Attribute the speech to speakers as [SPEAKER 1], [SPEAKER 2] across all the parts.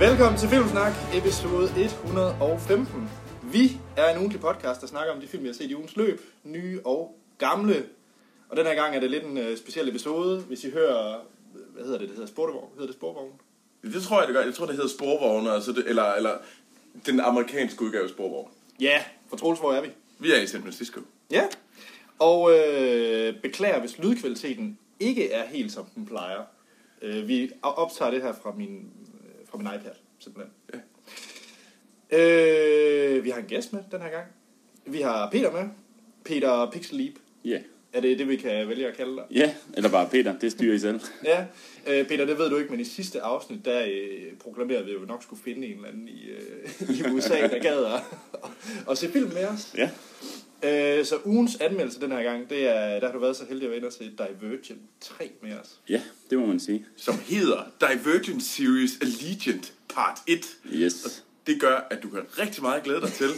[SPEAKER 1] Velkommen til Filmsnak, episode 115. Vi er en ugentlig podcast, der snakker om de film, vi har set i ugens løb, nye og gamle. Og den her gang er det lidt en øh, speciel episode. Hvis I hører, øh, hvad hedder det, det hedder Sportevogn? Hedder det Sportevogn?
[SPEAKER 2] Det tror jeg, det gør. Jeg tror, det hedder sporvogne, altså det, eller, eller den amerikanske udgave af sporvogn.
[SPEAKER 1] Ja, for Troels, hvor er vi?
[SPEAKER 2] Vi er i San Francisco.
[SPEAKER 1] Ja. Og øh, beklager, hvis lydkvaliteten ikke er helt som den plejer. Øh, vi optager det her fra min, øh, fra min iPad, simpelthen.
[SPEAKER 2] Ja.
[SPEAKER 1] Øh, vi har en gæst med den her gang. Vi har Peter med. Peter Pixel Leap.
[SPEAKER 3] Ja,
[SPEAKER 1] Er det det, vi kan vælge at kalde dig?
[SPEAKER 3] ja, eller bare Peter, det styrer I selv.
[SPEAKER 1] Ja. Øh, Peter, det ved du ikke, men i sidste afsnit, der øh, proklamerede vi jo at vi nok skulle finde en eller anden i, øh, i USA, der gad at, at se film med os.
[SPEAKER 3] Ja,
[SPEAKER 1] Øh, så ugens anmeldelse den her gang, det er, der har du været så heldig at være inde og se Divergent 3 med os.
[SPEAKER 3] ja, det må man sige.
[SPEAKER 2] Som hedder Divergent Series Allegiant Part 1.
[SPEAKER 3] Yes.
[SPEAKER 2] Det gør, at du kan rigtig meget glæde dig til,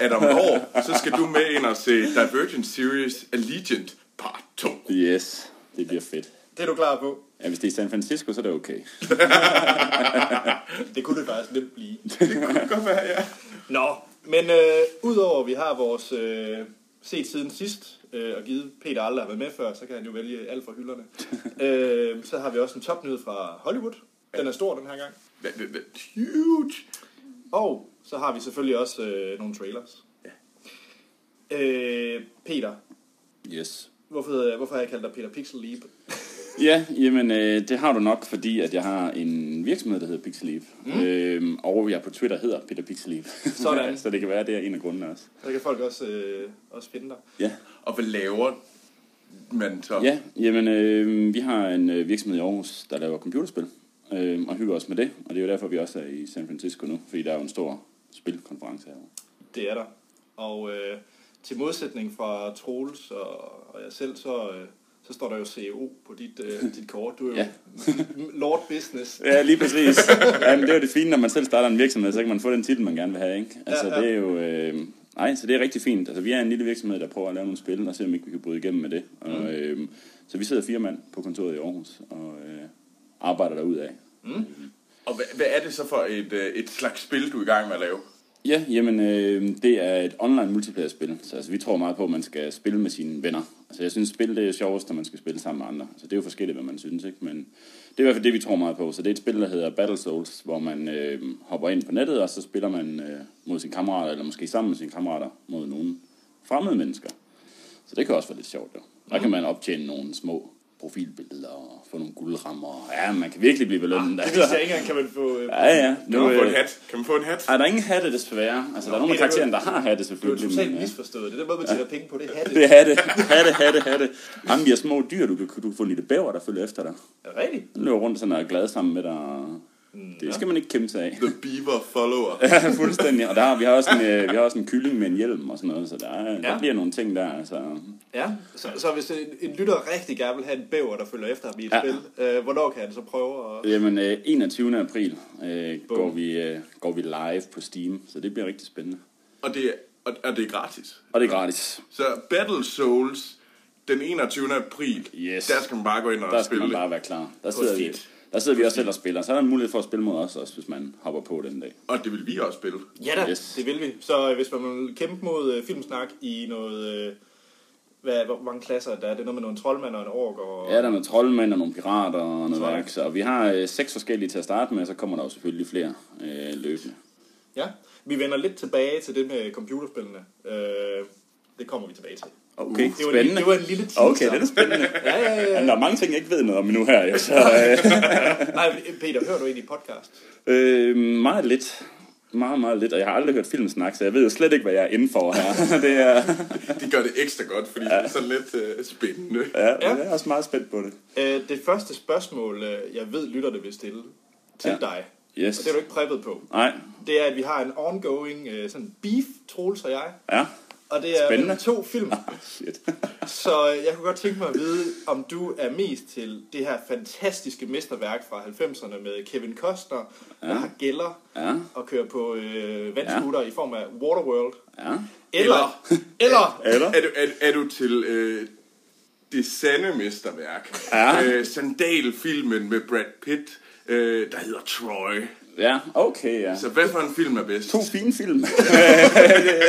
[SPEAKER 2] at om et år, så skal du med ind og se Divergent Series Allegiant Part 2.
[SPEAKER 3] Yes, det bliver fedt.
[SPEAKER 1] Det er du klar på.
[SPEAKER 3] Ja, hvis det er i San Francisco, så er det okay.
[SPEAKER 1] Det kunne det faktisk nemt blive.
[SPEAKER 2] Det kan godt være, ja.
[SPEAKER 1] Nå, men øh, udover at vi har vores øh, set siden sidst, øh, og givet Peter aldrig har været med før, så kan han jo vælge alt fra hylderne. øh, så har vi også en topnyhed fra Hollywood. Den er stor den her gang.
[SPEAKER 2] Det- det- det- Huge.
[SPEAKER 1] Og så har vi selvfølgelig også øh, nogle trailers. Ja. Øh, Peter,
[SPEAKER 3] Yes.
[SPEAKER 1] hvorfor, hvorfor har jeg kaldt dig Peter Pixel Leap?
[SPEAKER 3] Ja, jamen øh, det har du nok, fordi at jeg har en virksomhed, der hedder Pixelief. Mm. Øhm, og jeg på Twitter hedder Peter Pixelief.
[SPEAKER 1] Sådan.
[SPEAKER 3] så det kan være, at det er en af grundene også.
[SPEAKER 1] Så kan folk også, øh, også finde dig.
[SPEAKER 3] Ja,
[SPEAKER 2] Og hvad laver man så?
[SPEAKER 3] ja jamen øh, vi har en øh, virksomhed i Aarhus, der laver computerspil. Øh, og hygger os med det. Og det er jo derfor, vi også er i San Francisco nu, fordi der er jo en stor spilkonference herovre.
[SPEAKER 1] Det er der. Og øh, til modsætning fra Troels og, og jeg selv, så, øh, så står der jo CEO på dit, øh, dit kort. Du er jo
[SPEAKER 3] Ja.
[SPEAKER 1] Lord Business.
[SPEAKER 3] Ja, lige præcis. ja, men det er jo det fine, når man selv starter en virksomhed, så kan man få den titel, man gerne vil have, ikke? Altså,
[SPEAKER 1] Ja, ja.
[SPEAKER 3] det er jo... Øh, nej, så det er rigtig fint. Altså, vi er en lille virksomhed, der prøver at lave nogle spil, og se, om ikke vi kan bryde igennem med det. Og,
[SPEAKER 1] Mm.
[SPEAKER 3] øh, så vi sidder fire mand på kontoret i Aarhus, og øh, arbejder derudad.
[SPEAKER 2] Og hvad, hvad er det så for et, øh, et slags spil, du er i gang med at lave?
[SPEAKER 3] Ja, jamen, øh, det er et online multiplayer-spil. Så altså, vi tror meget på, at man skal spille med sine venner. Altså, jeg synes, spil det er sjovest, når man skal spille sammen med andre. Så det er jo forskelligt, hvad man synes, ikke? Men det er i hvert fald det, vi tror meget på. Så det er et spil, der hedder Battle Souls, hvor man øh, hopper ind på nettet, og så spiller man øh, mod sine kammerater, eller måske sammen med sine kammerater, mod nogle fremmede mennesker. Så det kan også være lidt sjovt, jo. Der kan man optjene nogle små profilbilleder og få nogle guldrammer. og Ja, man kan virkelig blive belønnet.
[SPEAKER 1] Det
[SPEAKER 3] Altså.
[SPEAKER 1] vidste jeg ikke engang, kan man få... Øh,
[SPEAKER 3] Ja, ja.
[SPEAKER 2] Kan man få
[SPEAKER 3] øh,
[SPEAKER 2] en hat? Kan man få en hat?
[SPEAKER 3] ej, der er ingen hatte, desværre. Altså, der er nogle af
[SPEAKER 1] Peter,
[SPEAKER 3] karaktererne, der har hatte,
[SPEAKER 1] du er
[SPEAKER 3] selvfølgelig.
[SPEAKER 1] totalt
[SPEAKER 3] men, ja.
[SPEAKER 1] misforstået. Det er den måde, man tjener penge på, det er hatte.
[SPEAKER 3] Det er hatte, hatte, hatte, hatte. Jamen, vi er små dyr. Du kan, du kan få en lille bæver, der følger efter dig.
[SPEAKER 1] Er det rigtigt?
[SPEAKER 3] Den løber rundt sådan og er glad sammen med dig. og
[SPEAKER 1] Mm,
[SPEAKER 3] Det skal man ikke kæmpe sig af.
[SPEAKER 2] The Beaver Follower.
[SPEAKER 3] Ja, fuldstændig. Og der har, vi, har også en, øh, vi har også en kylling med en hjelm og sådan noget, så der, ja.
[SPEAKER 1] Ja.
[SPEAKER 3] der bliver nogle ting der. Altså.
[SPEAKER 1] Ja. Så, så hvis en, en lytter rigtig gerne vil have en bæver, der følger efter ham i et ja.
[SPEAKER 3] Ja.
[SPEAKER 1] spil, øh, hvornår kan han så prøve at...
[SPEAKER 3] Jamen, øh, 21. april øh,
[SPEAKER 1] Bum.
[SPEAKER 3] går, vi, øh, går vi live på Steam, så det bliver rigtig spændende.
[SPEAKER 2] Og det, er- og, og det er gratis.
[SPEAKER 3] Og det er gratis.
[SPEAKER 2] Så Battle Souls den 21. april,
[SPEAKER 3] Yes.
[SPEAKER 2] der skal man bare gå ind og
[SPEAKER 3] Der skal
[SPEAKER 2] spille.
[SPEAKER 3] man bare være klar. Der sidder, vi,
[SPEAKER 2] fedt.
[SPEAKER 3] der sidder vi også selv og spiller. Så er der en mulighed for at spille mod os også, hvis man hopper på den dag.
[SPEAKER 2] Og det vil vi også spille.
[SPEAKER 1] Ja da, yes.
[SPEAKER 3] Yes.
[SPEAKER 1] det vil vi. Så øh, hvis man vil kæmpe mod øh, filmsnak i noget... Øh, hvad, hvor mange klasser der er? Det er noget med nogle troldmænd og en ork og...
[SPEAKER 3] Ja, der er nogle troldmænd og nogle pirater og noget
[SPEAKER 1] Sådan.
[SPEAKER 3] værk, så vi har øh, seks forskellige til at starte med, og så kommer der jo selvfølgelig flere øh, løbende.
[SPEAKER 1] Ja, vi vender lidt tilbage til det med computerspillene. Øh, det kommer vi tilbage til.
[SPEAKER 3] Okay,
[SPEAKER 1] Det var, En,
[SPEAKER 3] spændende.
[SPEAKER 1] det var en lille teaser.
[SPEAKER 3] Okay, det er spændende.
[SPEAKER 1] Ja, ja, ja.
[SPEAKER 3] Men der er mange ting, jeg ikke ved noget om nu her, jo, så øh,
[SPEAKER 1] Nej, Peter, hører du egentlig podcast?
[SPEAKER 3] øh, meget lidt. Meget, meget lidt, og jeg har aldrig hørt filmsnak, så jeg ved jo slet ikke, hvad jeg er inde for her. Det er,
[SPEAKER 2] Det gør det ekstra godt, fordi det er sådan lidt øh, spændende.
[SPEAKER 3] ja, jeg er også meget spændt på det.
[SPEAKER 1] Øh, det første spørgsmål, øh, jeg ved, lytter det vil stille til ja.
[SPEAKER 3] Ja.
[SPEAKER 1] dig,
[SPEAKER 3] Yes.
[SPEAKER 1] og det er du ikke præppet på,
[SPEAKER 3] Nej,
[SPEAKER 1] det er, at vi har en ongoing øh, sådan beef, Troels og jeg,
[SPEAKER 3] ja.
[SPEAKER 1] og det er
[SPEAKER 3] Spændende.
[SPEAKER 1] mellem to film.
[SPEAKER 3] Shit.
[SPEAKER 1] Så øh, jeg kunne godt tænke mig at vide, om du er mest til det her fantastiske mesterværk fra 90'erne med Kevin Costner, ja. der har gælder
[SPEAKER 3] Ja.
[SPEAKER 1] og kører på øh, vandskuter ja. i form af Waterworld.
[SPEAKER 3] Ja.
[SPEAKER 1] Eller, eller,
[SPEAKER 3] Eller?
[SPEAKER 2] Er du, er, er du til øh, det sande mesterværk?
[SPEAKER 3] Ja.
[SPEAKER 2] Øh, sandalfilmen med Brad Pitt, øh, der hedder Troy.
[SPEAKER 3] Ja, okay, ja.
[SPEAKER 2] Så hvad for en film er bedst?
[SPEAKER 3] To fine film.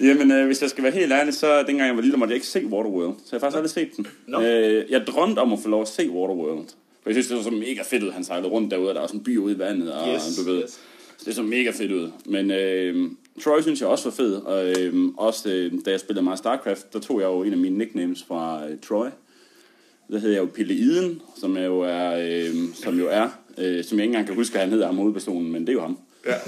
[SPEAKER 3] Jamen, øh, hvis jeg skal være helt ærlig, så dengang jeg var lille, måtte jeg ikke se Waterworld. Så jeg har faktisk aldrig set den.
[SPEAKER 1] Nå.
[SPEAKER 3] Øh, jeg drømte om at få lov at se Waterworld. For jeg synes, det var så mega fedt, ud, han sejlede rundt derude, og der var sådan en by ude i vandet, og
[SPEAKER 1] Yes,
[SPEAKER 3] du ved.
[SPEAKER 1] yes.
[SPEAKER 3] Så det så mega fedt ud. Men øh, Troy synes jeg også var fed, og øh, også øh, da jeg spillede meget StarCraft, der tog jeg jo en af mine nicknames fra øh, Troy. Der hedder jeg jo Pille Iden, som jeg jo er, øh, som jo er, øh, som jeg ikke engang kan huske, hvad han hedder, ham hovedpersonen, men det er jo ham. Ja.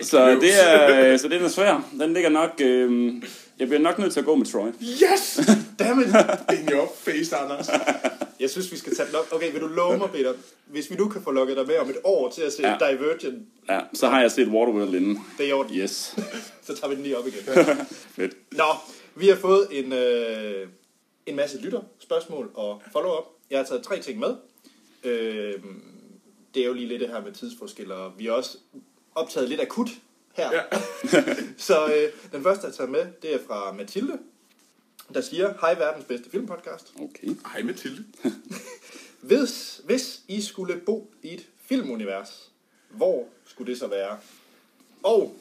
[SPEAKER 3] så, det er, øh, så den er svær. Den ligger nok, øh, jeg bliver nok nødt til at gå med Troy.
[SPEAKER 1] Yes! Dammit!
[SPEAKER 2] In your face, Anders.
[SPEAKER 1] Jeg synes, vi skal tage den op. Okay, vil du love mig, Peter? Hvis vi nu kan få lukket dig med om et år til at se
[SPEAKER 3] Ja.
[SPEAKER 1] ja. Divergent,
[SPEAKER 3] Ja, så har jeg set Waterworld inden.
[SPEAKER 1] det er i orden.
[SPEAKER 3] Yes.
[SPEAKER 1] Så tager vi den lige op igen.
[SPEAKER 3] Fedt.
[SPEAKER 1] Nå, vi har fået en, øh, en masse lytter, spørgsmål og follow-up. Jeg har taget tre ting med. Øh, det er jo lige lidt det her med tidsforskelle, og vi er også optaget lidt akut her. Ja. Så øh, den første, jeg tager med, det er fra Mathilde, der siger, hej verdens bedste filmpodcast.
[SPEAKER 3] Okay.
[SPEAKER 2] Hej Mathilde.
[SPEAKER 1] Hvis, hvis I skulle bo i et filmunivers, hvor skulle det så være? Og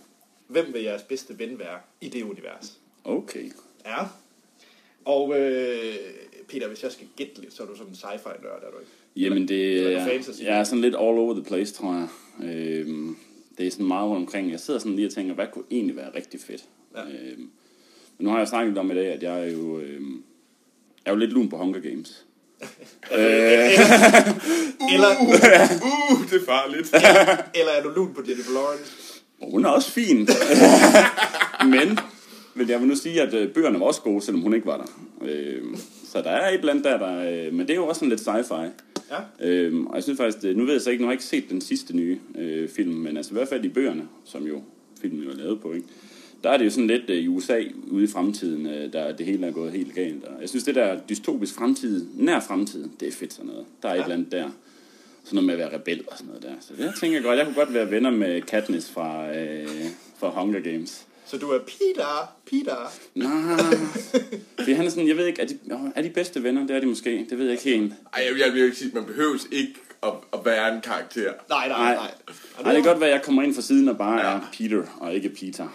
[SPEAKER 1] hvem vil jeres bedste ven være i det univers?
[SPEAKER 3] Okay.
[SPEAKER 1] Ja. Og øh, Peter, hvis jeg skal gætte lidt, så er du sådan en sci-fi-nørd, er du ikke?
[SPEAKER 3] Jamen det
[SPEAKER 1] Eller
[SPEAKER 3] er,
[SPEAKER 1] fantasy.
[SPEAKER 3] jeg er sådan lidt all over the place, tror jeg. Øhm, det er sådan meget rundt omkring. Jeg sidder sådan lige og tænker, hvad kunne egentlig være rigtig fedt?
[SPEAKER 1] Ja.
[SPEAKER 3] Øhm, men nu har jeg snakket lidt om i dag, at jeg er jo, øhm, jeg er jo lidt lun på Hunger Games.
[SPEAKER 1] Eller,
[SPEAKER 2] Uh, det er farligt.
[SPEAKER 1] eller er du lun på Jennifer Lawrence?
[SPEAKER 3] Og hun er også fin. men, men jeg vil nu sige, at øh, bøgerne var også gode, selvom hun ikke var der. Øhm, så der er et eller andet der, der øh, men det er jo også sådan lidt sci-fi.
[SPEAKER 1] Ja.
[SPEAKER 3] Øhm, og jeg synes faktisk, det, nu ved jeg så ikke, nu har jeg ikke set den sidste nye øh, film, men altså i hvert fald i bøgerne, som jo filmen jo er lavet på, ikke? der er det jo sådan lidt øh, i USA ude i fremtiden, øh, der det hele er gået helt galt. Og jeg synes, det der dystopisk fremtid, nær fremtid, det er fedt sådan noget. Der er ja. et eller andet der. Sådan noget med at være rebel og sådan noget der. Så det tænker jeg godt, jeg kunne godt være venner med Katniss fra, øh, fra Hunger Games.
[SPEAKER 1] Så du er Peter, Peter.
[SPEAKER 3] Nej, fordi han er sådan, jeg ved ikke, er de, åh, er de bedste venner? Det er de måske, det ved jeg ikke helt.
[SPEAKER 2] Ej, jeg, jeg vil ikke sige, at man behøves ikke at, at være en karakter.
[SPEAKER 1] Nej, nej,
[SPEAKER 3] Nej.
[SPEAKER 1] nej. Er du
[SPEAKER 3] Ej, det kan godt være, at jeg kommer ind fra siden og bare er Peter, og ikke Peter.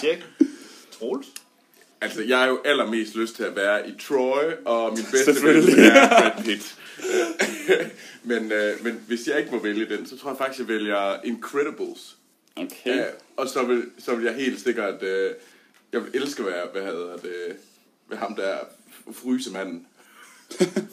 [SPEAKER 1] Tjek. Troels?
[SPEAKER 2] Altså, jeg har jo allermest lyst til at være i Troy, og min bedste ven
[SPEAKER 3] Selvfølgelig.
[SPEAKER 2] er Brad Pitt. men, øh, men hvis jeg ikke må vælge den, så tror jeg faktisk, jeg vælger Incredibles.
[SPEAKER 3] Okay.
[SPEAKER 2] Ja, og så vil, så vil jeg helt sikkert... Øh, jeg vil elske at være, hvad hedder det, ved ham der frysemanden.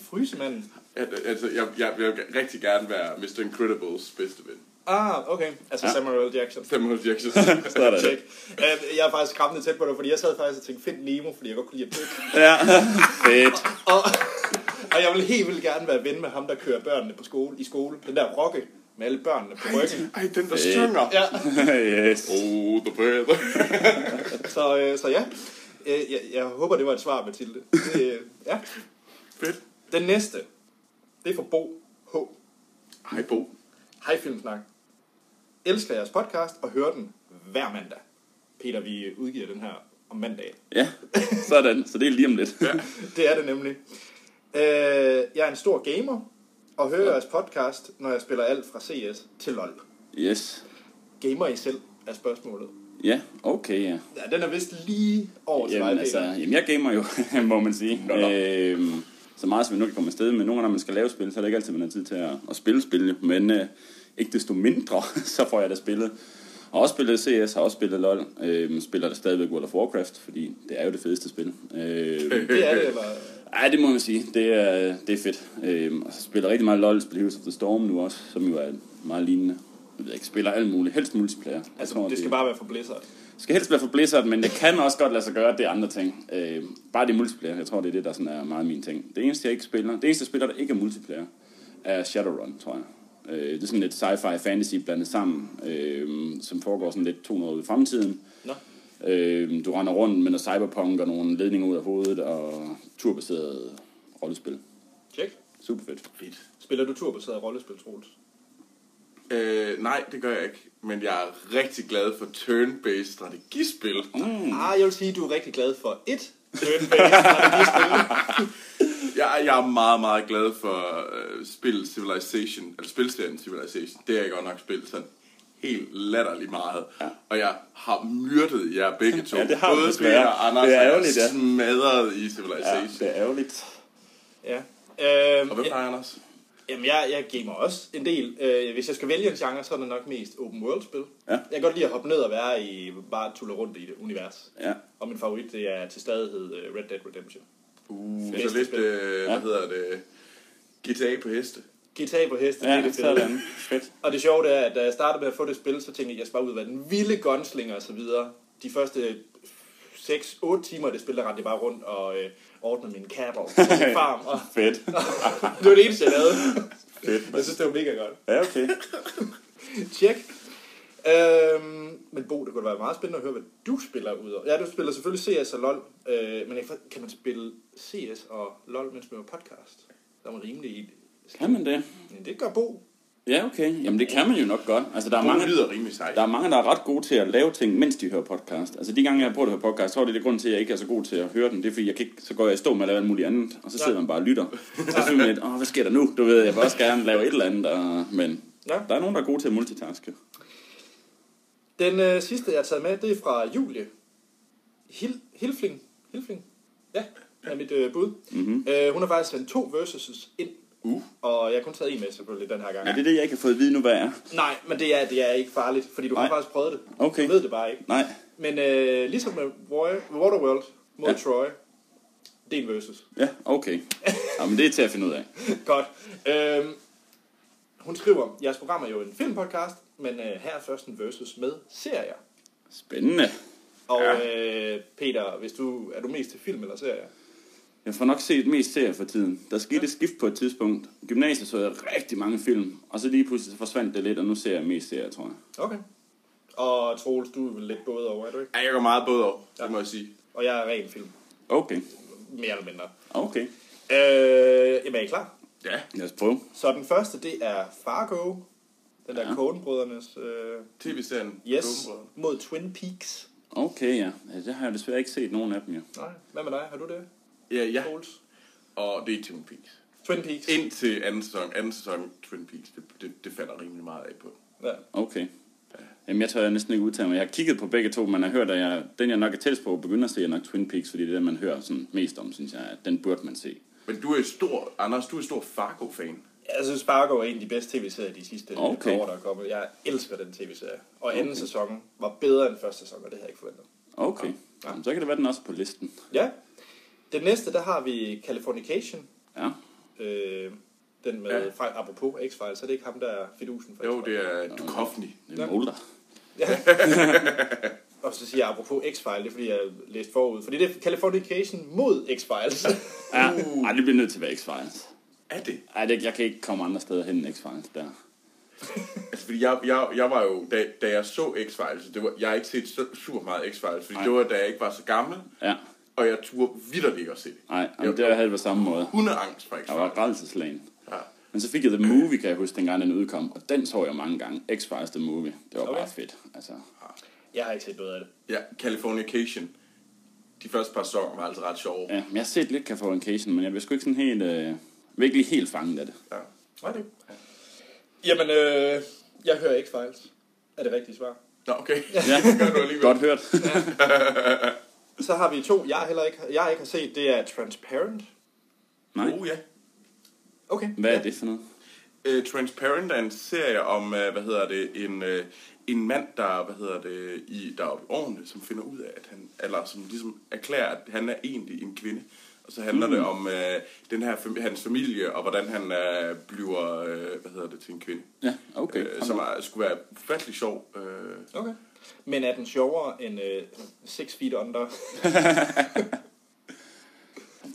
[SPEAKER 1] Frysemanden?
[SPEAKER 2] At, altså, jeg, jeg vil rigtig gerne være Mr. Incredibles bedste ven.
[SPEAKER 1] Ah, okay. Altså
[SPEAKER 3] Ja.
[SPEAKER 1] Samuel L. Jackson.
[SPEAKER 2] Samuel Jackson.
[SPEAKER 3] Sådan.
[SPEAKER 1] Tjek. Øh, Jeg er faktisk skræmmende tæt på dig, fordi jeg sad faktisk og tænkte, find Nemo, fordi jeg godt kunne lide at dykke.
[SPEAKER 3] Ja. Fedt.
[SPEAKER 1] Og, og jeg vil helt vildt gerne være ven med ham, der kører børnene på skole, i skole. Den der rokke med alle børnene på ryggen.
[SPEAKER 2] Ej, den der synger.
[SPEAKER 1] Ja,
[SPEAKER 3] yes.
[SPEAKER 2] Oh, the brother.
[SPEAKER 1] så, øh, så ja. Øh, Jeg, jeg håber, det var et svar, Mathilde. Det, øh, ja.
[SPEAKER 2] Fedt.
[SPEAKER 1] Den næste, det er fra Bo H.
[SPEAKER 2] Hej, Bo.
[SPEAKER 1] Hej Filmsnak. Elsker jeres podcast og hører den hver mandag. Peter, vi udgiver den her om mandag.
[SPEAKER 3] Ja, sådan. Så det er lige om lidt.
[SPEAKER 1] Det er det nemlig. Øh, jeg er en stor gamer og hører jeres podcast, når jeg spiller alt fra CS til LoL.
[SPEAKER 3] Yes.
[SPEAKER 1] Gamer I selv er spørgsmålet.
[SPEAKER 3] Ja, okay, ja.
[SPEAKER 1] Ja, den er vist lige over til
[SPEAKER 3] Jamen,
[SPEAKER 1] mig,
[SPEAKER 3] altså,
[SPEAKER 1] Peter.
[SPEAKER 3] jamen, jeg gamer jo, må man sige.
[SPEAKER 2] nå.
[SPEAKER 3] Øhm, så meget som jeg nu kan komme afsted med. Nogle gange, når man skal lave spil, så er det ikke altid, man har tid til at, at spille spil. jo. Men øh, ikke desto mindre, så får jeg da spillet. Har også spillet CS, har også spillet LoL. Øhm, spiller der stadigvæk World of Warcraft, fordi det er jo det fedeste spil. Øhm,
[SPEAKER 1] Det er det, eller...
[SPEAKER 3] Ej, det må man sige. Det er, det er fedt. Øhm, og så spiller rigtig meget LoL, spiller Heroes of the Storm nu også, som jo er meget lignende. Jeg ved ikke, spiller alt muligt. Helst multiplayer. Jeg tror,
[SPEAKER 1] Altså, det skal bare være for Blizzard.
[SPEAKER 3] skal helst være for Blizzard, men det kan også godt lade sig gøre, at det er andre ting. Øh, bare det er multiplayer. Jeg tror, det er det, der sådan er meget min ting. Det eneste, jeg ikke spiller, det eneste, jeg spiller, der ikke er multiplayer, er Shadowrun, tror jeg. Øh, det er sådan lidt sci-fi fantasy blandet sammen, øh, som foregår sådan lidt 200 år i fremtiden.
[SPEAKER 1] Nå.
[SPEAKER 3] Øh, du render rundt med noget cyberpunk og nogle ledninger ud af hovedet og turbaseret rollespil.
[SPEAKER 1] Tjek.
[SPEAKER 3] Super fedt.
[SPEAKER 2] Fedt.
[SPEAKER 1] Spiller du turbaseret rollespil, Troels?
[SPEAKER 2] Øh, nej, det gør jeg ikke. Men jeg er rigtig glad for turn-based strategispil.
[SPEAKER 1] Mm. Ah, jeg vil sige, at du er rigtig glad for et turn-based strategispil.
[SPEAKER 2] jeg, jeg er meget, meget glad for uh, spillet Civilization, eller spilserien Civilization. Det er jeg godt nok spillet sådan helt latterlig meget. Ja. Og jeg har myrdet jer begge to.
[SPEAKER 3] Ja, det har du
[SPEAKER 2] Både
[SPEAKER 3] desværre.
[SPEAKER 2] Peter og Anders
[SPEAKER 3] Det er
[SPEAKER 2] har jeg
[SPEAKER 3] ærgerligt, ja.
[SPEAKER 2] smadret i
[SPEAKER 3] Ja,
[SPEAKER 2] Civilization.
[SPEAKER 3] det er ærgerligt.
[SPEAKER 1] Ja. Øhm,
[SPEAKER 2] Og hvem
[SPEAKER 1] ja,
[SPEAKER 2] er Anders?
[SPEAKER 1] jamen, jeg, jeg gamer også en del. Øh, hvis jeg skal vælge en genre, så er det nok mest open world-spil.
[SPEAKER 3] Ja.
[SPEAKER 1] Jeg kan godt lide at hoppe ned og være i, bare tulle rundt i det univers.
[SPEAKER 3] Ja.
[SPEAKER 1] Og min favorit, det er til stadighed øh, Red Dead Redemption.
[SPEAKER 2] Uh,
[SPEAKER 1] Fedt.
[SPEAKER 2] så lidt, øh,
[SPEAKER 3] Ja.
[SPEAKER 2] hvad hedder det, GTA på heste.
[SPEAKER 1] Guitar på heste, det er
[SPEAKER 3] Ja,
[SPEAKER 1] det fede.
[SPEAKER 3] sådan. Fedt.
[SPEAKER 1] Og det sjove det er, at da jeg startede med at få det spil, så tænkte jeg, at jeg skal bare ud og være den vilde gunslinger og så videre. De første 6-8 timer af det spil, der rendte jeg bare rundt og øh, ordnede mine katter og min farm. Og
[SPEAKER 3] Fedt.
[SPEAKER 1] det var det eneste, jeg lavede.
[SPEAKER 3] Fedt,
[SPEAKER 1] Jeg
[SPEAKER 3] mand.
[SPEAKER 1] synes, det var mega godt.
[SPEAKER 3] Ja, okay.
[SPEAKER 1] Tjek. Øhm, men Bo, det kunne da være meget spændende at høre, hvad du spiller ud over. Ja, du spiller selvfølgelig CS og LoL, øh, men jeg for- kan man spille CS og LoL, mens man er podcast? Der er man rimelig i det.
[SPEAKER 3] Kan man det?
[SPEAKER 1] Men det gør Bo.
[SPEAKER 3] Ja, okay. Jamen, det kan man jo nok godt. Altså, der er
[SPEAKER 2] Mange
[SPEAKER 3] mange,
[SPEAKER 2] lyder rimelig sej.
[SPEAKER 3] der er mange, der er ret gode til at lave ting, mens de hører podcast. Altså, de gange, jeg har prøvet at høre podcast, så er det det grund til, at jeg ikke er så god til at høre den. Det er, fordi jeg kan ikke, så går jeg i stå med at lave alt muligt andet, og så sidder
[SPEAKER 1] Ja.
[SPEAKER 3] man bare og lytter. Så synes man lidt, åh, hvad sker der nu? Du ved, jeg vil også gerne lave et eller andet, og... men
[SPEAKER 1] Ja.
[SPEAKER 3] der er nogen, der er gode til at multitaske.
[SPEAKER 1] Den øh, sidste, jeg har taget med, det er fra Julie. Hil- Hilfling. Hilfling. Ja, er mit øh, bud. Mm-hmm. Øh, hun har faktisk sendt to versuses ind.
[SPEAKER 2] Uh.
[SPEAKER 1] Og jeg har kun taget en med selvfølgelig den her gang.
[SPEAKER 3] Ja. Det er det, jeg ikke har fået at vide nu, hvad jeg er.
[SPEAKER 1] Nej, men det er, det er ikke farligt, fordi du har
[SPEAKER 3] Nej.
[SPEAKER 1] faktisk prøvet det.
[SPEAKER 3] Okay.
[SPEAKER 1] Du ved det bare ikke.
[SPEAKER 3] Nej.
[SPEAKER 1] Men øh, ligesom med Roy- Waterworld mod
[SPEAKER 3] Ja.
[SPEAKER 1] ja. Troy, det er en versus.
[SPEAKER 3] Ja, okay. Jamen, det er til at finde ud af.
[SPEAKER 1] Godt. Øhm, hun skriver, jeres program er jo en filmpodcast, men øh, her er først en versus med serier.
[SPEAKER 3] Spændende.
[SPEAKER 1] Og
[SPEAKER 2] Ja.
[SPEAKER 1] øh, Peter, hvis du, er du mest til film eller serier?
[SPEAKER 3] Jeg får nok set mest serier for tiden. Der skete et skift på et tidspunkt. I gymnasiet så jeg rigtig mange film, og så lige pludselig så forsvandt det lidt, og nu ser jeg mest serier, tror jeg.
[SPEAKER 1] Okay. Og Troels, du er vel lidt både over, er du ikke?
[SPEAKER 2] Ja, jeg går meget både over,
[SPEAKER 1] Ja.
[SPEAKER 2] det må jeg sige.
[SPEAKER 1] Og jeg er ren film,
[SPEAKER 3] Okay,
[SPEAKER 1] mere eller mindre.
[SPEAKER 3] okay.
[SPEAKER 1] Øh, jamen, er I klar?
[SPEAKER 2] Ja,
[SPEAKER 3] Lad os prøve.
[SPEAKER 1] Så den første, det er Fargo. Den der
[SPEAKER 3] Ja.
[SPEAKER 1] ja. Coen-brødrenes... Øh,
[SPEAKER 2] tv-serien.
[SPEAKER 1] yes,
[SPEAKER 2] Dumbo.
[SPEAKER 1] mod Twin Peaks.
[SPEAKER 3] Okay, ja. Ja, Det har jeg desværre ikke set nogen af dem, jo.
[SPEAKER 1] Nej, hvad med dig? Har du det,
[SPEAKER 2] Ja, ja.
[SPEAKER 1] Troels?
[SPEAKER 2] Og det er Twin Peaks.
[SPEAKER 1] Twin Peaks.
[SPEAKER 2] Indtil anden sæson. Anden sæson Twin Peaks, det, det, det falder rimelig meget af på.
[SPEAKER 1] Ja.
[SPEAKER 3] Okay. Jamen, jeg tør næsten ikke udtale mig. Jeg har kigget på begge to, men jeg har hørt, at jeg, den, jeg nok er tættest på, begynder at se, er nok Twin Peaks, fordi det er den, man hører sådan mest om, synes jeg, at den burde man se.
[SPEAKER 2] Men du er stor, Anders, du er stor Fargo-fan.
[SPEAKER 1] Jeg synes, Fargo er en af de bedste tv-serier de sidste
[SPEAKER 3] Okay.
[SPEAKER 1] okay. år, der er kommet. Jeg elsker den tv-serie. Og anden sæson var bedre end første sæson, og det havde jeg ikke forventet.
[SPEAKER 3] Okay. Jamen, så kan det være, den også er på listen.
[SPEAKER 1] Ja. Den næste, der har vi Californication.
[SPEAKER 3] Ja.
[SPEAKER 1] Øh, den med,
[SPEAKER 2] Ja.
[SPEAKER 1] ja. fra, apropos X-Files, så er det ikke ham, der er fidusen for
[SPEAKER 2] Jo,
[SPEAKER 1] X-Files?
[SPEAKER 2] det er Duchovny.
[SPEAKER 3] Det
[SPEAKER 1] Ja.
[SPEAKER 3] er Mulder.
[SPEAKER 1] Og så siger jeg apropos X-Files, det er fordi, jeg læste forud. Fordi det er Californication mod X-Files.
[SPEAKER 3] Ja. Ej, det bliver nødt til at være X-Files.
[SPEAKER 2] Er det?
[SPEAKER 3] Ej, det, jeg kan ikke komme andre steder hen end X-Files der.
[SPEAKER 2] Altså, fordi jeg, jeg, jeg var jo, da, da jeg så X-Files, det var, jeg har ikke set så, super meget X-Files, fordi
[SPEAKER 3] Nej.
[SPEAKER 2] det var, da jeg ikke var så gammel,
[SPEAKER 3] Ja.
[SPEAKER 2] og jeg turde vidderligt ikke at se det.
[SPEAKER 3] Nej,
[SPEAKER 2] Jeg-
[SPEAKER 3] jamen, det var jeg havde på samme måde.
[SPEAKER 2] Hundeangst for
[SPEAKER 3] Jeg var
[SPEAKER 2] X-Files.
[SPEAKER 3] grænseslagen.
[SPEAKER 2] Ja.
[SPEAKER 3] Men så fik jeg The Movie, kan jeg huske, dengang den udkom, og den så jeg mange gange. X-Files The Movie. Det var bare
[SPEAKER 1] Okay.
[SPEAKER 3] fedt. Altså,
[SPEAKER 1] jeg har ikke set noget af det.
[SPEAKER 2] ja, Californication. De første par sæsoner var altså ret sjove.
[SPEAKER 3] ja, men jeg har set lidt Californication, men jeg blev sgu ikke sådan helt, øh, virkelig helt fanget af det.
[SPEAKER 2] Ja.
[SPEAKER 1] Nej, det. Jamen, øh, jeg hører X-Files. Er det rigtige svar?
[SPEAKER 2] Nå, okay.
[SPEAKER 3] Ja,
[SPEAKER 2] Det gør du alligevel.
[SPEAKER 3] godt hørt.
[SPEAKER 1] Så har vi to, jeg heller ikke, jeg ikke har set, det er Transparent.
[SPEAKER 3] Nej,
[SPEAKER 2] Oh, ja.
[SPEAKER 1] Okay.
[SPEAKER 3] hvad er det for noget?
[SPEAKER 2] Øh, Transparent er en serie om, øh, hvad hedder det, en, øh, en mand, der, hvad hedder det, i, der er oppe i årene, som finder ud af, at han, eller som ligesom erklærer, at han er egentlig en kvinde. Og så handler mm. det om øh, den her, fam- hans familie, og hvordan han øh, bliver, øh, hvad hedder det, til en kvinde.
[SPEAKER 3] Ja, okay.
[SPEAKER 2] Øh, som er, skulle være ufattelig sjov. Øh,
[SPEAKER 1] Okay. Men er den sjovere end øh, Six Feet Under?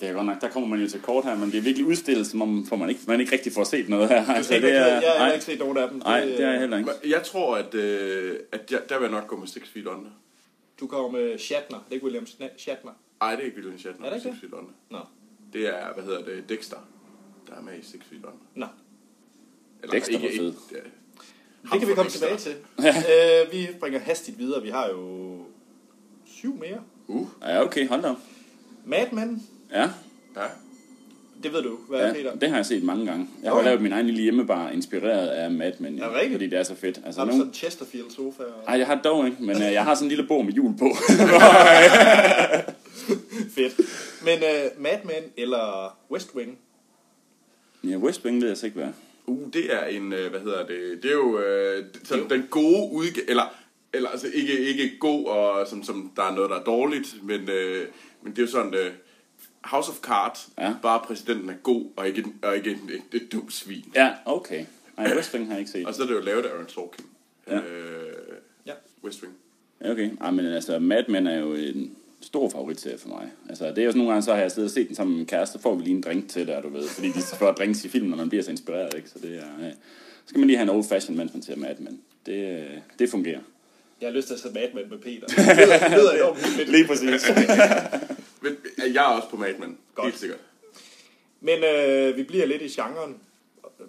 [SPEAKER 3] Det er godt nok, der kommer man jo til kort her, men det er virkelig udstillet, som om for man, ikke, man ikke rigtig får set noget her. Altså,
[SPEAKER 1] det
[SPEAKER 3] det er,
[SPEAKER 1] jeg har heller
[SPEAKER 3] nej,
[SPEAKER 1] ikke set nogen af dem.
[SPEAKER 3] nej, det er jeg heller ikke.
[SPEAKER 2] men jeg tror, at, øh, at jeg, der vil jeg nok gå med Six Feet Under.
[SPEAKER 1] Du kommer med Shatner, det er ikke William Sna- Shatner.
[SPEAKER 2] Ej, det er ikke William Shatner,
[SPEAKER 1] Er det
[SPEAKER 2] Six
[SPEAKER 1] ikke
[SPEAKER 2] Feet Under.
[SPEAKER 1] Nå.
[SPEAKER 2] Det er, hvad hedder det, Dexter, der er med i Six Feet Under.
[SPEAKER 1] Nå.
[SPEAKER 3] Dexter var fed.
[SPEAKER 2] ja.
[SPEAKER 1] Det kan vi komme tilbage til. øh, vi bringer hastigt videre. Vi har jo syv mere.
[SPEAKER 2] Uh,
[SPEAKER 3] Ja, okay, hold da op.
[SPEAKER 1] Mad Men.
[SPEAKER 3] Ja,
[SPEAKER 2] ja.
[SPEAKER 1] Det Det ved du, hvad ja,
[SPEAKER 3] Ja,
[SPEAKER 1] Peter?
[SPEAKER 3] det har jeg set mange gange. Jeg har
[SPEAKER 1] Okay.
[SPEAKER 3] okay. lavet min egen lille hjemmebar, inspireret af Mad Men,
[SPEAKER 1] Er det rigtigt?
[SPEAKER 3] fordi det er så fedt. Altså,
[SPEAKER 1] Har du
[SPEAKER 3] nogen-
[SPEAKER 1] sådan en Chesterfield sofa? Og...
[SPEAKER 3] Ej, jeg har dog ikke, men øh, jeg har sådan en lille bog med jul på.
[SPEAKER 1] Fedt. Men uh, Mad Men eller West Wing?
[SPEAKER 3] ja, West Wing ved jeg så ikke, hvad er.
[SPEAKER 2] Uh, det er en, øh, hvad hedder det, det er jo øh, sådan, den gode udgave, eller, eller altså ikke, ikke god, og som, som der er noget, der er dårligt, men, øh, men det er jo sådan, øh, House of Cards,
[SPEAKER 3] Ja.
[SPEAKER 2] bare præsidenten er god, og ikke, og ikke et, et, et dumt svin.
[SPEAKER 3] Ja, okay. Nej, West Wing har jeg ikke set.
[SPEAKER 2] Og så er det jo lavet af Aaron Sorkin,
[SPEAKER 3] Ja.
[SPEAKER 2] øh,
[SPEAKER 1] Ja.
[SPEAKER 2] West Wing.
[SPEAKER 3] Ja, Okay, Ej, men altså Mad Men er jo en stor favoritserie for mig. Altså, det er også nogle gange, så har jeg siddet og set den sammen med min kæreste, får vi lige en drink til der, du ved. Fordi de får drinks i filmen, og man bliver så inspireret, ikke? Så det er, øh, så skal man lige have en old fashion, mens man ser Mad Men. Det, øh, det fungerer.
[SPEAKER 1] Jeg har lyst til at se Mad Men med Peter. Det lyder, det lyder enormt hyggeligt.
[SPEAKER 3] Lige præcis.
[SPEAKER 2] Men øh, jeg er også på Mad Men,
[SPEAKER 1] Godt.
[SPEAKER 2] helt sikkert.
[SPEAKER 1] Men øh, vi bliver lidt i genren. Øh,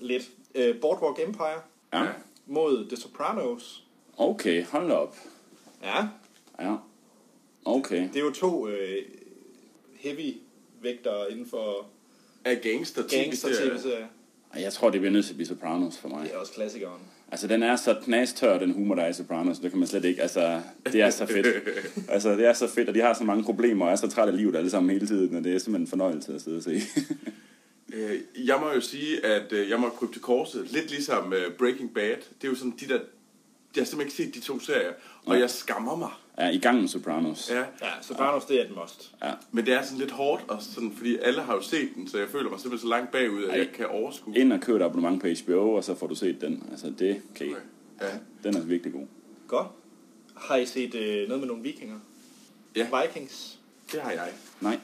[SPEAKER 1] Lidt. Øh, Boardwalk Empire
[SPEAKER 3] ja,
[SPEAKER 1] mod The Sopranos.
[SPEAKER 3] okay, hold da op.
[SPEAKER 1] Ja,
[SPEAKER 3] Ja, okay.
[SPEAKER 1] det er jo to øh, heavy vægtere inden for
[SPEAKER 2] Af gangster
[SPEAKER 1] gangster-tv-serier.
[SPEAKER 3] Ej, Jeg tror, det bliver nødt til at blive Sopranos for mig.
[SPEAKER 1] Det er også klassikeren.
[SPEAKER 3] Altså, den er så knastør, den humor, der er i Sopranos. Det kan man slet ikke. Altså, det er så fedt. Altså, det er så fedt, og de har så mange problemer, og er så træt af livet alle sammen hele tiden, og det er simpelthen en fornøjelse at sidde og se.
[SPEAKER 2] Øh, jeg må jo sige, at øh, jeg må krybe til korset. Lidt ligesom øh, Breaking Bad. Det er jo sådan de der... Jeg har simpelthen ikke set de to serier, og
[SPEAKER 3] Nej.
[SPEAKER 2] jeg skammer mig.
[SPEAKER 3] ja, i gang med Sopranos.
[SPEAKER 2] Ja.
[SPEAKER 1] Ja, Sopranos, det er et must.
[SPEAKER 3] ja.
[SPEAKER 2] Men det er sådan lidt hårdt, og sådan, fordi alle har jo set den, så jeg føler mig simpelthen så langt bagud, at
[SPEAKER 3] Ej.
[SPEAKER 2] jeg kan overskue.
[SPEAKER 3] Ind og køb et abonnement på HBO, og så får du set den. Altså, det kan okay.
[SPEAKER 2] Okay. Ja.
[SPEAKER 3] Den er virkelig god.
[SPEAKER 1] Godt. Har I set øh, noget med nogle vikinger?
[SPEAKER 2] ja,
[SPEAKER 1] Vikings.
[SPEAKER 2] det har jeg.
[SPEAKER 3] Nej.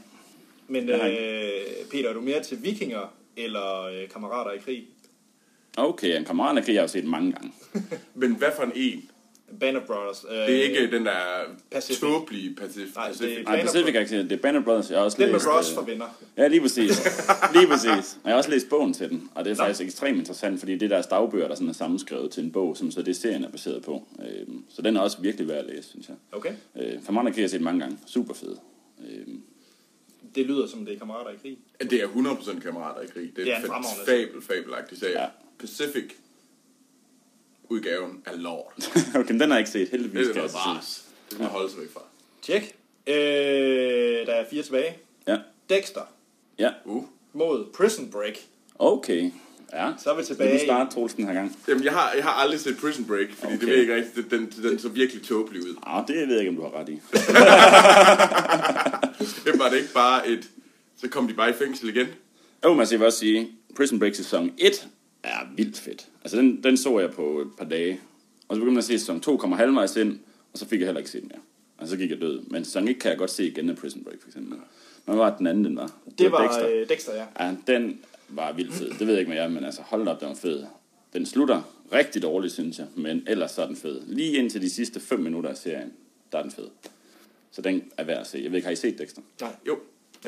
[SPEAKER 1] Men
[SPEAKER 3] Jeg har
[SPEAKER 1] øh, Peter, er du mere til vikinger eller øh, kammerater i krig?
[SPEAKER 3] Okay, en kammerat kan jeg jo set mange gange.
[SPEAKER 2] Men hvad for en en?
[SPEAKER 1] Band of Brothers. Øh,
[SPEAKER 2] Det er ikke den der
[SPEAKER 1] Pacific.
[SPEAKER 2] tåbelige Pacific.
[SPEAKER 1] Nej, det-
[SPEAKER 2] Pacific.
[SPEAKER 3] Nej, Pacific har jeg ikke set. Det er Banner Brothers, jeg har også
[SPEAKER 1] Den med
[SPEAKER 3] læst...
[SPEAKER 1] Ross
[SPEAKER 3] øh,
[SPEAKER 1] for venner.
[SPEAKER 3] Ja, lige præcis. Lige præcis. Og jeg har også læst bogen til den, og det er faktisk ekstremt interessant, fordi det er deres dagbøger, der sådan er sammenskrevet til en bog, som så det serien er baseret på. Øhm, Så den er også virkelig værd at læse, synes jeg.
[SPEAKER 1] Okay.
[SPEAKER 3] Øh, Fermanagh har jeg set mange gange. Super fed. Øhm,
[SPEAKER 1] Det lyder som, det er kammerater i krig.
[SPEAKER 2] Det er 100% kammerater i krig. Det
[SPEAKER 1] Det er
[SPEAKER 2] er
[SPEAKER 1] en
[SPEAKER 2] en
[SPEAKER 1] fremragende
[SPEAKER 2] fabel, fabelagtig serie.
[SPEAKER 3] Ja.
[SPEAKER 2] Ja. Pacific udgaven er lort.
[SPEAKER 3] Okay, men den har jeg ikke set. Heldigvis
[SPEAKER 2] Det er
[SPEAKER 3] kan
[SPEAKER 2] noget
[SPEAKER 3] jeg så se.
[SPEAKER 2] bars. Det skal man holde sig væk fra.
[SPEAKER 1] Tjek. Øh, der er fire tilbage.
[SPEAKER 3] Ja.
[SPEAKER 1] Dexter
[SPEAKER 3] Ja.
[SPEAKER 2] Uh.
[SPEAKER 1] mod Prison Break.
[SPEAKER 3] Okay. Ja.
[SPEAKER 1] Så er vi
[SPEAKER 3] Vil du
[SPEAKER 1] tilbage.
[SPEAKER 3] starte, Troels, den her gang?
[SPEAKER 2] Jamen, jeg har, jeg har aldrig set Prison Break, fordi okay.
[SPEAKER 3] Okay.
[SPEAKER 2] det ved jeg ikke rigtigt. Den, den, den så virkelig tåbelig ud.
[SPEAKER 3] Ah, det ved jeg ikke, om du har ret i.
[SPEAKER 2] Det var det ikke bare et... Så kom de bare i fængsel igen.
[SPEAKER 3] Jo, man skal også sige, Prison Break sæson 1 er vildt fedt. Altså, den, den så jeg på et par dage. Og så begyndte jeg at se sæson 2 kommer halvvejs ind, og så fik jeg heller ikke set den mere. Og så gik jeg død. Men sæson 1 kan jeg godt se igen af Prison Break, for eksempel. Men hvad var den anden, den var?
[SPEAKER 1] Det var
[SPEAKER 3] Dexter.
[SPEAKER 1] øh, Dexter, ja.
[SPEAKER 3] Ja, den var vildt fed. Det ved jeg ikke med jer, men altså, hold da op, den var fed. Den slutter rigtig dårligt, synes jeg, men ellers så er den fed. Lige indtil de sidste 5 minutter af serien, der er den fed. Så den er værd at se. Jeg ved ikke, har I set Dexter?
[SPEAKER 1] Nej.
[SPEAKER 2] Jo.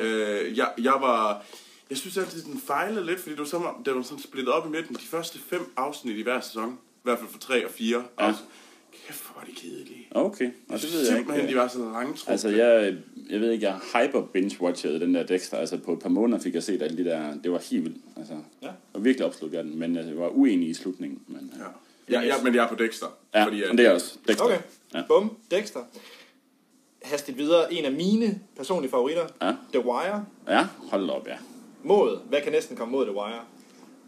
[SPEAKER 2] Øh, jeg, jeg var... Jeg synes altid, den fejlede lidt, fordi det var, som, om- det var sådan splittet op i midten. De første fem afsnit i hver sæson. I hvert fald for tre og fire.
[SPEAKER 3] Ja.
[SPEAKER 2] Ja. Kæft, hvor var de kedelige.
[SPEAKER 3] Okay, og
[SPEAKER 2] Jeg
[SPEAKER 3] det
[SPEAKER 2] synes
[SPEAKER 3] ved jeg ikke.
[SPEAKER 2] simpelthen, de var så langtrukne.
[SPEAKER 3] Altså, jeg, jeg ved ikke, jeg hyper binge-watchede den der Dexter. Altså, på et par måneder fik jeg set alle de der... Det var helt vildt. Altså,
[SPEAKER 1] Ja.
[SPEAKER 3] og virkelig opslugt jeg den, men altså, jeg var uenig i slutningen. Men, ja,
[SPEAKER 2] Ja. Jeg, jeg, men jeg er på Dexter.
[SPEAKER 3] ja
[SPEAKER 2] fordi,
[SPEAKER 3] men det er også Dexter.
[SPEAKER 1] Okay.
[SPEAKER 3] Ja.
[SPEAKER 1] Bum. Dexter. Hastigt videre. En af mine personlige favoritter.
[SPEAKER 3] Ja.
[SPEAKER 1] The Wire.
[SPEAKER 3] ja, hold da op, ja.
[SPEAKER 1] Mod. Hvad kan næsten komme mod The Wire?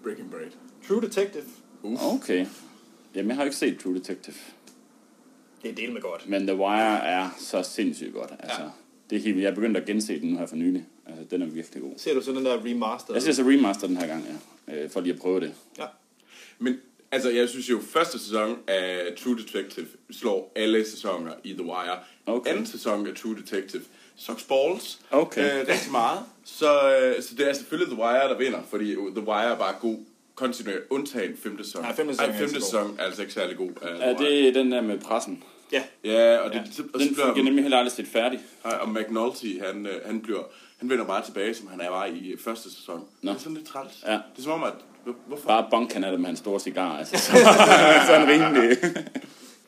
[SPEAKER 2] Breaking Bread.
[SPEAKER 1] True Detective.
[SPEAKER 2] Uff.
[SPEAKER 3] Okay. Jamen, jeg har jo ikke set True Detective.
[SPEAKER 1] Det er del med godt.
[SPEAKER 3] Men The Wire er så sindssygt godt. Altså,
[SPEAKER 1] Ja.
[SPEAKER 3] ja. det er helt, vildt. jeg er begyndt at gense den nu her for nylig. Altså, den er virkelig god.
[SPEAKER 1] Ser du så den der remaster?
[SPEAKER 3] Jeg ser så remaster den her gang, ja. Øh, for lige at prøve det.
[SPEAKER 1] Ja.
[SPEAKER 2] Men altså, jeg synes jo, første sæson af True Detective slår alle sæsoner i The Wire.
[SPEAKER 3] Okay.
[SPEAKER 2] Anden sæson af True Detective sucks balls
[SPEAKER 3] Okay.
[SPEAKER 2] øh, rigtig meget. Så, øh, så det er selvfølgelig The Wire, der vinder, fordi jo, The Wire er bare god kontinuerligt, undtagen femte sæson.
[SPEAKER 1] Nej, femte sæson er
[SPEAKER 2] Ej, femte
[SPEAKER 1] ikke så
[SPEAKER 2] sæson er altså ikke særlig god. af The
[SPEAKER 3] Er
[SPEAKER 2] Wire.
[SPEAKER 3] det den der med pressen?
[SPEAKER 1] Ja.
[SPEAKER 2] Ja, og det,
[SPEAKER 3] Ja.
[SPEAKER 2] ja. Så, og så
[SPEAKER 3] Den fik jeg
[SPEAKER 2] bliver,
[SPEAKER 3] nemlig heller aldrig set færdig.
[SPEAKER 2] Ej, og McNulty, han, øh, han, bliver, han vender bare tilbage, som han er bare i øh, første sæson.
[SPEAKER 3] Nå.
[SPEAKER 2] Det er sådan lidt træls.
[SPEAKER 3] Ja.
[SPEAKER 2] Det er som om, at... hvor- Hvorfor?
[SPEAKER 3] Bare bunken af det med hans store cigar, altså. Så, så er han rimelig.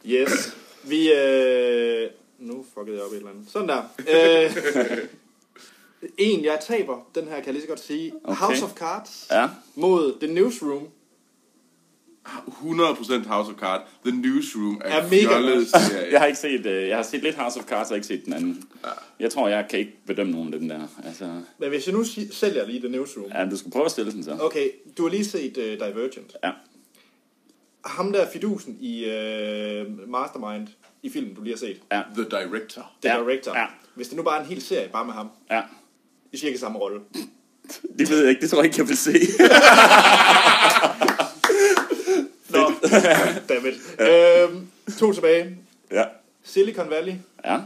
[SPEAKER 1] Yes. Vi, øh... Nu fuckede jeg op et eller andet. Sådan der. Øh... En, jeg taber, den her kan jeg lige så godt sige.
[SPEAKER 3] Okay.
[SPEAKER 1] Okay. House of Cards
[SPEAKER 3] Ja.
[SPEAKER 1] mod The Newsroom.
[SPEAKER 2] 100% House of Cards. The Newsroom er,
[SPEAKER 1] Er
[SPEAKER 2] er
[SPEAKER 1] mega godt.
[SPEAKER 2] fjollet serie.
[SPEAKER 3] Jeg har ikke set, øh, jeg har set lidt House of Cards, og ikke set den anden. Jeg tror, jeg kan ikke bedømme nogen af dem der. Altså,
[SPEAKER 1] Men hvis jeg nu si- sælger lige The Newsroom.
[SPEAKER 3] ja, du skal prøve at stille den så.
[SPEAKER 1] Okay, du har lige set uh, Divergent.
[SPEAKER 3] Ja.
[SPEAKER 1] Ham der fidusen i uh, Mastermind i filmen, du lige har set.
[SPEAKER 2] The Director.
[SPEAKER 1] The
[SPEAKER 3] Ja,
[SPEAKER 1] Director.
[SPEAKER 3] ja.
[SPEAKER 1] Hvis det nu bare er en hel serie, bare med ham.
[SPEAKER 3] Ja.
[SPEAKER 1] I cirka samme rolle.
[SPEAKER 3] Det ved jeg ikke, det tror jeg ikke, jeg vil se.
[SPEAKER 1] Nå, dammit. Øhm, to tilbage.
[SPEAKER 3] ja.
[SPEAKER 1] Silicon Valley.
[SPEAKER 3] Ja.
[SPEAKER 2] Ja.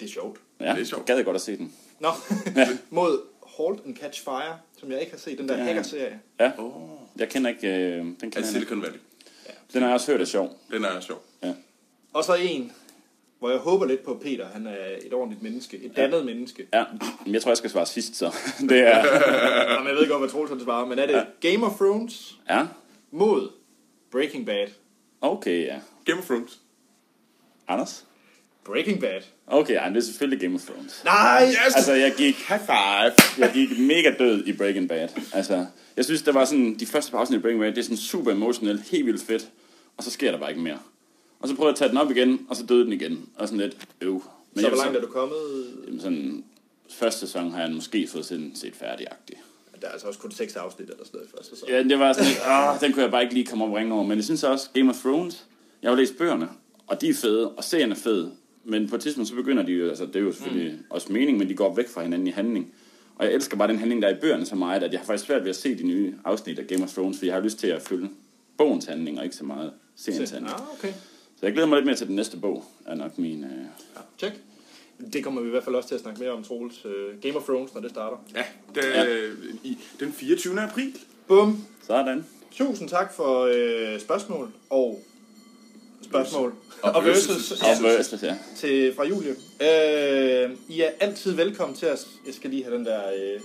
[SPEAKER 1] Det er sjovt.
[SPEAKER 3] Ja,
[SPEAKER 2] Det er sjovt.
[SPEAKER 3] gad jeg godt at se den.
[SPEAKER 1] Nå, mod Halt and Catch Fire, som jeg ikke har set, den der
[SPEAKER 3] Ja.
[SPEAKER 1] ja. hacker-serie.
[SPEAKER 3] Ja,
[SPEAKER 2] Oh.
[SPEAKER 3] jeg kender ikke, øh, den kender
[SPEAKER 2] Ja,
[SPEAKER 3] jeg ikke.
[SPEAKER 2] Silicon Valley.
[SPEAKER 3] Den har jeg også hørt er sjov.
[SPEAKER 2] Den er sjov.
[SPEAKER 1] Og så en, hvor jeg håber lidt på Peter. Han er et ordentligt menneske. Et
[SPEAKER 3] Ja.
[SPEAKER 1] dannet ja. menneske.
[SPEAKER 3] Ja, men jeg tror, jeg skal svare sidst, så. Det er,
[SPEAKER 1] Jamen, jeg ved godt, hvad Troels han svarer, men er det ja. Game of Thrones
[SPEAKER 3] ja,
[SPEAKER 1] mod Breaking Bad?
[SPEAKER 3] okay, ja.
[SPEAKER 2] Game of Thrones.
[SPEAKER 3] Anders?
[SPEAKER 1] Breaking Bad.
[SPEAKER 3] Okay, ja, det er selvfølgelig Game of Thrones.
[SPEAKER 1] Nej!
[SPEAKER 2] Yes!
[SPEAKER 3] Altså, jeg gik,
[SPEAKER 2] High five!
[SPEAKER 3] jeg gik mega død i Breaking Bad. Altså, jeg synes, der var sådan, de første par afsnit i Breaking Bad, det er sådan super emotionelt, helt vildt fedt, og så sker der bare ikke mere. Og så prøvede jeg at tage den op igen, og så døde den igen, og sådan lidt, øv. Men
[SPEAKER 1] Så
[SPEAKER 3] jeg
[SPEAKER 1] hvor
[SPEAKER 3] vil
[SPEAKER 1] langt er du kommet?
[SPEAKER 3] Jamen, sådan, første sæson har jeg måske fået set, set færdigagtigt.
[SPEAKER 1] Der er altså også kun seks afsnit eller sådan noget i første sæson.
[SPEAKER 3] Ja, det var sådan, lidt, ah, den kunne jeg bare ikke lige komme op og ringe over. Men jeg synes også, Game of Thrones, jeg har jo læst bøgerne, og de er fede, og serien er fed. Men på et tidspunkt, så begynder de jo, altså det er jo selvfølgelig mm. også mening, men de går væk fra hinanden i handling. Og jeg elsker bare den handling, der er i bøgerne så meget, at jeg har faktisk svært ved at se de nye afsnit af Game of Thrones, fordi jeg har lyst til at følge bogens handling, og ikke så meget seriens handling.
[SPEAKER 1] Ah, okay.
[SPEAKER 3] Så jeg glæder mig lidt mere til den næste bog, er nok min... Øh...
[SPEAKER 1] Ja, tjek. Det kommer vi i hvert fald også til at snakke mere om, Troels. Øh, Game of Thrones, når det starter.
[SPEAKER 2] Ja, det, ja. I, den 24. april.
[SPEAKER 1] Bum.
[SPEAKER 3] Sådan.
[SPEAKER 1] Tusind tak for øh, spørgsmål og spørgsmål
[SPEAKER 2] Og
[SPEAKER 1] og, og
[SPEAKER 2] versus.
[SPEAKER 1] versus
[SPEAKER 3] Og
[SPEAKER 1] ja,
[SPEAKER 3] versus, ja.
[SPEAKER 1] til, fra Julie. Øh, I er altid velkommen til os. Jeg skal lige have den der... Øh,
[SPEAKER 2] Det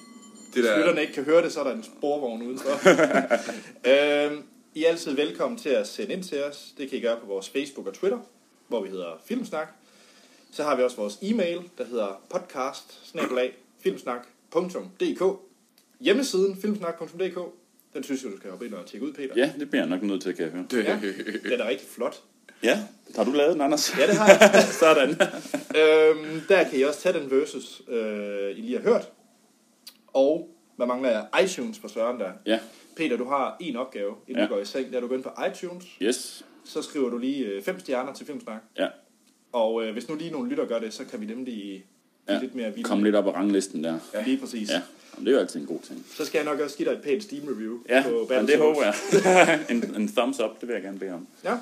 [SPEAKER 1] Hvis lytterne
[SPEAKER 2] der,
[SPEAKER 1] ikke kan høre det, så er der en sporvogn udenfor. øhm, I er altid velkommen til at sende ind til os. Det kan I gøre på vores Facebook og Twitter, hvor vi hedder Filmsnak. Så har vi også vores e-mail, der hedder podcast filmsnak.dk Hjemmesiden filmsnak.dk Den synes jeg, du skal hoppe ind og tjekke ud, Peter.
[SPEAKER 3] Ja, det bliver jeg nok nødt til, kan jeg høre.
[SPEAKER 2] det,
[SPEAKER 1] Ja. Den er rigtig flot.
[SPEAKER 3] Ja, har du lavet den, Anders?
[SPEAKER 1] Ja, det har jeg.
[SPEAKER 3] Sådan.
[SPEAKER 1] øhm, der kan I også tage den versus, øh, I lige har hørt. Og hvad mangler jeg? iTunes for Søren der.
[SPEAKER 3] Ja,
[SPEAKER 1] Peter, du har en opgave, inden
[SPEAKER 3] Ja.
[SPEAKER 1] ja. du går i seng. Der du går ind på iTunes,
[SPEAKER 3] yes.
[SPEAKER 1] så skriver du lige øh, fem stjerner til Filmsnak.
[SPEAKER 3] Ja,
[SPEAKER 1] Og øh, hvis nu lige nogle lytter gør det, så kan vi nemlig give
[SPEAKER 3] Ja.
[SPEAKER 1] ja. lidt mere vildt.
[SPEAKER 3] kom lidt op ad ranglisten der.
[SPEAKER 1] Ja. Lige præcis.
[SPEAKER 3] Ja,
[SPEAKER 1] Ja.
[SPEAKER 3] Jamen, det er jo altid en god ting.
[SPEAKER 1] Så skal jeg nok også give dig et pænt Steam review
[SPEAKER 3] Ja,
[SPEAKER 1] på
[SPEAKER 3] men det håber jeg. en, en thumbs up, det vil jeg gerne bede om.
[SPEAKER 1] Ja.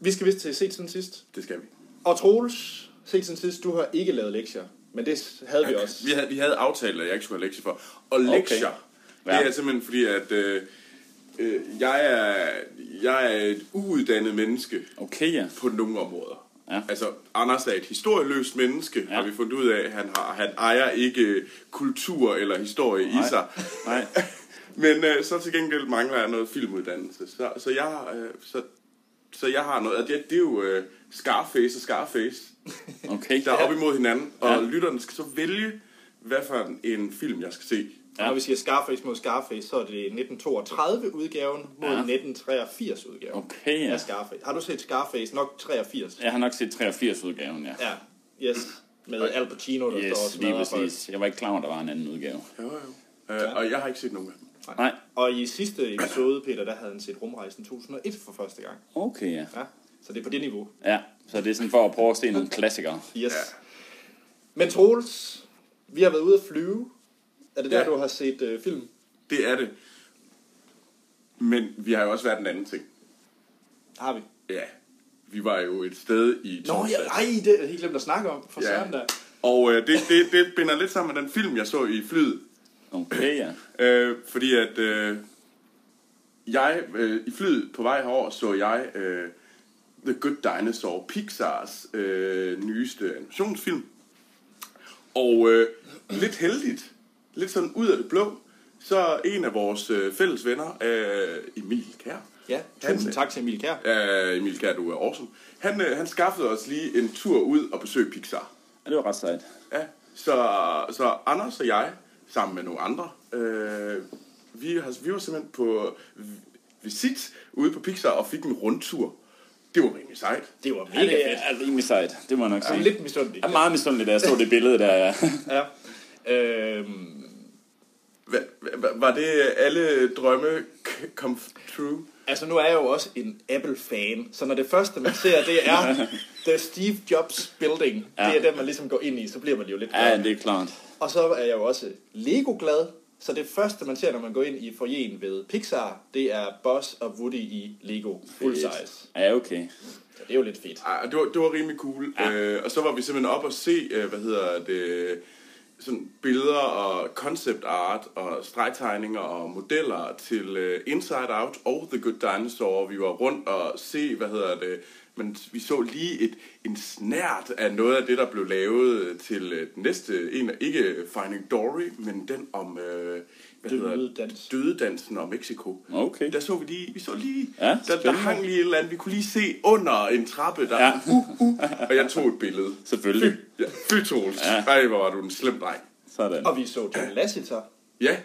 [SPEAKER 1] Vi skal vist til set siden sidst.
[SPEAKER 2] det skal vi.
[SPEAKER 1] Og Troels, set siden sidst, du har ikke lavet lektier. Men det havde vi også.
[SPEAKER 2] Vi havde, vi havde aftalt, at jeg ikke skulle have lektier for. Og lektier, okay.
[SPEAKER 3] Ja.
[SPEAKER 2] det er simpelthen fordi, at øh, øh, jeg, er, jeg er et uuddannet menneske
[SPEAKER 3] Okay, ja.
[SPEAKER 2] på nogle områder.
[SPEAKER 3] Ja.
[SPEAKER 2] Altså, Anders er et historieløst menneske, ja. har vi fundet ud af. Han, har, han ejer ikke øh, kultur eller historie Nej. i sig.
[SPEAKER 3] Nej.
[SPEAKER 2] Men øh, så til gengæld mangler jeg noget filmuddannelse. Så, så, jeg, øh, så, så jeg har noget. Og det, det er jo øh, Scarface og Scarface,
[SPEAKER 3] Okay.
[SPEAKER 2] der er op imod hinanden. Og
[SPEAKER 3] Ja.
[SPEAKER 2] lytterne skal så vælge, hvad for en, en film jeg skal se.
[SPEAKER 1] Ja. Når vi siger Scarface mod Scarface, så er det 1932-udgaven mod
[SPEAKER 3] Ja.
[SPEAKER 1] 1983-udgaven.
[SPEAKER 3] Okay, ja.
[SPEAKER 1] Af Scarface. Har du set Scarface? Nok 83.
[SPEAKER 3] Jeg har nok set 83-udgaven, ja.
[SPEAKER 1] Ja, yes. Med Al Pacino, der yes, står og
[SPEAKER 3] Yes, lige
[SPEAKER 1] smadrer folk.
[SPEAKER 3] præcis. Jeg var ikke klar over, at der var en anden udgave.
[SPEAKER 2] Jo, jo. Øh, Og jeg har ikke set nogen af dem.
[SPEAKER 3] Nej.
[SPEAKER 1] Og i sidste episode, Peter, der havde han set Rumrejsen 2001 for første gang.
[SPEAKER 3] Okay, ja.
[SPEAKER 1] Ja, så det er på det niveau.
[SPEAKER 3] Ja, så det er sådan for at prøve at se nogle klassikere.
[SPEAKER 1] Yes.
[SPEAKER 2] Ja.
[SPEAKER 1] Ja. Men Troels, vi har været ude at flyve. Er det der,
[SPEAKER 2] Ja.
[SPEAKER 1] du har set øh, film?
[SPEAKER 2] Det er det. Men vi har jo også været den anden ting.
[SPEAKER 1] Har vi?
[SPEAKER 2] Ja, vi var jo et sted i
[SPEAKER 1] Nå,
[SPEAKER 2] torsdags.
[SPEAKER 1] ja, ej, det er jeg helt glemt at snakke om. For
[SPEAKER 2] Ja.
[SPEAKER 1] ja. søren da.
[SPEAKER 2] Og øh, det, det, det binder lidt sammen med den film, jeg så i flyet.
[SPEAKER 3] Okay, ja.
[SPEAKER 2] Øh, fordi at øh, jeg øh, i flyet på vej herover så jeg øh, The Good Dinosaur, Pixars øh, nyeste animationsfilm. Og øh, lidt heldigt, lidt sådan ud af det blå, så en af vores øh, fælles venner, øh, Emil Kær.
[SPEAKER 1] Ja,
[SPEAKER 2] Han-
[SPEAKER 1] tusind tak til Emil Kær.
[SPEAKER 2] Ja, Emil Kær, du er awesome. Han, øh, han skaffede os lige en tur ud og besøge Pixar.
[SPEAKER 3] ja det var ret sejt.
[SPEAKER 2] Ja, Så, så Anders og jeg, sammen med nogle andre, øh, vi, har, vi var simpelthen på visit ude på Pixar og fik en rundtur. Det var rimelig sejt.
[SPEAKER 1] Det var
[SPEAKER 3] Ja,
[SPEAKER 1] mega
[SPEAKER 3] det
[SPEAKER 1] fedt.
[SPEAKER 3] er rimelig sejt, det må jeg nok
[SPEAKER 1] Jeg
[SPEAKER 3] sige.
[SPEAKER 1] er lidt misundelig.
[SPEAKER 3] Jeg er meget misundelig, da jeg så det billede der. Ja.
[SPEAKER 1] Ja. Øhm,
[SPEAKER 2] Hva, hva, var det alle drømme k- come true?
[SPEAKER 1] altså nu er jeg jo også en Apple-fan, så når det første, man ser, det er The Steve Jobs Building, det er
[SPEAKER 3] Ja.
[SPEAKER 1] den, man ligesom går ind i, så bliver man jo lidt glad.
[SPEAKER 3] Ja, det er klart.
[SPEAKER 1] Og så er jeg jo også Lego-glad, så det første, man ser, når man går ind i forjen ved Pixar, det er Buzz og Woody i Lego full size.
[SPEAKER 3] Ja, okay.
[SPEAKER 1] Så det er jo lidt fedt.
[SPEAKER 2] Ej, det var, det var rimelig cool. Ja. Øh, og så var vi simpelthen op og se, øh, hvad hedder det, sådan billeder og concept art og stregtegninger og modeller til øh, Inside Out og The Good Dinosaur. Vi var rundt og se, hvad hedder det, men vi så lige et, en snært af noget af det, der blev lavet øh, til øh, den næste, en, ikke Finding Dory, men den om, øh, hvad hedder det?
[SPEAKER 1] Dødedans.
[SPEAKER 2] dødedansen og Mexico.
[SPEAKER 3] Okay.
[SPEAKER 2] Der så vi lige, vi så lige,
[SPEAKER 3] Ja,
[SPEAKER 2] ja, der, der
[SPEAKER 3] spændende.
[SPEAKER 2] hang lige et eller andet, vi kunne lige se under en trappe, der, ja.
[SPEAKER 3] Ja.
[SPEAKER 2] uh, uh, og jeg tog et billede.
[SPEAKER 3] Selvfølgelig.
[SPEAKER 2] Ja, fy Troels. Ja. Ej, hvor var du en slem dreng.
[SPEAKER 3] Sådan.
[SPEAKER 1] Og vi så John Lasseter,
[SPEAKER 2] Ja,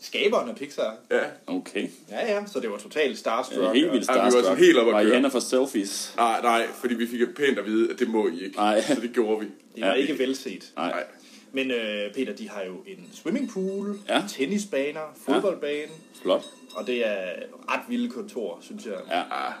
[SPEAKER 1] skaberen af Pixar.
[SPEAKER 2] ja.
[SPEAKER 3] Okay.
[SPEAKER 1] Ja, ja, så det var totalt starstruck.
[SPEAKER 3] Ja, helt vildt
[SPEAKER 2] Ej, vi var sådan
[SPEAKER 3] starstruck.
[SPEAKER 2] helt oppe at
[SPEAKER 3] Var I
[SPEAKER 2] køre.
[SPEAKER 3] hænder for selfies?
[SPEAKER 2] Nej, Ah, nej, fordi vi fik pænt at vide, at det må I ikke.
[SPEAKER 3] Nej.
[SPEAKER 2] Så det gjorde vi.
[SPEAKER 1] Det var
[SPEAKER 3] Ja.
[SPEAKER 1] ikke velset.
[SPEAKER 3] Nej.
[SPEAKER 2] Nej.
[SPEAKER 1] Men øh, Peter, de har jo en swimmingpool,
[SPEAKER 3] Ja.
[SPEAKER 1] tennisbaner, fodboldbane,
[SPEAKER 3] Flot.
[SPEAKER 1] og det er ret vilde kontor, synes jeg.
[SPEAKER 3] Ja.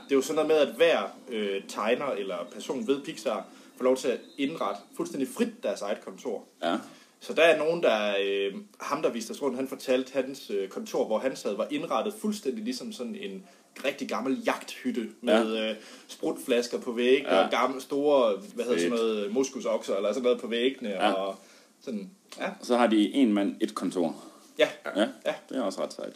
[SPEAKER 1] Det er jo sådan noget med, at hver øh, tegner eller person ved Pixar får lov til at indrette fuldstændig frit deres eget kontor.
[SPEAKER 3] Ja.
[SPEAKER 1] Så der er nogen, der... Øh, ham, der viste os rundt, han fortalte, hans øh, kontor, hvor han sad, var indrettet fuldstændig ligesom sådan en rigtig gammel jagthytte med ja. øh, sprutflasker på væggene ja.
[SPEAKER 3] Ja.
[SPEAKER 1] og gamle, store, hvad hedder sådan
[SPEAKER 3] Fedt.
[SPEAKER 1] noget, moskusokser eller sådan noget på væggene ja.
[SPEAKER 3] Ja.
[SPEAKER 1] og sådan... Ja,
[SPEAKER 3] Og Så har de en mand, et kontor.
[SPEAKER 1] ja,
[SPEAKER 3] Ja.
[SPEAKER 1] Ja.
[SPEAKER 3] ja. Det er også ret sejt.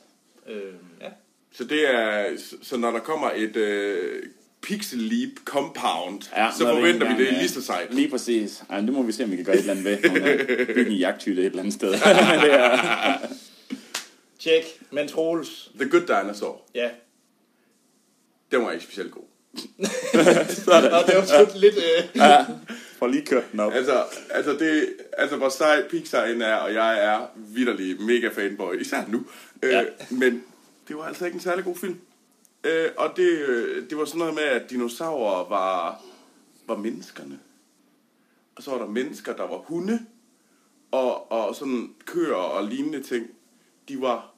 [SPEAKER 1] øh, ja.
[SPEAKER 2] Så det er, så- så når der kommer et øh, Pixel Leap Compound, ja, så
[SPEAKER 3] når
[SPEAKER 2] forventer
[SPEAKER 3] engang
[SPEAKER 2] vi det
[SPEAKER 3] er- øh,
[SPEAKER 2] lige så sejt.
[SPEAKER 3] Lige præcis. Ej, men det må vi se, om vi kan gøre et eller andet ved. Om vi kan Bygge en jagthytte et eller andet sted. det er,
[SPEAKER 1] Tjek, men Troels,
[SPEAKER 2] The Good Dinosaur,
[SPEAKER 1] ja.
[SPEAKER 2] den var ikke specielt god.
[SPEAKER 1] Og det var sådan lidt... Øh,
[SPEAKER 3] for lige kørt den op.
[SPEAKER 2] Altså, altså, det, altså hvor sej Pixar end er, og jeg er vidderlig mega fanboy, især nu. Ja. Øh, men det var altså ikke en særlig god film. Øh, og det, øh, det var sådan noget med, at dinosaurer var, var menneskerne. Og så var der mennesker, der var hunde, og, og sådan køer og lignende ting. De var,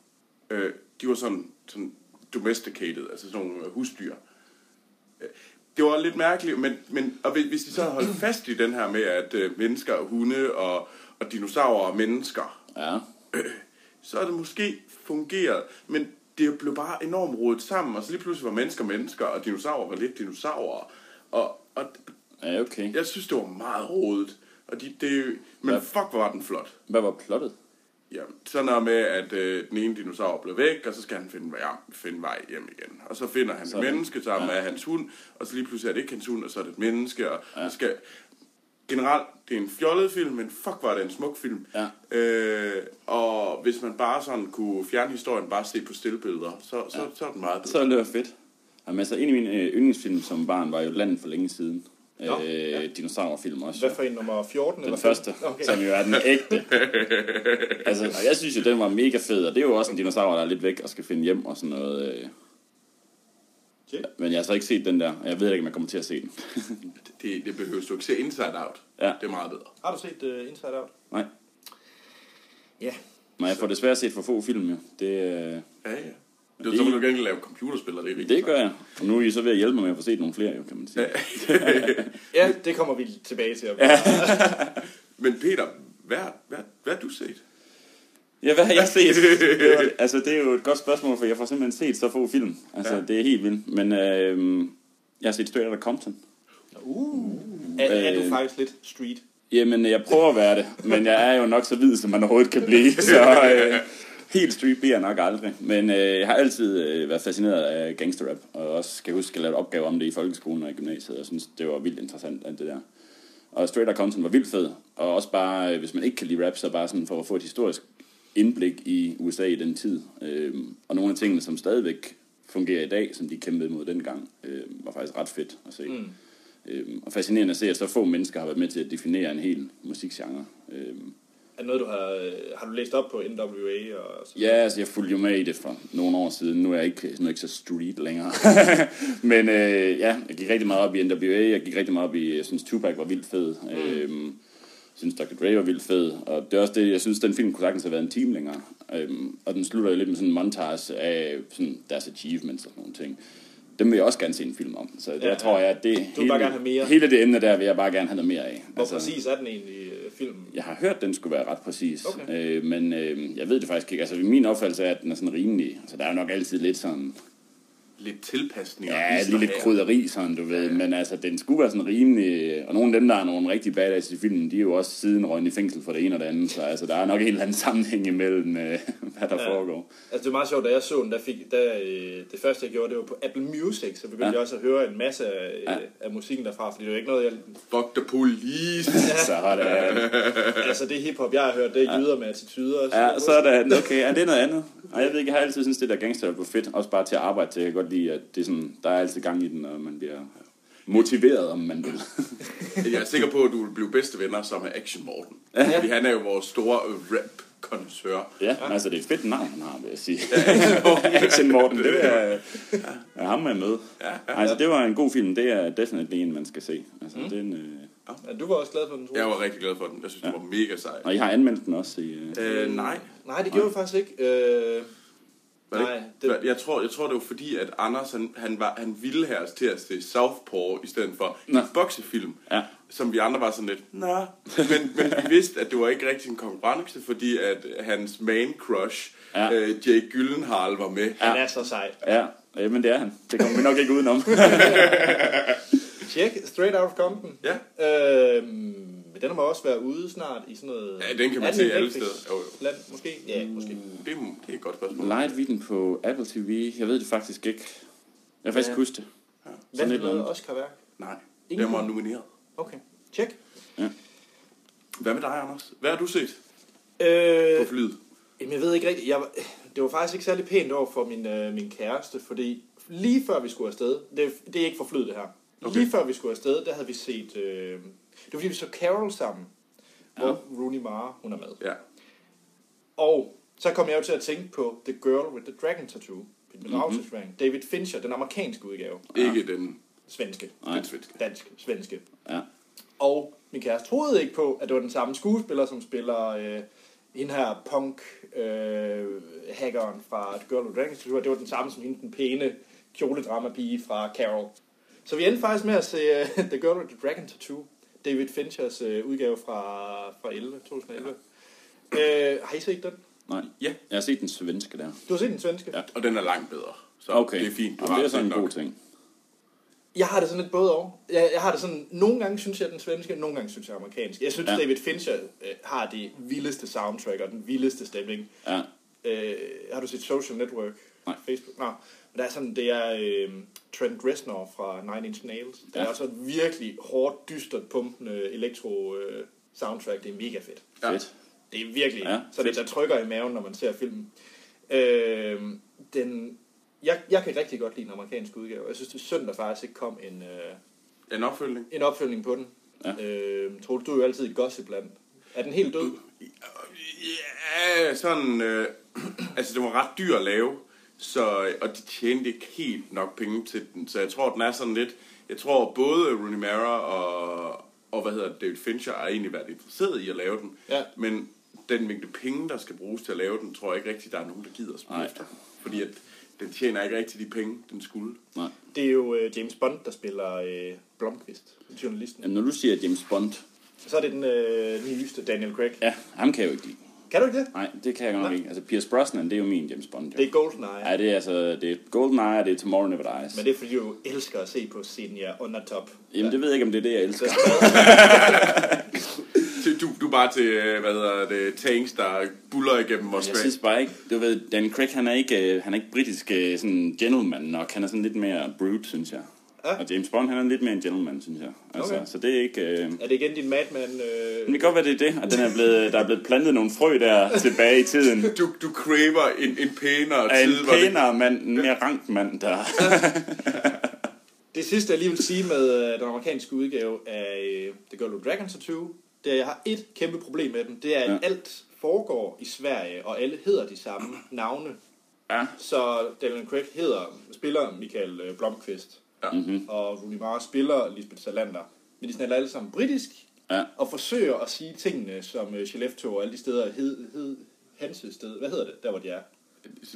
[SPEAKER 2] øh, de var sådan, sådan domesticated, altså sådan nogle husdyr det var lidt mærkeligt, men, men og hvis- hvis de så havde holdt fast i den her med, at øh, mennesker og hunde og, og dinosaurer og mennesker,
[SPEAKER 3] Ja.
[SPEAKER 2] så er det måske fungeret, men det blev bare enormt rodet sammen, og så lige pludselig var mennesker mennesker, og dinosaurer var lidt dinosaurer, og, og
[SPEAKER 3] Ja, okay.
[SPEAKER 2] jeg synes, det var meget rodet, og de, det, men
[SPEAKER 3] Ja.
[SPEAKER 2] fuck, hvor var den flot.
[SPEAKER 3] Hvad var plottet?
[SPEAKER 2] Ja, sådan noget med, at øh, den ene dinosaur blev væk, og så skal han finde vej, finde vej hjem igen. Og så finder han
[SPEAKER 3] Sådan.
[SPEAKER 2] et menneske sammen ja.
[SPEAKER 3] Ja.
[SPEAKER 2] med hans hund, og så lige pludselig er det ikke hans hund, og så er det et menneske. Og ja. skal... Generelt, det er en fjollet film, men fuck var det en smuk film.
[SPEAKER 3] Ja.
[SPEAKER 2] Øh, og hvis man bare sådan kunne fjerne historien, bare se på stillbilleder, så, så, ja. så er den meget bedre.
[SPEAKER 3] Så er det jo fedt. Jamen, altså, en af mine øh, yndlingsfilm som barn var jo Landet for længe siden.
[SPEAKER 1] Nå,
[SPEAKER 3] øh,
[SPEAKER 1] ja.
[SPEAKER 3] Dinosaurfilm også.
[SPEAKER 1] hvad for en nummer 14?
[SPEAKER 3] Den
[SPEAKER 1] eller
[SPEAKER 3] første,
[SPEAKER 1] 15?
[SPEAKER 3] okay.
[SPEAKER 1] Okay.
[SPEAKER 3] som jo er den ægte. altså, og jeg synes jo, den var mega fed, og det er jo også en dinosaur, der er lidt væk og skal finde hjem og sådan noget. øh.
[SPEAKER 1] Tjek.
[SPEAKER 3] Men jeg har så ikke set den der, og jeg ved ikke, om jeg kommer til at se den.
[SPEAKER 2] Det, det behøver du ikke se Inside Out.
[SPEAKER 3] Ja.
[SPEAKER 2] Det er meget bedre.
[SPEAKER 1] Har du set uh, Inside Out?
[SPEAKER 3] Nej,
[SPEAKER 1] Ja.
[SPEAKER 3] men jeg får desværre set for få film, jo. Det, øh,
[SPEAKER 2] Ja, ja. Det, det, så vil du gerne lave computerspil, og det er rigtig
[SPEAKER 3] det gør jeg. Og nu er I så ved at hjælpe mig med at få set nogle flere, jo, kan man sige.
[SPEAKER 1] Ja, det kommer vi tilbage til.
[SPEAKER 2] Men Peter, hvad, hvad, hvad har du set?
[SPEAKER 3] Ja, hvad har jeg set? Det var, altså, det er jo et godt spørgsmål, for jeg får simpelthen set så få film. Altså,
[SPEAKER 2] Ja.
[SPEAKER 3] ja. det er helt vildt. Men øh, jeg har set Straight Outta Compton.
[SPEAKER 1] Uh. Er, er du
[SPEAKER 3] Øh.
[SPEAKER 1] faktisk lidt street?
[SPEAKER 3] Jamen, jeg prøver at være det, men jeg er jo nok så hvid, som man overhovedet kan blive, så øh, helt street bliver jeg nok aldrig. Men øh, jeg har altid øh, været fascineret af gangsterrap, og også kan jeg huske, at jeg lavede opgave om det i folkeskolen og i gymnasiet, og synes, det var vildt interessant, alt det der. Og Straight Outta Compton var vildt fed, og også bare, øh, hvis man ikke kan lide rap, så bare sådan for at få et historisk indblik i USA i den tid, øh, og nogle af tingene, øhm, som stadigvæk fungerer i dag, som de kæmpede mod dengang, øh, var faktisk ret fedt at se. Mm. Øhm, og fascinerende at se, at så få mennesker har været med til at definere en hel musikgenre. Øhm,
[SPEAKER 1] Er det noget, du har, øh, har du læst op på NWA? Og så?
[SPEAKER 3] Ja, altså jeg fulgte jo med i det for nogle år siden. Nu er jeg ikke, nu er jeg ikke så street længere. Men øh, ja, jeg gik rigtig meget op i NWA. Jeg gik rigtig meget op i, jeg synes Tupac var vildt fed. Mm. Øhm, jeg synes Dr. Dre var vildt fed. Og det er også det, jeg synes, den film kunne sagtens have været en time længere. Øhm, og den slutter jo lidt med sådan en montage af sådan, deres achievements og sådan nogle ting. Dem vil jeg også gerne se en film om. Så ja,
[SPEAKER 1] ja.
[SPEAKER 3] der tror jeg, at det
[SPEAKER 1] vil bare gerne have mere.
[SPEAKER 3] hele det emne der vil jeg bare gerne have noget mere af.
[SPEAKER 1] Hvor altså, præcis er den egentlig, øh, filmen?
[SPEAKER 3] Jeg har hørt, den skulle være ret præcis,
[SPEAKER 1] Okay.
[SPEAKER 3] okay. øh, men øh, jeg ved det faktisk ikke. Altså, min opfattelse er, at den er sådan rimelig. Altså, der er jo nok altid lidt sådan,
[SPEAKER 2] Lidt tilpasning.
[SPEAKER 3] ja, lige lidt krydderi, sådan, du ved. Men altså, den skulle være sådan rimelig. øh, Og nogle af dem, der er nogle rigtig badass i filmen, de er jo også siden røgnet i fængsel for det ene og det andet. Så altså, der er nok en eller anden sammenhæng imellem, øh, hvad der
[SPEAKER 1] Ja.
[SPEAKER 3] ja. foregår.
[SPEAKER 1] Altså, det er meget sjovt, da jeg så den, der fik, da, øh, det første, jeg gjorde, det var på Apple Music, så begyndte ja.
[SPEAKER 3] Ja.
[SPEAKER 1] jeg også at høre en masse af, ja.
[SPEAKER 3] Ja.
[SPEAKER 1] af musikken derfra, fordi det er jo ikke noget, jeg...
[SPEAKER 2] Fuck the police.
[SPEAKER 3] Så er der,
[SPEAKER 1] altså, det hiphop, jeg har hørt, det er jyder med attituder. og
[SPEAKER 3] ja, så er der, okay, er det noget andet? Og jeg ved ikke, jeg har altid synes det der gangster var fedt, også bare til at arbejde til. Jeg kan godt lide, at det er sådan, der er altid gang i den, og man bliver motiveret, om man vil.
[SPEAKER 2] Jeg er sikker på, at du vil blive bedste venner sammen med Action Morten. Fordi han er jo vores store rap kondensør
[SPEAKER 3] Ja, ja. altså det er et fedt navn, han har, vil jeg sige. Action Morten, det er, er ham med. med. Altså det var en god film, det er definitely en, man skal se. Altså, mm. den, øh...
[SPEAKER 1] Ja, du var også glad for den, tror
[SPEAKER 2] Jeg var rigtig glad for den. Jeg synes, den var mega sej.
[SPEAKER 3] Og I har anmeldt den også i... Øh...
[SPEAKER 2] Øh, nej.
[SPEAKER 1] Nej, det gjorde jeg faktisk ikke. Øh,
[SPEAKER 2] Var det,
[SPEAKER 1] Nej,
[SPEAKER 2] ikke-
[SPEAKER 1] det-
[SPEAKER 2] Hva- Jeg, tror, jeg tror, det var fordi, at Anders han, han, var, han ville have os til at se Southpaw i stedet for
[SPEAKER 3] Nå.
[SPEAKER 2] en boksefilm,
[SPEAKER 3] Ja.
[SPEAKER 2] som vi andre var sådan lidt, nej. Men, men vi vidste, at det var ikke rigtig en konkurrence, fordi at hans main crush, ja.
[SPEAKER 3] Ja.
[SPEAKER 2] øh, Jake Gyllenhaal, var med.
[SPEAKER 1] han er så sej.
[SPEAKER 3] Ja, øh, men det er han. Det kommer vi nok ikke udenom.
[SPEAKER 1] Tjek, Straight Out of Compton.
[SPEAKER 2] Ja.
[SPEAKER 1] Øh, den må også være ude snart i sådan noget...
[SPEAKER 2] Ja, den kan man
[SPEAKER 1] Er
[SPEAKER 2] se
[SPEAKER 1] i
[SPEAKER 2] alle
[SPEAKER 1] Netflix?
[SPEAKER 2] steder. Jo, Mm, jo.
[SPEAKER 1] Land, måske? Ja, måske.
[SPEAKER 2] Det, er- det er et godt spørgsmål.
[SPEAKER 3] Light vi den på Apple TV? Jeg ved det faktisk ikke. Jeg kan faktisk
[SPEAKER 1] Ja.
[SPEAKER 3] ja. huske det.
[SPEAKER 1] Hvad
[SPEAKER 3] Sådan
[SPEAKER 1] for
[SPEAKER 3] et eller
[SPEAKER 1] noget
[SPEAKER 3] andet.
[SPEAKER 1] Oscar-værk?
[SPEAKER 2] Nej,
[SPEAKER 1] Ingen.
[SPEAKER 2] den var nomineret.
[SPEAKER 1] Okay, tjek.
[SPEAKER 2] Hvad med dig, Anders? Hvad har du set på
[SPEAKER 1] Øh,
[SPEAKER 2] flyet?
[SPEAKER 1] Jamen, jeg ved ikke rigtigt. Jeg, var- det var faktisk ikke særlig pænt over for min, øh, min kæreste, fordi lige før vi skulle afsted, det, det er ikke for flyd, det her. Okay.
[SPEAKER 2] Okay.
[SPEAKER 1] Lige før vi skulle afsted, der havde vi set, øh, det var fordi vi så Carol sammen, hvor Rooney Mara, hun er med.
[SPEAKER 2] Ja.
[SPEAKER 1] Og så kom jeg jo til at tænke på The Girl with the Dragon Tattoo, Pippi mm-hmm. David Fincher, den amerikanske udgave,
[SPEAKER 2] Ikke den,
[SPEAKER 1] svenske,
[SPEAKER 3] Nej.
[SPEAKER 2] den svenske.
[SPEAKER 1] dansk, svenske.
[SPEAKER 3] Ja.
[SPEAKER 1] Og min kæreste troede ikke på, at det var den samme skuespiller, som spiller øh, hende her punk-hackeren fra The Girl with Dragons. Det var den samme som hende, den pæne kjoledrama-pige fra Carol. Så vi endte faktisk med at se øh, The Girl with the Dragon Tattoo, David Finchers øh, udgave fra, fra 11, 2011. Øh, har I set den?
[SPEAKER 3] Nej.
[SPEAKER 2] Ja.
[SPEAKER 3] Jeg har set den svenske der.
[SPEAKER 1] Du har set den svenske?
[SPEAKER 3] Ja.
[SPEAKER 2] Og den er langt bedre. Så
[SPEAKER 3] Okay.
[SPEAKER 2] det er fint. Du
[SPEAKER 3] Jamen, det
[SPEAKER 2] har
[SPEAKER 3] er
[SPEAKER 2] set
[SPEAKER 3] sådan en god
[SPEAKER 2] nok.
[SPEAKER 3] ting.
[SPEAKER 1] Jeg har det sådan lidt både og. Jeg, jeg har det sådan, nogle gange synes jeg den svenske, nogle gange synes jeg amerikansk. Jeg synes, ja.
[SPEAKER 3] Ja.
[SPEAKER 1] David Fincher øh, har det vildeste soundtrack og den vildeste stemning.
[SPEAKER 3] Ja.
[SPEAKER 1] Øh, har du set Social Network?
[SPEAKER 3] Nej.
[SPEAKER 1] Facebook? Nej. Men der er sådan, det er øh, Trent Reznor fra Nine Inch Nails. Det er
[SPEAKER 3] Ja.
[SPEAKER 1] også et virkelig hårdt, dystert, pumpende elektro øh, soundtrack. Det er mega fedt.
[SPEAKER 2] Ja.
[SPEAKER 3] Fedt.
[SPEAKER 1] Det er virkelig ja,
[SPEAKER 3] Ja,
[SPEAKER 1] sådan,
[SPEAKER 3] fedt.
[SPEAKER 1] der trykker i maven, når man ser filmen. Øh, den, jeg, jeg kan rigtig godt lide den amerikanske udgave. Jeg synes, det er synd, der faktisk ikke kom en, øh,
[SPEAKER 2] En opfølgning?
[SPEAKER 1] en opfølgning på den. Ja.
[SPEAKER 3] Ja.
[SPEAKER 1] Øh, tror du, du er jo altid i gossipland. Er den helt død?
[SPEAKER 2] Ja, sådan... Øh, altså, det var ret dyr at lave, så, og de tjente ikke helt nok penge til den. Så jeg tror, den er sådan lidt... Jeg tror, både Rooney Mara og, og hvad hedder det, David Fincher har egentlig været interesseret i at lave den.
[SPEAKER 1] Ja.
[SPEAKER 2] Men den mængde penge, der skal bruges til at lave den, tror jeg ikke rigtig, der er nogen, der gider at spille
[SPEAKER 3] Nej.
[SPEAKER 2] efter. Fordi at den tjener ikke rigtig de penge, den skulle.
[SPEAKER 3] Nej.
[SPEAKER 1] Det er jo øh, James Bond, der spiller øh, Blomqvist, journalisten.
[SPEAKER 3] Jamen, når du siger James Bond,
[SPEAKER 1] Så er det den øh, nyeste Daniel Craig.
[SPEAKER 3] ja, ham kan jeg jo ikke lide.
[SPEAKER 1] Kan du ikke det?
[SPEAKER 3] Nej, det kan jeg nok
[SPEAKER 1] Nej.
[SPEAKER 3] ikke. Altså, Pierce Brosnan, det er jo min James Bond. Jo.
[SPEAKER 1] Det er GoldenEye.
[SPEAKER 3] Ja, det er altså, det er GoldenEye, og det er Tomorrow Never Dies.
[SPEAKER 1] Men det er fordi, du elsker at se på Senior Undertop.
[SPEAKER 3] Jamen, det ved jeg ikke, om det er det, jeg elsker.
[SPEAKER 2] Til- Du, du er bare til, øh, hvad hedder det, tanks, der buller igennem vores
[SPEAKER 3] Jeg
[SPEAKER 2] bane.
[SPEAKER 3] synes bare ikke, du ved, Dan Craig, han er ikke, øh, han er ikke britisk øh, sådan gentleman nok. Han er sådan lidt mere brute, synes jeg.
[SPEAKER 1] Ja.
[SPEAKER 3] Og James Bond, han er lidt mere en gentleman, synes jeg. Altså,
[SPEAKER 1] Okay.
[SPEAKER 3] Så det er ikke... Øh...
[SPEAKER 1] Er det igen din madman?
[SPEAKER 3] Men
[SPEAKER 1] Øh...
[SPEAKER 3] det kan godt være, det er det, og den er blevet, der er blevet plantet nogle frø der tilbage i tiden.
[SPEAKER 2] Du, du craver en, en pænere
[SPEAKER 3] Af en
[SPEAKER 2] tid, hvor det-
[SPEAKER 3] pænere mand, en mere rank mand, der...
[SPEAKER 1] Det sidste, jeg lige vil sige med øh, den amerikanske udgave af øh, The Girl with Dragon Tattoo, det er, at jeg har et kæmpe problem med den. Det er, at
[SPEAKER 3] Ja.
[SPEAKER 1] ja. alt foregår i Sverige, og alle hedder de samme navne.
[SPEAKER 3] Ja.
[SPEAKER 1] Så Daniel Craig hedder, spiller Michael øh, Blomqvist,
[SPEAKER 2] Ja.
[SPEAKER 3] Mm-hmm.
[SPEAKER 1] og Rooney Mara spiller Lisbeth Salander. Men de snakker alle sammen britisk,
[SPEAKER 3] Ja.
[SPEAKER 1] og forsøger at sige tingene, som øh, Skellefteå og alle de steder hed, hed Hanse sted, hvad hedder det, der hvor de er?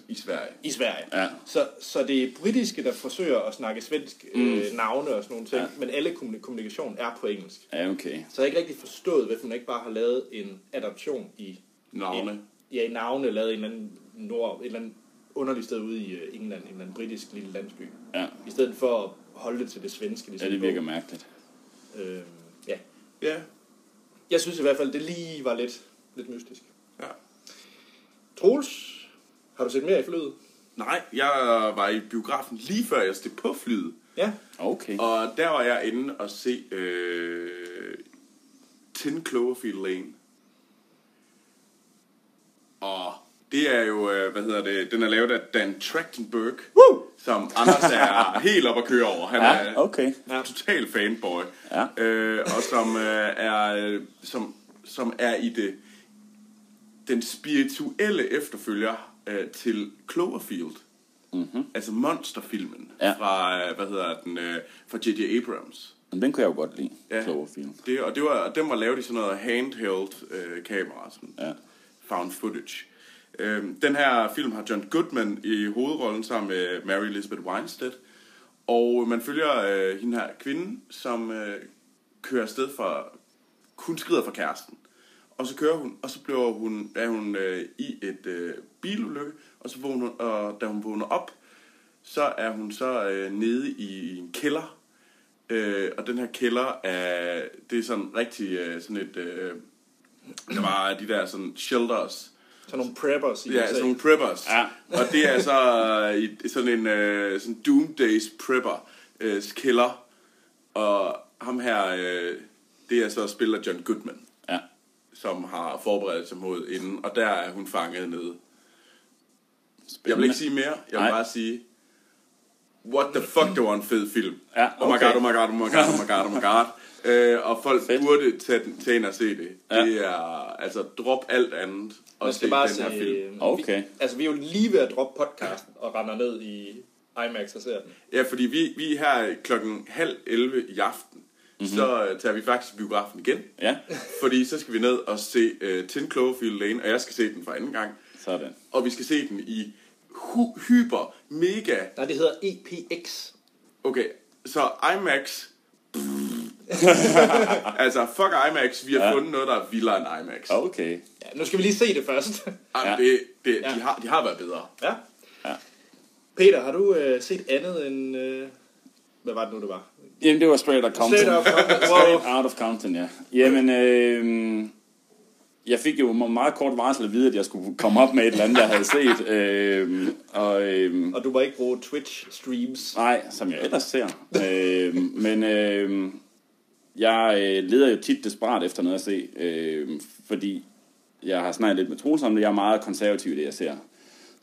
[SPEAKER 2] I Sverige.
[SPEAKER 1] I Sverige.
[SPEAKER 3] Ja.
[SPEAKER 1] Så, så det er britiske, der forsøger at snakke svensk øh, navne og sådan nogle ting,
[SPEAKER 3] Mm. Ja.
[SPEAKER 1] ja. men alle kommunik- kommunikation er på engelsk.
[SPEAKER 3] ja,
[SPEAKER 1] Så
[SPEAKER 3] okay.
[SPEAKER 1] jeg har ikke rigtig forstået, hvorfor man ikke bare har lavet en adaption i
[SPEAKER 2] Navne.
[SPEAKER 1] ja, i navne, lavet en eller anden, nord, en eller anden underlig sted ude i øh, England, en eller anden britisk lille landsby.
[SPEAKER 3] Ja.
[SPEAKER 1] I stedet for at holde det til det svenske.
[SPEAKER 3] ja,
[SPEAKER 1] Ligesom
[SPEAKER 3] det virker mærkeligt.
[SPEAKER 1] øh, ja.
[SPEAKER 2] Ja.
[SPEAKER 1] Jeg synes i hvert fald, det lige var lidt, lidt mystisk.
[SPEAKER 2] ja.
[SPEAKER 1] Troels, har du set mere i flyet?
[SPEAKER 2] Nej, jeg var i biografen lige før jeg steg på flyet.
[SPEAKER 1] Ja.
[SPEAKER 3] Okay.
[SPEAKER 2] Og der var jeg inde og se øh, 10 Cloverfield Lane. Og det er jo, øh, hvad hedder det, den er lavet af Dan Trachtenberg,
[SPEAKER 1] Woo!
[SPEAKER 2] som Anders er helt op at køre over. Han
[SPEAKER 3] Ja,
[SPEAKER 2] er
[SPEAKER 3] okay.
[SPEAKER 1] Ja.
[SPEAKER 2] total fanboy.
[SPEAKER 3] Ja.
[SPEAKER 2] Øh, og som, øh, er, øh, som, som er i det, den spirituelle efterfølger øh, til Cloverfield. Mm-hmm. Altså monsterfilmen
[SPEAKER 3] Mhm. Ja.
[SPEAKER 2] fra, øh, hvad hedder den, øh, fra J.J. Abrams.
[SPEAKER 3] Men den kunne jeg jo godt lide.
[SPEAKER 2] Ja.
[SPEAKER 3] Ja. Cloverfield.
[SPEAKER 2] Det, og det var, og den var lavet i sådan noget handheld øh, kamera, sådan
[SPEAKER 3] Ja.
[SPEAKER 2] found footage. Øhm, den her film har John Goodman i hovedrollen sammen med Mary Elizabeth Winstead. Og man følger øh, hende her kvinde, som øh, kører afsted fra... Hun skrider fra kæresten. Og så kører hun, og så bliver hun, er hun øh, i et øh, bilulykke, og så vågner, og da hun vågner op, så er hun så øh, nede i en kælder, Øh, og den her kælder er, det er sådan rigtig øh, sådan et, øh, der var de der sådan shelters.
[SPEAKER 1] Sådan nogle preppers i
[SPEAKER 2] Ja,
[SPEAKER 1] USA.
[SPEAKER 2] sådan nogle preppers.
[SPEAKER 3] Ja.
[SPEAKER 2] Og det er så øh, i- sådan en øh, sådan doomdays prepper øh, kælder. Og ham her, øh, det er så spiller John Goodman,
[SPEAKER 3] Ja.
[SPEAKER 2] som har forberedt sig mod inden, og der er hun fanget nede.
[SPEAKER 3] Spændende.
[SPEAKER 2] Jeg vil ikke sige mere, jeg vil
[SPEAKER 3] Nej.
[SPEAKER 2] bare sige, what the fuck, det var en fed film.
[SPEAKER 3] Ja,
[SPEAKER 2] Oh my
[SPEAKER 3] okay.
[SPEAKER 2] god, oh my god, oh my god, oh my god, oh my god. Øh, og folk
[SPEAKER 3] Fedt.
[SPEAKER 2] Fedt. burde tage, den- tage ind og se det.
[SPEAKER 3] Ja.
[SPEAKER 2] Ja. Det er, altså, drop alt andet og
[SPEAKER 1] Man
[SPEAKER 2] se
[SPEAKER 1] skal
[SPEAKER 2] den
[SPEAKER 1] bare
[SPEAKER 2] her
[SPEAKER 1] se...
[SPEAKER 2] film.
[SPEAKER 3] Okay.
[SPEAKER 1] Vi, altså, vi er jo lige ved at droppe podcasten og render ned i IMAX og ser den.
[SPEAKER 2] Ja, fordi vi, vi er her klokken halv 11 i aften, mm-hmm. så øh, tager vi faktisk biografen igen.
[SPEAKER 3] Mhm. Ja,
[SPEAKER 2] Fordi så skal vi ned og se uh, Tin Cloverfield Lane, og jeg skal se den for anden gang.
[SPEAKER 3] sådan.
[SPEAKER 2] Og vi skal se den i hu- hyper, mega...
[SPEAKER 1] Nej, det hedder EPX.
[SPEAKER 2] Okay, så IMAX... altså, fuck IMAX, vi har ja. fundet noget, der er vildere end IMAX.
[SPEAKER 3] Okay.
[SPEAKER 1] Ja, nu skal vi lige se det først.
[SPEAKER 2] Jamen,
[SPEAKER 3] Ja.
[SPEAKER 2] Det, det,
[SPEAKER 1] Ja.
[SPEAKER 2] de, har, de har været bedre.
[SPEAKER 1] ja.
[SPEAKER 3] Ja.
[SPEAKER 1] Peter, har du øh, set andet end... Øh, hvad var det nu, det var?
[SPEAKER 3] Jamen, det var straight out content.
[SPEAKER 1] Straight up.
[SPEAKER 3] Straight
[SPEAKER 1] Wow.
[SPEAKER 3] out of content, ja. Jamen, øh, jeg fik jo med meget kort varsel at vide, at jeg skulle komme op med et eller andet, jeg havde set. Øh, og, øh,
[SPEAKER 1] Og du må ikke bruge Twitch-streams.
[SPEAKER 3] nej, som jeg ellers ser. Øh, men øh, jeg øh, leder jo tit desperat efter noget at se, øh, fordi jeg har snakket lidt med Troels om det. Jeg er meget konservativ i det, jeg ser.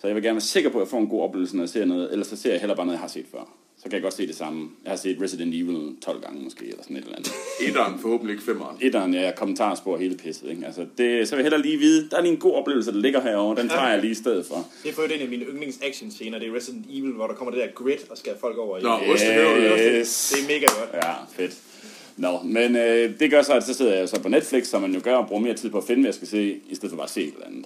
[SPEAKER 3] Så jeg vil gerne være sikker på, at jeg får en god oplevelse, når jeg ser noget. Ellers så ser jeg heller bare noget, jeg har set før. Så kan jeg godt se det samme. Jeg har set Resident Evil 12 gange måske, eller sådan et eller andet.
[SPEAKER 2] Etteren, forhåbentlig ikke femmeren.
[SPEAKER 3] etteren ja, kommentarspor og hele pisset. Ikke? Altså, det, så vil jeg hellere lige vide, der er lige en god oplevelse, der ligger herovre. Den tager jeg lige i stedet for.
[SPEAKER 1] Det er for en af mine yndlings action scener. Det er Resident Evil, hvor der kommer det der grid og skærer folk over i.
[SPEAKER 2] Nå, ostehøvel.
[SPEAKER 3] Yes.
[SPEAKER 1] Det er mega godt.
[SPEAKER 3] Ja, fedt. Nå, men øh, det gør så, at så sidder jeg jo så på Netflix, som man jo gør, og bruger mere tid på at finde, hvad jeg skal se, i stedet for bare at se et eller andet.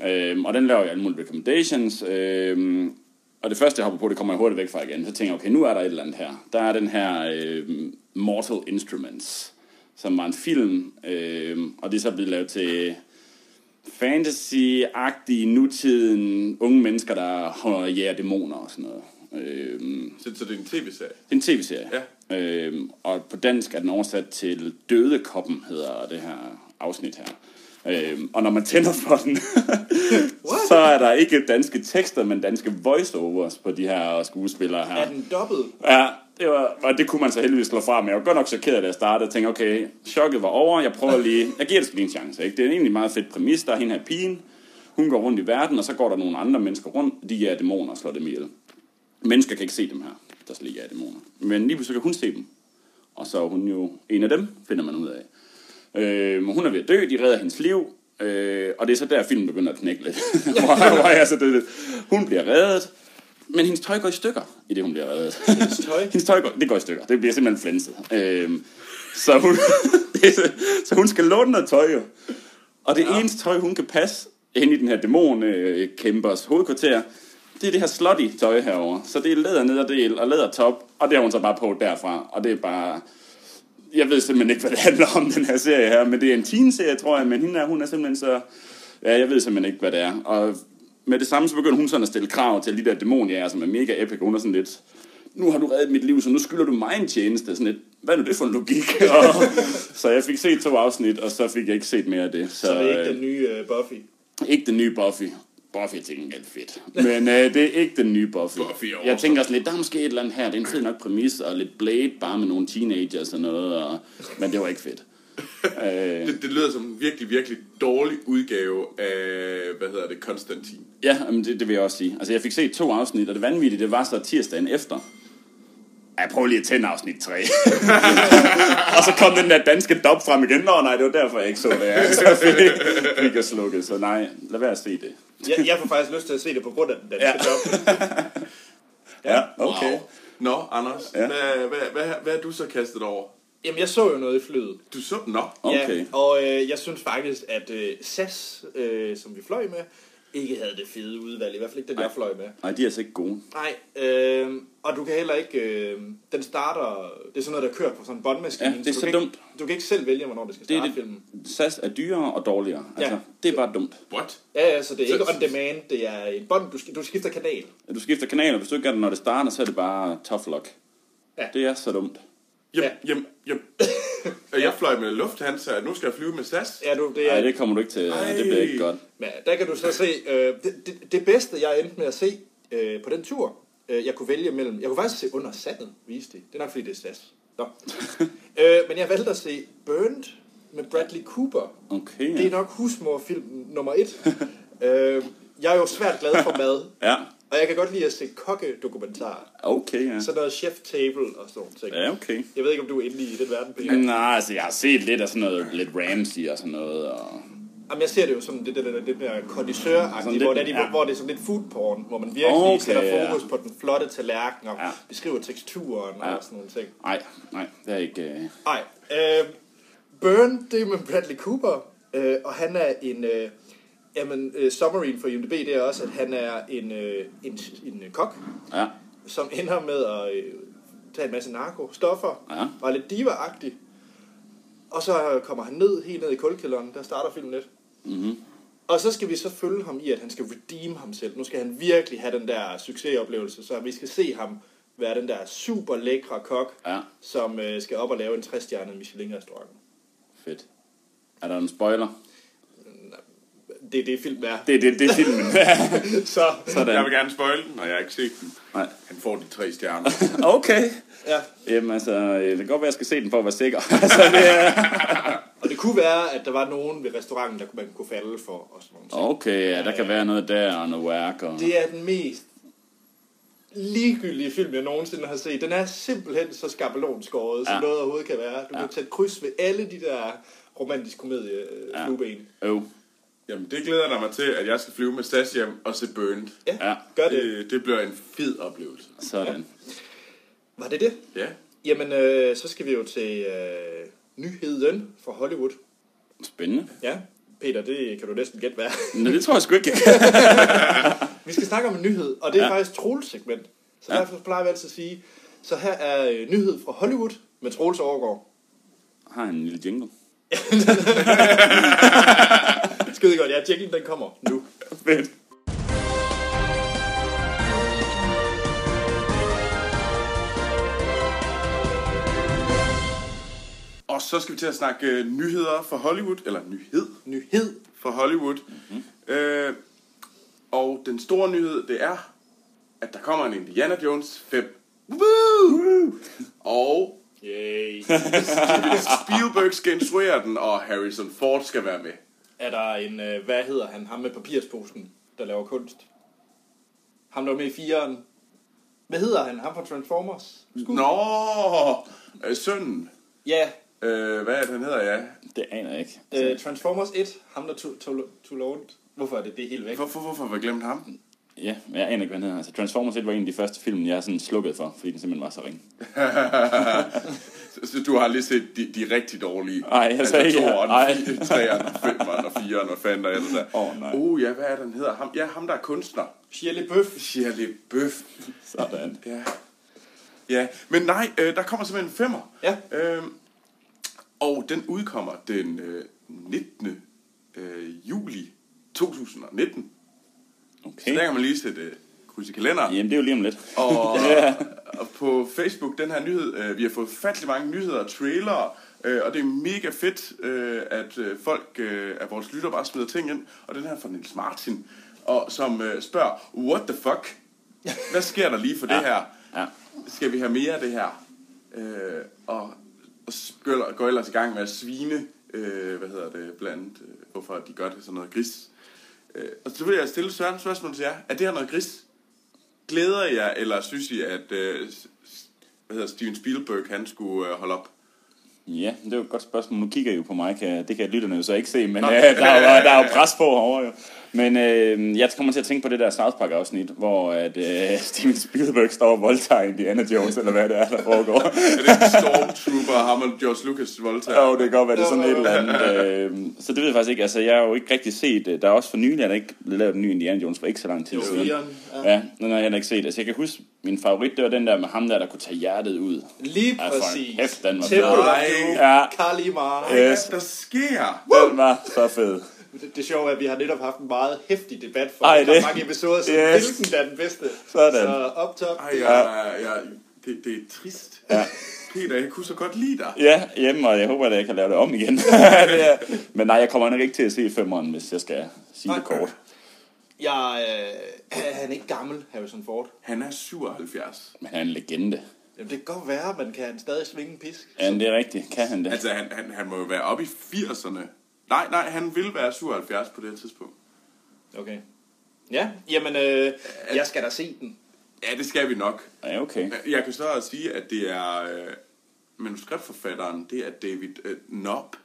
[SPEAKER 1] Ja.
[SPEAKER 3] Øhm, og den laver jeg alle mulige recommendations, øhm, og det første, jeg hopper på, det kommer jeg hurtigt væk fra igen. Så tænker jeg, okay, nu er der et eller andet her. Der er den her øhm, Mortal Instruments, som var en film, øhm, og det er så blevet lavet til fantasy-agtige nutiden unge mennesker, der jager dæmoner og sådan noget. Øhm,
[SPEAKER 2] Så, så det er en tv-serie.
[SPEAKER 3] det er en tv-serie. Ja. Øhm, og på dansk er den oversat til Dødekoppen, hedder det her afsnit her. Øhm, og når man tænder for den, så er der ikke danske tekster, men danske voiceovers på de her skuespillere her.
[SPEAKER 1] Er den dobbelt?
[SPEAKER 3] Ja, det var, og det kunne man så heldigvis slå fra med. Jeg var godt nok chokeret, da jeg startede. Jeg tænkte, okay, chokket var over. Jeg prøver lige... Jeg giver det sgu lige en chance. Ikke? Det er en egentlig meget fedt præmis. Der er hende her pigen. Hun går rundt i verden, og så går der nogle andre mennesker rundt. De er dæmoner og slår dem ihjel. Mennesker kan ikke se dem her. der slet ikke er dæmoner. Men lige pludselig kan hun se dem. Og så er hun jo en af dem, finder man ud af. Øh, men hun er ved at dø, de redder hendes liv, øh, og det er så der, filmen begynder at knække lidt. hvor, hvor jeg så det, hun bliver reddet, men hendes tøj går i stykker, i det hun bliver reddet. Hendes
[SPEAKER 1] tøj?
[SPEAKER 3] hendes tøj går, det går i stykker, det bliver simpelthen flænset. Øh, så, hun, det er så, så hun skal låne noget tøj, jo. Og det ja. eneste tøj, hun kan passe hen i den her dæmon-kæmpers hovedkvarter, det er det her slutty tøj herover. Så det er læder nederdel og læder top, og det har hun så bare på derfra. Og det er bare... Jeg ved simpelthen ikke, hvad det handler om, den her serie her, men det er en teen-serie, tror jeg, men hende her, hun er simpelthen så... Ja, jeg ved simpelthen ikke, hvad det er. Og med det samme, så begynder hun sådan at stille krav til de der dæmoniager, som er mega epic. Hun er sådan lidt, nu har du reddet mit liv, så nu skylder du mig en tjeneste. Sådan lidt, hvad er nu det for en logik? og, så jeg fik set to afsnit, og så fik jeg ikke set mere af det.
[SPEAKER 1] Så det er ikke den nye øh, Buffy.
[SPEAKER 3] Ikke den nye Buffy. Buffy er til gengæld fedt. Men øh, det er ikke den nye Buffy.
[SPEAKER 2] Buffy er
[SPEAKER 3] jeg
[SPEAKER 2] awesome.
[SPEAKER 3] tænker også lidt, der er måske et eller andet her. Det er en fed nok præmis, og lidt Blade, bare med nogle teenagers og noget. Og, men det var ikke fedt. øh,
[SPEAKER 2] Det, det lyder som en virkelig, virkelig dårlig udgave af, hvad hedder det, Konstantin.
[SPEAKER 3] ja, men det, det, vil jeg også sige. Altså, jeg fik set to afsnit, og det vanvittige, det var så tirsdagen efter. Ej, prøv lige at tænde afsnit 3. og så kom den der danske dop frem igen. Nå nej, det var derfor, jeg ikke så det. Ja, så fik, fik jeg slukket, så nej, lad være at se det.
[SPEAKER 1] Jeg, jeg får faktisk lyst til at se det på grund af den danske
[SPEAKER 3] Ja.
[SPEAKER 1] job.
[SPEAKER 3] Ja, okay. Wow.
[SPEAKER 2] Nå, Anders, ja.
[SPEAKER 3] Ja.
[SPEAKER 2] hvad, hvad, hvad, hvad er du så kastet over?
[SPEAKER 1] Jamen, jeg så jo noget i flyet.
[SPEAKER 2] Du så... Nå.
[SPEAKER 3] Okay.
[SPEAKER 1] Ja, og øh, jeg synes faktisk, at øh, SAS, øh, som vi fløj med, ikke havde det fede udvalg. I hvert fald ikke den, jeg fløj med.
[SPEAKER 3] Nej, de er altså ikke gode.
[SPEAKER 1] Nej, øh, og du kan heller ikke... Øh, den starter... Det er sådan noget, der kører på sådan en båndmaskine.
[SPEAKER 3] Ja, det
[SPEAKER 1] du
[SPEAKER 3] er så
[SPEAKER 1] kan ikke-
[SPEAKER 3] dumt.
[SPEAKER 1] Du kan ikke selv vælge, hvornår det skal
[SPEAKER 3] Det er
[SPEAKER 1] starte det, filmen.
[SPEAKER 3] det, SAS er dyrere og dårligere. Altså,
[SPEAKER 1] Ja.
[SPEAKER 3] ja. Det er bare dumt.
[SPEAKER 2] What?
[SPEAKER 1] Ja, ja, så det er
[SPEAKER 2] Så-
[SPEAKER 1] ikke on demand. Det er et bånd. Du, sk- du skifter kanal.
[SPEAKER 3] Du skifter kanaler, hvis du ikke gør det, når det starter, så er det bare tough luck.
[SPEAKER 1] Ja.
[SPEAKER 3] Det er så dumt.
[SPEAKER 2] Jam,
[SPEAKER 1] Ja.
[SPEAKER 2] ja. jam, jam. Og jeg fløj med Lufthansa, og nu skal jeg flyve med SAS.
[SPEAKER 1] Ja, du, det er...
[SPEAKER 3] Nej, det kommer du ikke til.
[SPEAKER 2] Ej.
[SPEAKER 3] Det bliver ikke godt.
[SPEAKER 1] Men der kan du så se, øh, det, det, det bedste jeg endte med at se øh, på den tur, øh, jeg kunne vælge mellem, jeg kunne faktisk se under sandet, viste det. Det er nok fordi det er SAS. Nå. øh, men jeg valgte at se Burned med Bradley Cooper.
[SPEAKER 3] Okay.
[SPEAKER 1] Det er nok husmorfilm nummer et. øh, jeg er jo svært glad for mad,
[SPEAKER 3] Ja.
[SPEAKER 1] og jeg kan godt lide at se kokkedokumentarer.
[SPEAKER 3] Okay, ja.
[SPEAKER 1] Sådan noget chef table og sådan nogle ting.
[SPEAKER 3] Ja, okay.
[SPEAKER 1] Jeg ved ikke, om du er inde i den verden, Peter.
[SPEAKER 3] Nej, altså, jeg har set lidt af sådan noget, lidt Ramsey og sådan noget, og...
[SPEAKER 1] Jamen, jeg ser det jo sådan det, det, det, det der kondisør
[SPEAKER 3] Sådan lidt-
[SPEAKER 1] hvor, det er de,
[SPEAKER 3] ja.
[SPEAKER 1] hvor det er sådan lidt food porn, hvor man virkelig okay,
[SPEAKER 3] Okay,
[SPEAKER 1] sætter fokus
[SPEAKER 3] ja.
[SPEAKER 1] på den flotte tallerken og ja.
[SPEAKER 3] Ja.
[SPEAKER 1] beskriver teksturen ja.
[SPEAKER 3] Ja.
[SPEAKER 1] og sådan nogle ting.
[SPEAKER 3] Nej, nej, det er ikke... øh,
[SPEAKER 1] Nej, øh, Burn, det er med Bradley Cooper, øh, og han er en... Øh, jamen, øh, summaryen for IMDb, det er også, at han er en, øh, en, en øh, kok,
[SPEAKER 3] Ja,
[SPEAKER 1] som ender med at øh, tage en masse narko, stoffer,
[SPEAKER 3] Ja.
[SPEAKER 1] og er lidt diva -agtig. Og så kommer han ned, helt ned i kulkælderen, der starter filmen lidt.
[SPEAKER 3] mhm.
[SPEAKER 1] Og så skal vi så følge ham i, at han skal redeem ham selv. Nu skal han virkelig have den der succesoplevelse, så vi skal se ham være den der super lækre kok,
[SPEAKER 3] Ja,
[SPEAKER 1] som øh, skal op og lave en 60-stjernet Michelin-restaurant.
[SPEAKER 3] fedt. Er der en spoiler?
[SPEAKER 1] Det er det, film er.
[SPEAKER 3] Det, det, det er filmen.
[SPEAKER 1] Så,
[SPEAKER 3] Sådan.
[SPEAKER 2] Jeg vil gerne spoil den, og jeg har ikke set den.
[SPEAKER 3] Nej.
[SPEAKER 2] Han får de tre stjerner.
[SPEAKER 3] Okay.
[SPEAKER 1] ja.
[SPEAKER 3] Jamen altså, øh, det kan godt være, jeg skal se den for at være sikker. altså, det er...
[SPEAKER 1] Og det kunne være, at der var nogen ved restauranten, der man kunne falde for. Og sådan noget.
[SPEAKER 3] Okay, ja, der kan være noget der og noget værk. Og...
[SPEAKER 1] Det er den mest ligegyldige film, jeg nogensinde har set. Den er simpelthen så skabelonskåret, som
[SPEAKER 3] Ja.
[SPEAKER 1] noget overhovedet kan være. Du
[SPEAKER 3] Ja.
[SPEAKER 1] kan tage et kryds ved alle de der romantisk komedie øh,
[SPEAKER 3] Ja.
[SPEAKER 1] flueben.
[SPEAKER 3] Øv.
[SPEAKER 2] Jamen, det glæder jeg mig til, at jeg skal flyve med SAS hjem og se Burned. Øh,
[SPEAKER 1] Ja, ja,
[SPEAKER 3] Ja.
[SPEAKER 1] gør det.
[SPEAKER 2] Det, det bliver en fed oplevelse.
[SPEAKER 3] Sådan.
[SPEAKER 1] Var det det?
[SPEAKER 2] Ja.
[SPEAKER 1] Jamen, øh, så skal vi jo til øh, nyheden fra Hollywood.
[SPEAKER 3] Spændende.
[SPEAKER 1] Ja, Peter, det kan du næsten gætte hvad. er.
[SPEAKER 3] Nå, det tror jeg sgu ikke, jeg kan.
[SPEAKER 1] vi skal snakke om en nyhed, og det er ja.
[SPEAKER 3] Ja.
[SPEAKER 1] faktisk Troels segment. Så ja. derfor plejer vi altid at sige, så her er øh, nyhed fra Hollywood med Troels Overgaard.
[SPEAKER 3] Har en lille jingle.
[SPEAKER 1] Skide godt, ja, jinglen den kommer nu.
[SPEAKER 3] Fedt.
[SPEAKER 2] Og så skal vi til at snakke øh, nyheder fra Hollywood, eller nyhed
[SPEAKER 1] Nyhed.
[SPEAKER 2] fra Hollywood. Mm-hmm. Øh, og den store nyhed, det er, at der kommer en Indiana Jones 5. Woo! Og
[SPEAKER 1] Yay.
[SPEAKER 2] Spielberg skal instruere den, og Harrison Ford skal være med.
[SPEAKER 1] er der en, øh, hvad hedder han, ham med papirsposen, der laver kunst? Ham der var med i fireren. Hvad hedder han? Ham fra Transformers? Skud.
[SPEAKER 2] Nå, øh, sønnen.
[SPEAKER 1] Ja,
[SPEAKER 2] Øh, hvad er det, han hedder, ja?
[SPEAKER 3] Det aner jeg ikke. Altså,
[SPEAKER 1] øh, Transformers 1. Ham, der tog, tog, tog lånt. Hvorfor er det det er helt væk?
[SPEAKER 2] Hvorfor, hvorfor har vi glemt ham?
[SPEAKER 3] Ja, men jeg aner ikke, hvad den hedder. Altså, Transformers 1 var en af de første film, jeg sådan slukkede for, fordi den simpelthen var så ringe.
[SPEAKER 2] Så, så du har lige set de, de rigtig dårlige. Altså,
[SPEAKER 3] Ej, jeg sagde ikke, ja. Ej.
[SPEAKER 2] 2'eren, 3'eren, 5'eren og 4'eren, hvad fanden der ellers er.
[SPEAKER 3] Åh, nej.
[SPEAKER 2] Uh, ja, hvad er det, han hedder? Ham, ja, ham der er kunstner.
[SPEAKER 1] Shirley Bøf.
[SPEAKER 2] Shirley Bøf.
[SPEAKER 3] Sådan.
[SPEAKER 2] Ja. Ja, men nej, øh, der kommer simpelthen en femmer.
[SPEAKER 1] Ja.
[SPEAKER 2] Øhm, og den udkommer den øh, 19. Øh, juli 2019. Så der
[SPEAKER 3] Okay.
[SPEAKER 2] kan man lige sætte øh, kryds i kalenderen.
[SPEAKER 3] Jamen, det er jo lige om lidt.
[SPEAKER 2] Og, og på Facebook, den her nyhed, øh, vi har fået fattelig mange nyheder og trailere, øh, og det er mega fedt, øh, at øh, folk, øh, at vores lytter bare smider ting ind, og den her er fra Nils Martin, og som øh, spørger, what the fuck? Hvad sker der lige for det her?
[SPEAKER 3] Ja.
[SPEAKER 2] Skal vi have mere af det her? Øh, og og skyller, går ellers i gang med at svine, øh, hvad hedder det, blandt andet, øh, hvorfor de gør det sådan noget gris. Øh, og så vil jeg stille Søren et spørgsmål til jer. Er det her noget gris? Glæder I jer, eller synes I, at øh, s- s- hvad hedder Steven Spielberg, han skulle øh, holde op?
[SPEAKER 3] Ja, det er jo et godt spørgsmål. Nu kigger I jo på mig, kan, det kan lytterne jo så ikke se, men øh, der, er jo, der er jo pres på herovre jo. Men øh, jeg kommer til at tænke på det der South Park-afsnit, hvor at, øh, Steven Spielberg står og voldtager Indiana Jones, eller hvad det er, der foregår.
[SPEAKER 2] Er det ikke Stormtrooper, ham og George Lucas voldtager?
[SPEAKER 3] Jo, det kan godt være, det er sådan et eller andet. Øh, så det ved jeg faktisk ikke. Altså, jeg har jo ikke rigtig set... øh, Der er også for nylig, at der ikke blevet lavet en ny Indiana Jones for ikke så lang tid
[SPEAKER 1] Jo,
[SPEAKER 3] siden.
[SPEAKER 1] fireren, ja.
[SPEAKER 3] Ja, den har jeg heller ikke set. Altså, jeg kan huske, min favorit, det var den der med ham der, der kunne tage hjertet ud.
[SPEAKER 1] Lige
[SPEAKER 3] Ja, for en
[SPEAKER 1] præcis.
[SPEAKER 3] kæft, den var
[SPEAKER 1] Temple
[SPEAKER 2] fed.
[SPEAKER 1] Doom,
[SPEAKER 3] Ja.
[SPEAKER 1] Kali Mara.
[SPEAKER 2] Hvad er
[SPEAKER 3] Yes.
[SPEAKER 2] det, der sker?
[SPEAKER 3] Den var så fed.
[SPEAKER 1] Det, det sjove er, at vi har netop haft en meget hæftig debat for
[SPEAKER 3] Ej,
[SPEAKER 1] Ej, det.
[SPEAKER 3] det-
[SPEAKER 1] mange episoder, så
[SPEAKER 3] Yes.
[SPEAKER 1] yes. hvilken der er den bedste.
[SPEAKER 3] Sådan.
[SPEAKER 1] Så op top.
[SPEAKER 2] Ej, jeg, jeg, det, det er trist.
[SPEAKER 3] Ja.
[SPEAKER 2] Peter, jeg kunne så godt lide dig.
[SPEAKER 3] Ja, hjemme, og jeg håber, at jeg kan lave det om igen. Det er- Men nej, jeg kommer nok ikke til at se femmeren, hvis jeg skal sige det
[SPEAKER 1] Nej.
[SPEAKER 3] kort.
[SPEAKER 1] Jeg, øh, er han ikke gammel, Harrison Ford?
[SPEAKER 2] Han er 77.
[SPEAKER 3] Men han er en legende.
[SPEAKER 1] Jamen, det kan godt være, men kan han stadig svinge en pisk?
[SPEAKER 3] Ja, men det er rigtigt. Kan han det?
[SPEAKER 2] Altså, han, han, han må jo være oppe i 80'erne. Nej, nej, han vil være 77 på det her tidspunkt.
[SPEAKER 1] Okay. Ja, jamen, øh, jeg skal da se den.
[SPEAKER 2] Ja, det skal vi nok.
[SPEAKER 3] Ja, okay.
[SPEAKER 2] Jeg kan så også sige, at det er... Øh, manuskriptforfatteren, det er David øh, Nob.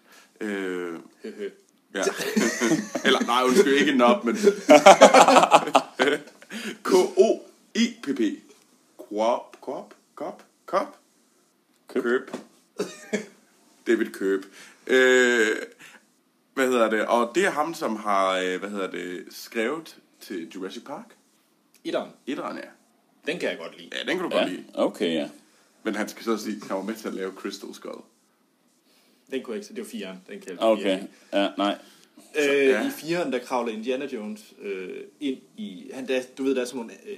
[SPEAKER 2] Øh,
[SPEAKER 1] Høhø.
[SPEAKER 2] ja. Eller, nej, undskyld, ikke Nob, men... K-O-E-P-P. Kop, kop, kop, kop.
[SPEAKER 3] Køb.
[SPEAKER 2] Køb. David Køb. Øh, hvad hedder det? Og det er ham, som har, øh, hvad hedder det, skrevet til Jurassic Park.
[SPEAKER 1] Etteren.
[SPEAKER 2] Etteren, ja.
[SPEAKER 1] Den kan jeg godt lide.
[SPEAKER 2] Ja, den kan du
[SPEAKER 3] Ja,
[SPEAKER 2] godt lide.
[SPEAKER 3] okay, ja.
[SPEAKER 2] Men han skal så sige, at han var med til at lave Crystal Skull.
[SPEAKER 1] Den kunne jeg ikke se. Det var fireren. Den kan jeg
[SPEAKER 3] Okay, ja, nej.
[SPEAKER 1] Øh,
[SPEAKER 2] ja.
[SPEAKER 1] I fireren, der kravler Indiana Jones øh, ind i... Han, der, du ved, der er sådan nogle øh,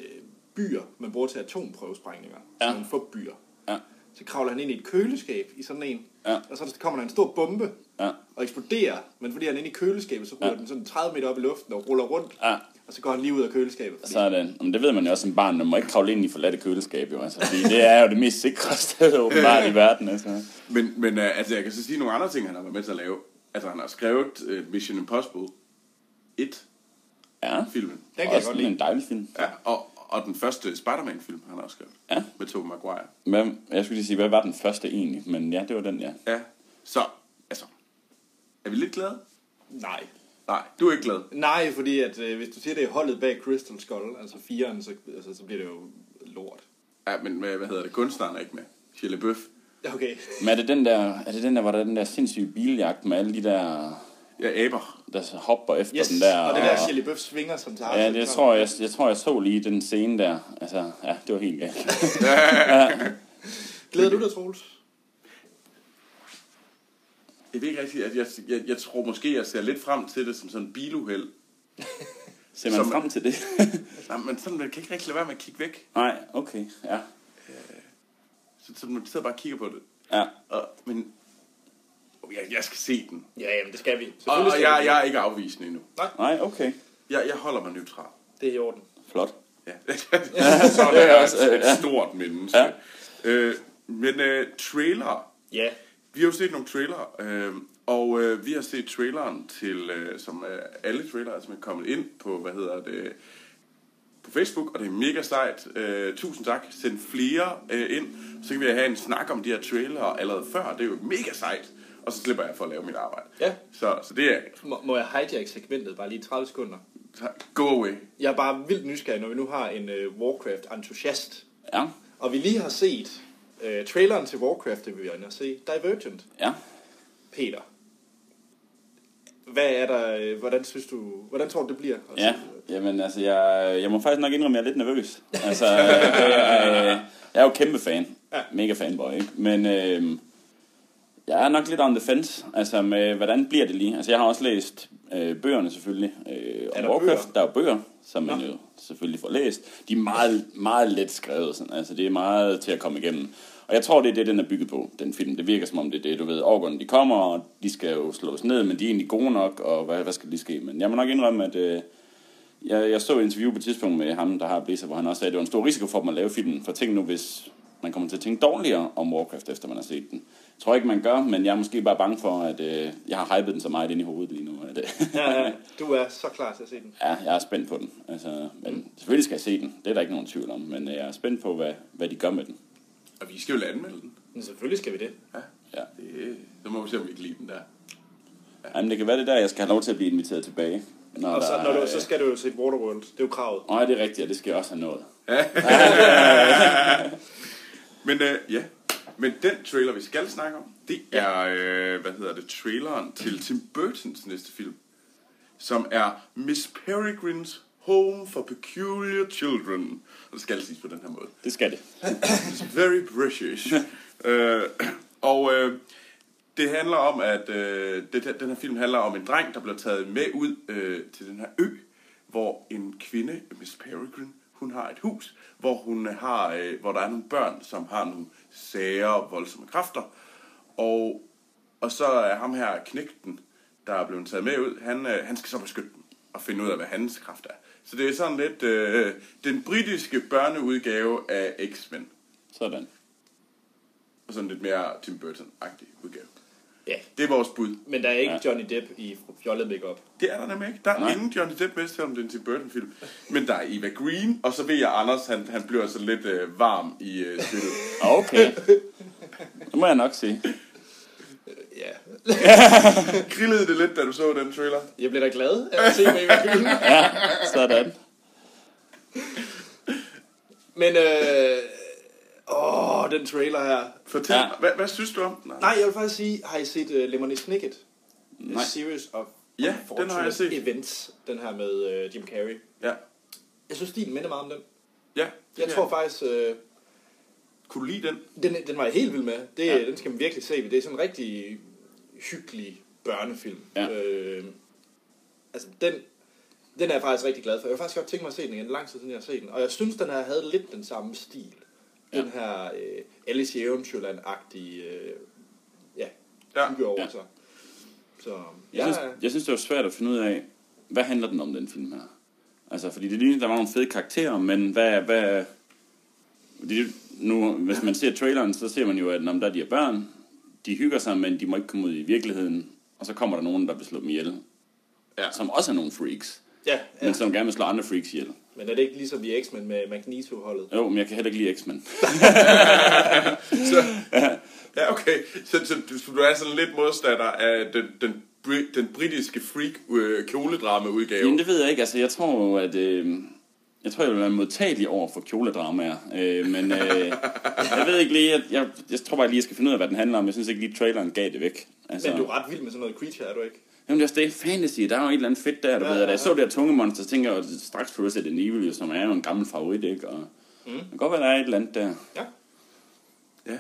[SPEAKER 1] byer, man bruger til atomprøvesprængninger. Ja.
[SPEAKER 3] Ja.
[SPEAKER 1] Sådan nogle fugbyer.
[SPEAKER 3] Ja,
[SPEAKER 1] Så kravler han ind i et køleskab i sådan en.
[SPEAKER 3] Ja.
[SPEAKER 1] Og så kommer der en stor bombe
[SPEAKER 3] ja,
[SPEAKER 1] og eksploderer. Men fordi han er inde i køleskabet, så ruller
[SPEAKER 3] Ja.
[SPEAKER 1] den sådan 30 meter op i luften og ruller rundt.
[SPEAKER 3] ja.
[SPEAKER 1] Og så går han lige ud af køleskabet. Fordi...
[SPEAKER 3] Sådan. Men det ved man jo også som barn. Man må ikke kravle ind i forladte køleskab, jo. Altså, fordi det er jo det mest sikre sted åbenbart i verden. Altså.
[SPEAKER 2] Men, men øh, altså, jeg kan så sige nogle andre ting, han har været med til at lave. Altså, han har skrevet øh, Mission Impossible 1-filmen.
[SPEAKER 3] Ja,
[SPEAKER 1] Den kan jeg
[SPEAKER 3] også
[SPEAKER 1] godt
[SPEAKER 3] sådan
[SPEAKER 1] lide.
[SPEAKER 3] en dejlig film.
[SPEAKER 2] Ja, og, og den første Spider-Man-film, han har også skrevet.
[SPEAKER 3] Ja.
[SPEAKER 2] Med Tobey Maguire.
[SPEAKER 3] Hvad, jeg skulle lige sige, hvad var den første egentlig? Men ja, det var den, ja.
[SPEAKER 2] Ja. Så, altså, er vi lidt glade?
[SPEAKER 1] Nej.
[SPEAKER 2] Nej, du er ikke glad.
[SPEAKER 1] Nej, fordi at, øh, hvis du siger, det er holdet bag Crystal Skull, altså fireren, så, altså, så bliver det jo lort.
[SPEAKER 2] Ja, men hvad, hvad hedder det? Kunstneren er ikke med. Shirley Bøf.
[SPEAKER 1] Okay.
[SPEAKER 3] Men er det den der, er det den der, hvor der er den der sindssyge biljagt med alle de der,
[SPEAKER 2] Ja, aber.
[SPEAKER 3] der hopper efter
[SPEAKER 1] Yes,
[SPEAKER 3] den der?
[SPEAKER 1] og det der Shirley Bøf svinger, som tager
[SPEAKER 3] Ja, det, jeg, tror, jeg, jeg tror, jeg så lige den scene der. Altså, ja, det var helt galt.
[SPEAKER 1] Glæder du dig, Troels?
[SPEAKER 2] Jeg ved ikke rigtigt, at jeg, jeg, jeg tror måske, jeg ser lidt frem til det som sådan en biluheld.
[SPEAKER 3] Ser man
[SPEAKER 2] Som-
[SPEAKER 3] frem til det?
[SPEAKER 2] Nej, men sådan, man kan ikke rigtig lade være med at kigge væk.
[SPEAKER 3] Nej, okay, ja.
[SPEAKER 2] Så, så man sidder bare og kigger på det.
[SPEAKER 3] Ja,
[SPEAKER 2] Og, men oh, jeg, jeg skal se den.
[SPEAKER 1] Ja, jamen, det skal vi.
[SPEAKER 2] Og, og jeg, jeg er ikke afvisende endnu.
[SPEAKER 3] nej, okay.
[SPEAKER 2] Jeg, jeg holder mig neutral.
[SPEAKER 1] Det er i orden.
[SPEAKER 3] Flot.
[SPEAKER 2] Ja. Sådan er jeg
[SPEAKER 3] også,
[SPEAKER 2] et, et stort menneske. Ja. Øh, men øh, trailer.
[SPEAKER 1] Ja.
[SPEAKER 2] Vi har jo set nogle trailer, øh, og øh, vi har set traileren til, øh, som øh, alle trailere som er kommet ind på, hvad hedder det, på Facebook, og det er mega sejt. Øh, tusind tak. Send flere øh, ind, så kan vi have en snak om de her trailere allerede før. Det er jo mega sejt. Og så slipper jeg for at lave mit arbejde.
[SPEAKER 1] Ja.
[SPEAKER 2] Så, så det er...
[SPEAKER 1] Må, må jeg hijack segmentet bare lige 30 sekunder?
[SPEAKER 2] Go away.
[SPEAKER 1] Jeg er bare vildt nysgerrig, når vi nu har en øh, Warcraft-entusiast.
[SPEAKER 3] Ja,
[SPEAKER 1] Og vi lige har set øh, traileren til Warcraft, det vil vi gerne se. Divergent,
[SPEAKER 3] ja.
[SPEAKER 1] Peter. Hvad er der, øh, hvordan synes du, hvordan tror du det bliver? at
[SPEAKER 3] Ja,
[SPEAKER 1] se?
[SPEAKER 3] jamen altså, jeg, jeg må faktisk nok indrømme, at jeg er lidt nervøs. Altså, øh, jeg, øh, jeg er jo kæmpe fan.
[SPEAKER 1] Ja.
[SPEAKER 3] Mega fanboy, ikke? Men øh, jeg er nok lidt on the fence. Altså, med, hvordan bliver det lige? Altså, jeg har også læst øh, bøgerne selvfølgelig. Øh,
[SPEAKER 1] Er
[SPEAKER 3] om
[SPEAKER 1] der
[SPEAKER 3] Warcraft.
[SPEAKER 1] bøger?
[SPEAKER 3] Der er jo bøger, som man
[SPEAKER 1] Nå.
[SPEAKER 3] jo selvfølgelig får læst. De er meget, meget let skrevet. Sådan. Altså, det er meget til at komme igennem. Og jeg tror, det er det, den er bygget på, den film. Det virker som om, det er det, du ved. Årgården, de kommer, og de skal jo slås ned, men de er egentlig gode nok, og hvad, hvad skal lige ske? Men jeg må nok indrømme, at... Øh, jeg, jeg så et interview på et tidspunkt med ham, der har Blizzard, hvor han også sagde, at det var en stor risiko for dem at lave filmen. For tænk nu, hvis man kommer til at tænke dårligere om Warcraft, efter man har set den. Jeg tror ikke, man gør, men jeg er måske bare bange for, at øh, jeg har hypet den så meget ind i hovedet lige nu. At, øh,
[SPEAKER 1] Ja, ja, du er så klar til at se den.
[SPEAKER 3] ja, jeg er spændt på den. Altså, men selvfølgelig skal jeg se den. Det er der ikke nogen tvivl om. Men øh, jeg er spændt på, hvad, hvad de gør med den.
[SPEAKER 2] Og vi skal jo anmelde den.
[SPEAKER 1] Men selvfølgelig skal vi det.
[SPEAKER 2] Ja.
[SPEAKER 3] Ja.
[SPEAKER 2] Det, så må vi se, om vi kan lide den der.
[SPEAKER 3] Jamen, det kan være det der, jeg skal have lov til at blive inviteret tilbage. Når
[SPEAKER 1] Og så,
[SPEAKER 3] der
[SPEAKER 1] når
[SPEAKER 3] er,
[SPEAKER 1] du,
[SPEAKER 3] øh,
[SPEAKER 1] så skal du jo se Waterworld. Det er jo kravet.
[SPEAKER 3] Nej, det er rigtigt, og det skal jeg også have nået.
[SPEAKER 2] Men øh, ja, men den trailer, vi skal snakke om, det er, øh, hvad hedder det, traileren til Tim Burton's næste film, som er Miss Peregrine's Home for Peculiar Children. Og det skal siges på den her måde.
[SPEAKER 3] Det skal det.
[SPEAKER 2] It's very British. øh, og øh, det handler om, at øh, det, her- den her film handler om en dreng, der bliver taget med ud øh, til den her ø, hvor en kvinde, Miss Peregrine, hun har et hus, hvor hun har, øh, hvor der er nogle børn, som har nogle sære og voldsomme kræfter. Og, og så er ham her knægten, der er blevet taget med ud, han, øh, han skal så beskytte dem og finde ud af, hvad hans kraft er. Så det er sådan lidt øh, den britiske børneudgave af X-Men.
[SPEAKER 3] Sådan.
[SPEAKER 2] Og sådan lidt mere Tim Burton-agtig udgave.
[SPEAKER 1] Ja.
[SPEAKER 2] Det er vores bud.
[SPEAKER 1] Men der er ikke
[SPEAKER 3] Ja.
[SPEAKER 1] Johnny Depp i fjollet makeup.
[SPEAKER 2] Det er der nemlig ikke. Der er
[SPEAKER 3] Nej.
[SPEAKER 2] ingen Johnny Depp med, selvom det er en Tim Burton-film. Men der er Eva Green, og så ved jeg, Anders, han, han bliver så lidt øh, varm i øh, spillet.
[SPEAKER 3] Okay. Det må jeg nok sige.
[SPEAKER 1] Ja.
[SPEAKER 2] Grillede det lidt, da du så den trailer?
[SPEAKER 1] Jeg bliver da glad af at se mig i
[SPEAKER 3] Sådan.
[SPEAKER 1] Men øh, åh, den trailer her.
[SPEAKER 2] Fortæl
[SPEAKER 3] Ja.
[SPEAKER 2] ja. mig, hvad, hvad synes du om den?
[SPEAKER 1] Nej, jeg vil faktisk sige, har I set uh, Lemony Snicket?
[SPEAKER 3] Nej.
[SPEAKER 1] A series of
[SPEAKER 2] Ja,
[SPEAKER 1] unfortunate
[SPEAKER 2] den har jeg set.
[SPEAKER 1] events, den her med uh, Jim Carrey.
[SPEAKER 2] Ja.
[SPEAKER 1] Jeg synes, stilen minder meget om den.
[SPEAKER 2] Ja.
[SPEAKER 1] Jeg
[SPEAKER 2] Ja.
[SPEAKER 1] tror faktisk, uh,
[SPEAKER 2] Kunne du lide den?
[SPEAKER 1] den, den var jeg helt vild med. Det,
[SPEAKER 3] Ja.
[SPEAKER 1] ja. Den skal man virkelig se. Det er sådan en rigtig hyggelig børnefilm.
[SPEAKER 3] Ja.
[SPEAKER 1] Øh, altså, den, den er jeg faktisk rigtig glad for. Jeg har faktisk godt tænkt mig at se den igen. Det er Lang tid siden jeg har set den. Og jeg synes, den her havde lidt den samme stil.
[SPEAKER 3] Ja.
[SPEAKER 1] Den her øh, Alice i Eventyrland-agtige øh, ja,
[SPEAKER 2] Ja.
[SPEAKER 1] hygge over
[SPEAKER 3] Ja.
[SPEAKER 1] sig. Så
[SPEAKER 3] Jeg,
[SPEAKER 1] ja,
[SPEAKER 3] synes, jeg synes, det var svært at finde ud af, hvad handler den om, den film her? Altså, fordi det ligner, der var nogle fede karakterer, men hvad... hvad fordi det, nu, hvis man ser traileren, så ser man jo, at når der er de her børn, de hygger sig, men de må ikke komme ud i virkeligheden. Og så kommer der nogen, der vil slå dem ihjel,
[SPEAKER 2] Ja.
[SPEAKER 3] som også er nogle freaks,
[SPEAKER 1] ja,
[SPEAKER 3] ja.
[SPEAKER 1] ja.
[SPEAKER 3] men som gerne vil slå andre freaks ihjel.
[SPEAKER 1] Men er det ikke ligesom i X-Men med Magneto-holdet?
[SPEAKER 3] Jo, men jeg kan heller ikke lide X-Men.
[SPEAKER 2] Så, ja, okay. Så, så du, så du er sådan lidt modstander af den, den, bri, den britiske freak øh, kjoledrama-udgave.
[SPEAKER 3] Jamen, det ved jeg ikke. Altså, jeg tror jo, at... Øh, jeg tror, jeg vil være modtagelig over for kjoledramaer. Øh, men øh, jeg ved ikke lige... Jeg, jeg, jeg tror bare lige, jeg skal finde ud af, hvad den handler om. Jeg synes ikke lige, traileren gav det væk. Altså,
[SPEAKER 1] Men du er ret vild med sådan noget creature, er du ikke?
[SPEAKER 3] Jamen, det er også det fantasy. Der er jo et eller andet fedt der, du
[SPEAKER 1] Ja,
[SPEAKER 3] ja, ved.
[SPEAKER 1] ja,
[SPEAKER 3] Og da jeg
[SPEAKER 1] ja.
[SPEAKER 3] så det her tungemonster, så tænker jeg jo straks på Resident Evil, som er jo en gammel favorit, ikke? Og mm. Det kan godt være, der er et eller andet der.
[SPEAKER 1] Ja.
[SPEAKER 2] Ja.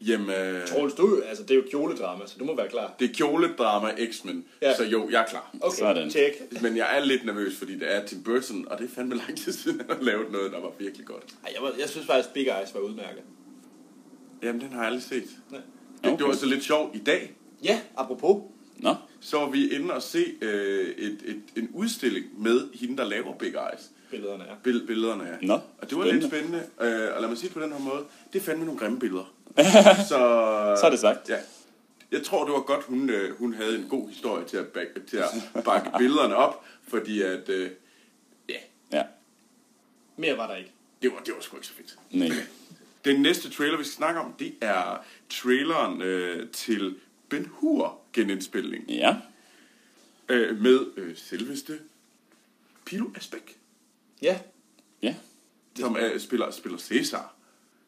[SPEAKER 2] Jamen... øh,
[SPEAKER 1] Troels, du, altså, det er jo kjoledrama, så du må være klar.
[SPEAKER 2] Det er kjoledrama X-Men,
[SPEAKER 1] Ja.
[SPEAKER 2] ja. så jo, jeg er klar.
[SPEAKER 1] Okay,
[SPEAKER 3] Sådan.
[SPEAKER 1] tjek.
[SPEAKER 2] Men jeg er lidt nervøs, fordi det er Tim Burton, og det er fandme lang tid siden, han har lavet noget, der var virkelig godt.
[SPEAKER 1] Ej, jeg, var, jeg synes faktisk, Big Eyes var udmærket.
[SPEAKER 2] Jamen, den har jeg aldrig set.
[SPEAKER 1] Nej.
[SPEAKER 2] Det,
[SPEAKER 3] Okay.
[SPEAKER 2] det var så lidt sjovt i dag.
[SPEAKER 1] Ja, apropos.
[SPEAKER 3] Nå,
[SPEAKER 2] Så var vi inde og se øh, et, et, en udstilling med hende, der laver Big Eyes.
[SPEAKER 1] Billederne er.
[SPEAKER 2] Bill- billederne er.
[SPEAKER 3] Nå,
[SPEAKER 2] og det var
[SPEAKER 3] spændende.
[SPEAKER 2] lidt spændende, øh, og lad mig sige det på den her måde, det er fandme nogle grimme billeder. så,
[SPEAKER 3] Så er det sagt.
[SPEAKER 2] Ja. Jeg tror, det var godt, hun, øh, hun havde en god historie til at, bag, til at bakke billederne op, fordi at, øh, ja,
[SPEAKER 3] ja.
[SPEAKER 1] Mere var der ikke.
[SPEAKER 2] Det var, det var sgu ikke så fedt.
[SPEAKER 3] Nej.
[SPEAKER 2] Den næste trailer, vi skal snakke om, det er traileren øh, til Ben Hur genindspilning.
[SPEAKER 3] Ja.
[SPEAKER 2] Øh, med øh, selveste Pilo Asbæk,
[SPEAKER 1] Ja,
[SPEAKER 3] Ja.
[SPEAKER 2] som øh, spiller, spiller Cæsar.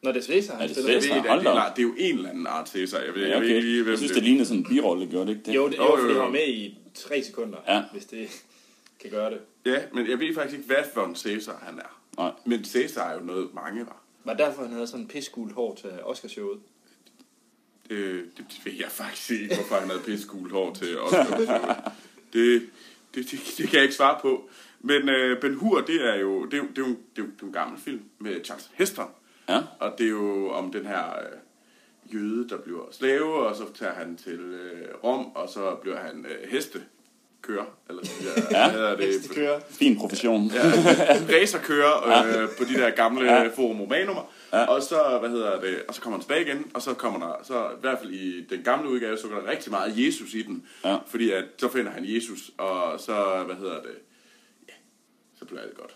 [SPEAKER 1] når det svæser, han
[SPEAKER 3] Er det
[SPEAKER 2] Jeg
[SPEAKER 1] spiller.
[SPEAKER 2] ved
[SPEAKER 3] Cæsar?
[SPEAKER 2] ikke,
[SPEAKER 3] hold
[SPEAKER 2] det,
[SPEAKER 3] da
[SPEAKER 2] er,
[SPEAKER 3] op.
[SPEAKER 2] det er jo en eller anden art Cæsar. Jeg ved,
[SPEAKER 3] ja
[SPEAKER 2] jeg ved ikke lige,
[SPEAKER 3] okay.
[SPEAKER 2] hvem
[SPEAKER 3] Jeg synes, det lignede sådan en birolle, gjorde det ikke det?
[SPEAKER 1] Jo, det, jo,
[SPEAKER 2] Jo,
[SPEAKER 1] jo,
[SPEAKER 2] jo,
[SPEAKER 1] fordi
[SPEAKER 2] jo.
[SPEAKER 1] han var med i tre sekunder,
[SPEAKER 3] Ja.
[SPEAKER 1] hvis det kan gøre det.
[SPEAKER 2] Ja, men jeg ved faktisk ikke, hvad for en Cæsar han er.
[SPEAKER 3] Nej.
[SPEAKER 2] Men Cæsar er jo noget, mange var.
[SPEAKER 1] Var det derfor, han havde sådan en pissegul hår til Oscarshowet?
[SPEAKER 2] Øh, det ved jeg faktisk ikke, hvorfor han havde pissegul hår til Oscar. det, det, det, det kan jeg ikke svare på. Men øh, Ben Hur, det er jo det er, jo- det er, jo- det er, jo- det er jo en gammel film med Charles Heston.
[SPEAKER 3] Ja.
[SPEAKER 2] Og det er jo om den her øh, jøde, der bliver slave, og så tager han til øh, Rom, og så bliver han øh, hestekører. Eller sådan, ja, hvad hedder det?
[SPEAKER 1] Hestekører.
[SPEAKER 3] Fin profession. Ja.
[SPEAKER 2] racerkører øh, på de der gamle ja. Forum Romanummer. Ja. Og så, hvad hedder det, og så kommer han tilbage igen, og så kommer der, så i hvert fald i den gamle udgave, så går der rigtig meget Jesus i den.
[SPEAKER 3] Ja.
[SPEAKER 2] Fordi at, så finder han Jesus, og så, hvad hedder det, ja, så bliver alt godt.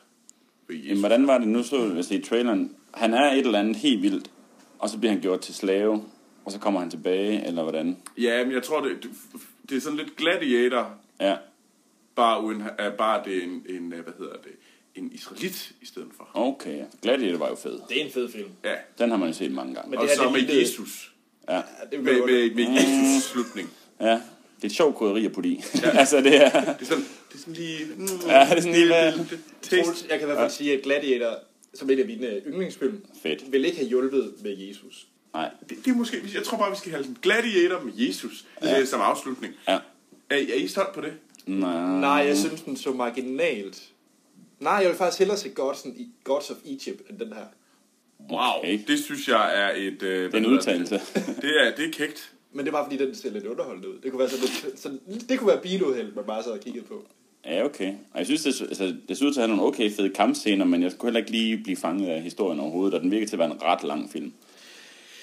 [SPEAKER 2] Ved Jesus.
[SPEAKER 3] Jamen, hvordan var det nu, så hvis det i traileren? Han er et eller andet helt vildt, og så bliver han gjort til slave, og så kommer han tilbage, eller hvordan?
[SPEAKER 2] Ja, men jeg tror, det, det er sådan lidt gladiator,
[SPEAKER 3] Ja,
[SPEAKER 2] bare, uden, uh, bare det er en, en, øh, hvad hedder det, en israelit i stedet for.
[SPEAKER 3] okay. Gladiator var jo fed.
[SPEAKER 1] Det er en fed film.
[SPEAKER 2] Ja,
[SPEAKER 3] Den har man jo set mange gange.
[SPEAKER 1] Men-
[SPEAKER 2] og
[SPEAKER 1] det her,
[SPEAKER 2] så
[SPEAKER 1] det
[SPEAKER 2] med
[SPEAKER 1] lignede-
[SPEAKER 2] Jesus.
[SPEAKER 1] Ja, det
[SPEAKER 2] Med,
[SPEAKER 1] blev
[SPEAKER 2] med, med Jesus slutning.
[SPEAKER 3] Ja, det er et sjovt krydderi at putte i. Ja. altså, det er...
[SPEAKER 2] Det er sådan, det er sådan lige... Mm,
[SPEAKER 3] Ja, det er sådan lige, hvad-
[SPEAKER 2] det- det-
[SPEAKER 1] Troels,
[SPEAKER 2] Taste.
[SPEAKER 1] jeg kan i hvert fald sige, at Gladiator, som et af mine øh, yndlingsfilm,
[SPEAKER 3] Fedt.
[SPEAKER 1] vil ikke have hjulpet med Jesus.
[SPEAKER 3] Nej,
[SPEAKER 2] Det, det er måske... Jeg tror bare, vi skal have den gladiator med Jesus ja. øh, som afslutning.
[SPEAKER 3] Ja.
[SPEAKER 2] Er, er I stolt på det?
[SPEAKER 3] nej.
[SPEAKER 1] Nej, jeg synes, den så marginalt. Nej, jeg vil faktisk hellere se Gods, and, Gods of Egypt end den her.
[SPEAKER 2] Wow.
[SPEAKER 3] Okay.
[SPEAKER 2] Det synes jeg er et... Øh,
[SPEAKER 3] Det er en udtalelse.
[SPEAKER 2] Det er, det er kægt.
[SPEAKER 1] Men det er bare fordi, den ser lidt underholdende ud. Det kunne være, sådan lidt, sådan, det kunne være biluheld, man bare sad og kiggede på.
[SPEAKER 3] Ja, okay. Og jeg synes, det, altså, det ser ud til at have nogle okay fede kampscener, men jeg skulle heller ikke lige blive fanget af historien overhovedet, og den virker til at være en ret lang film.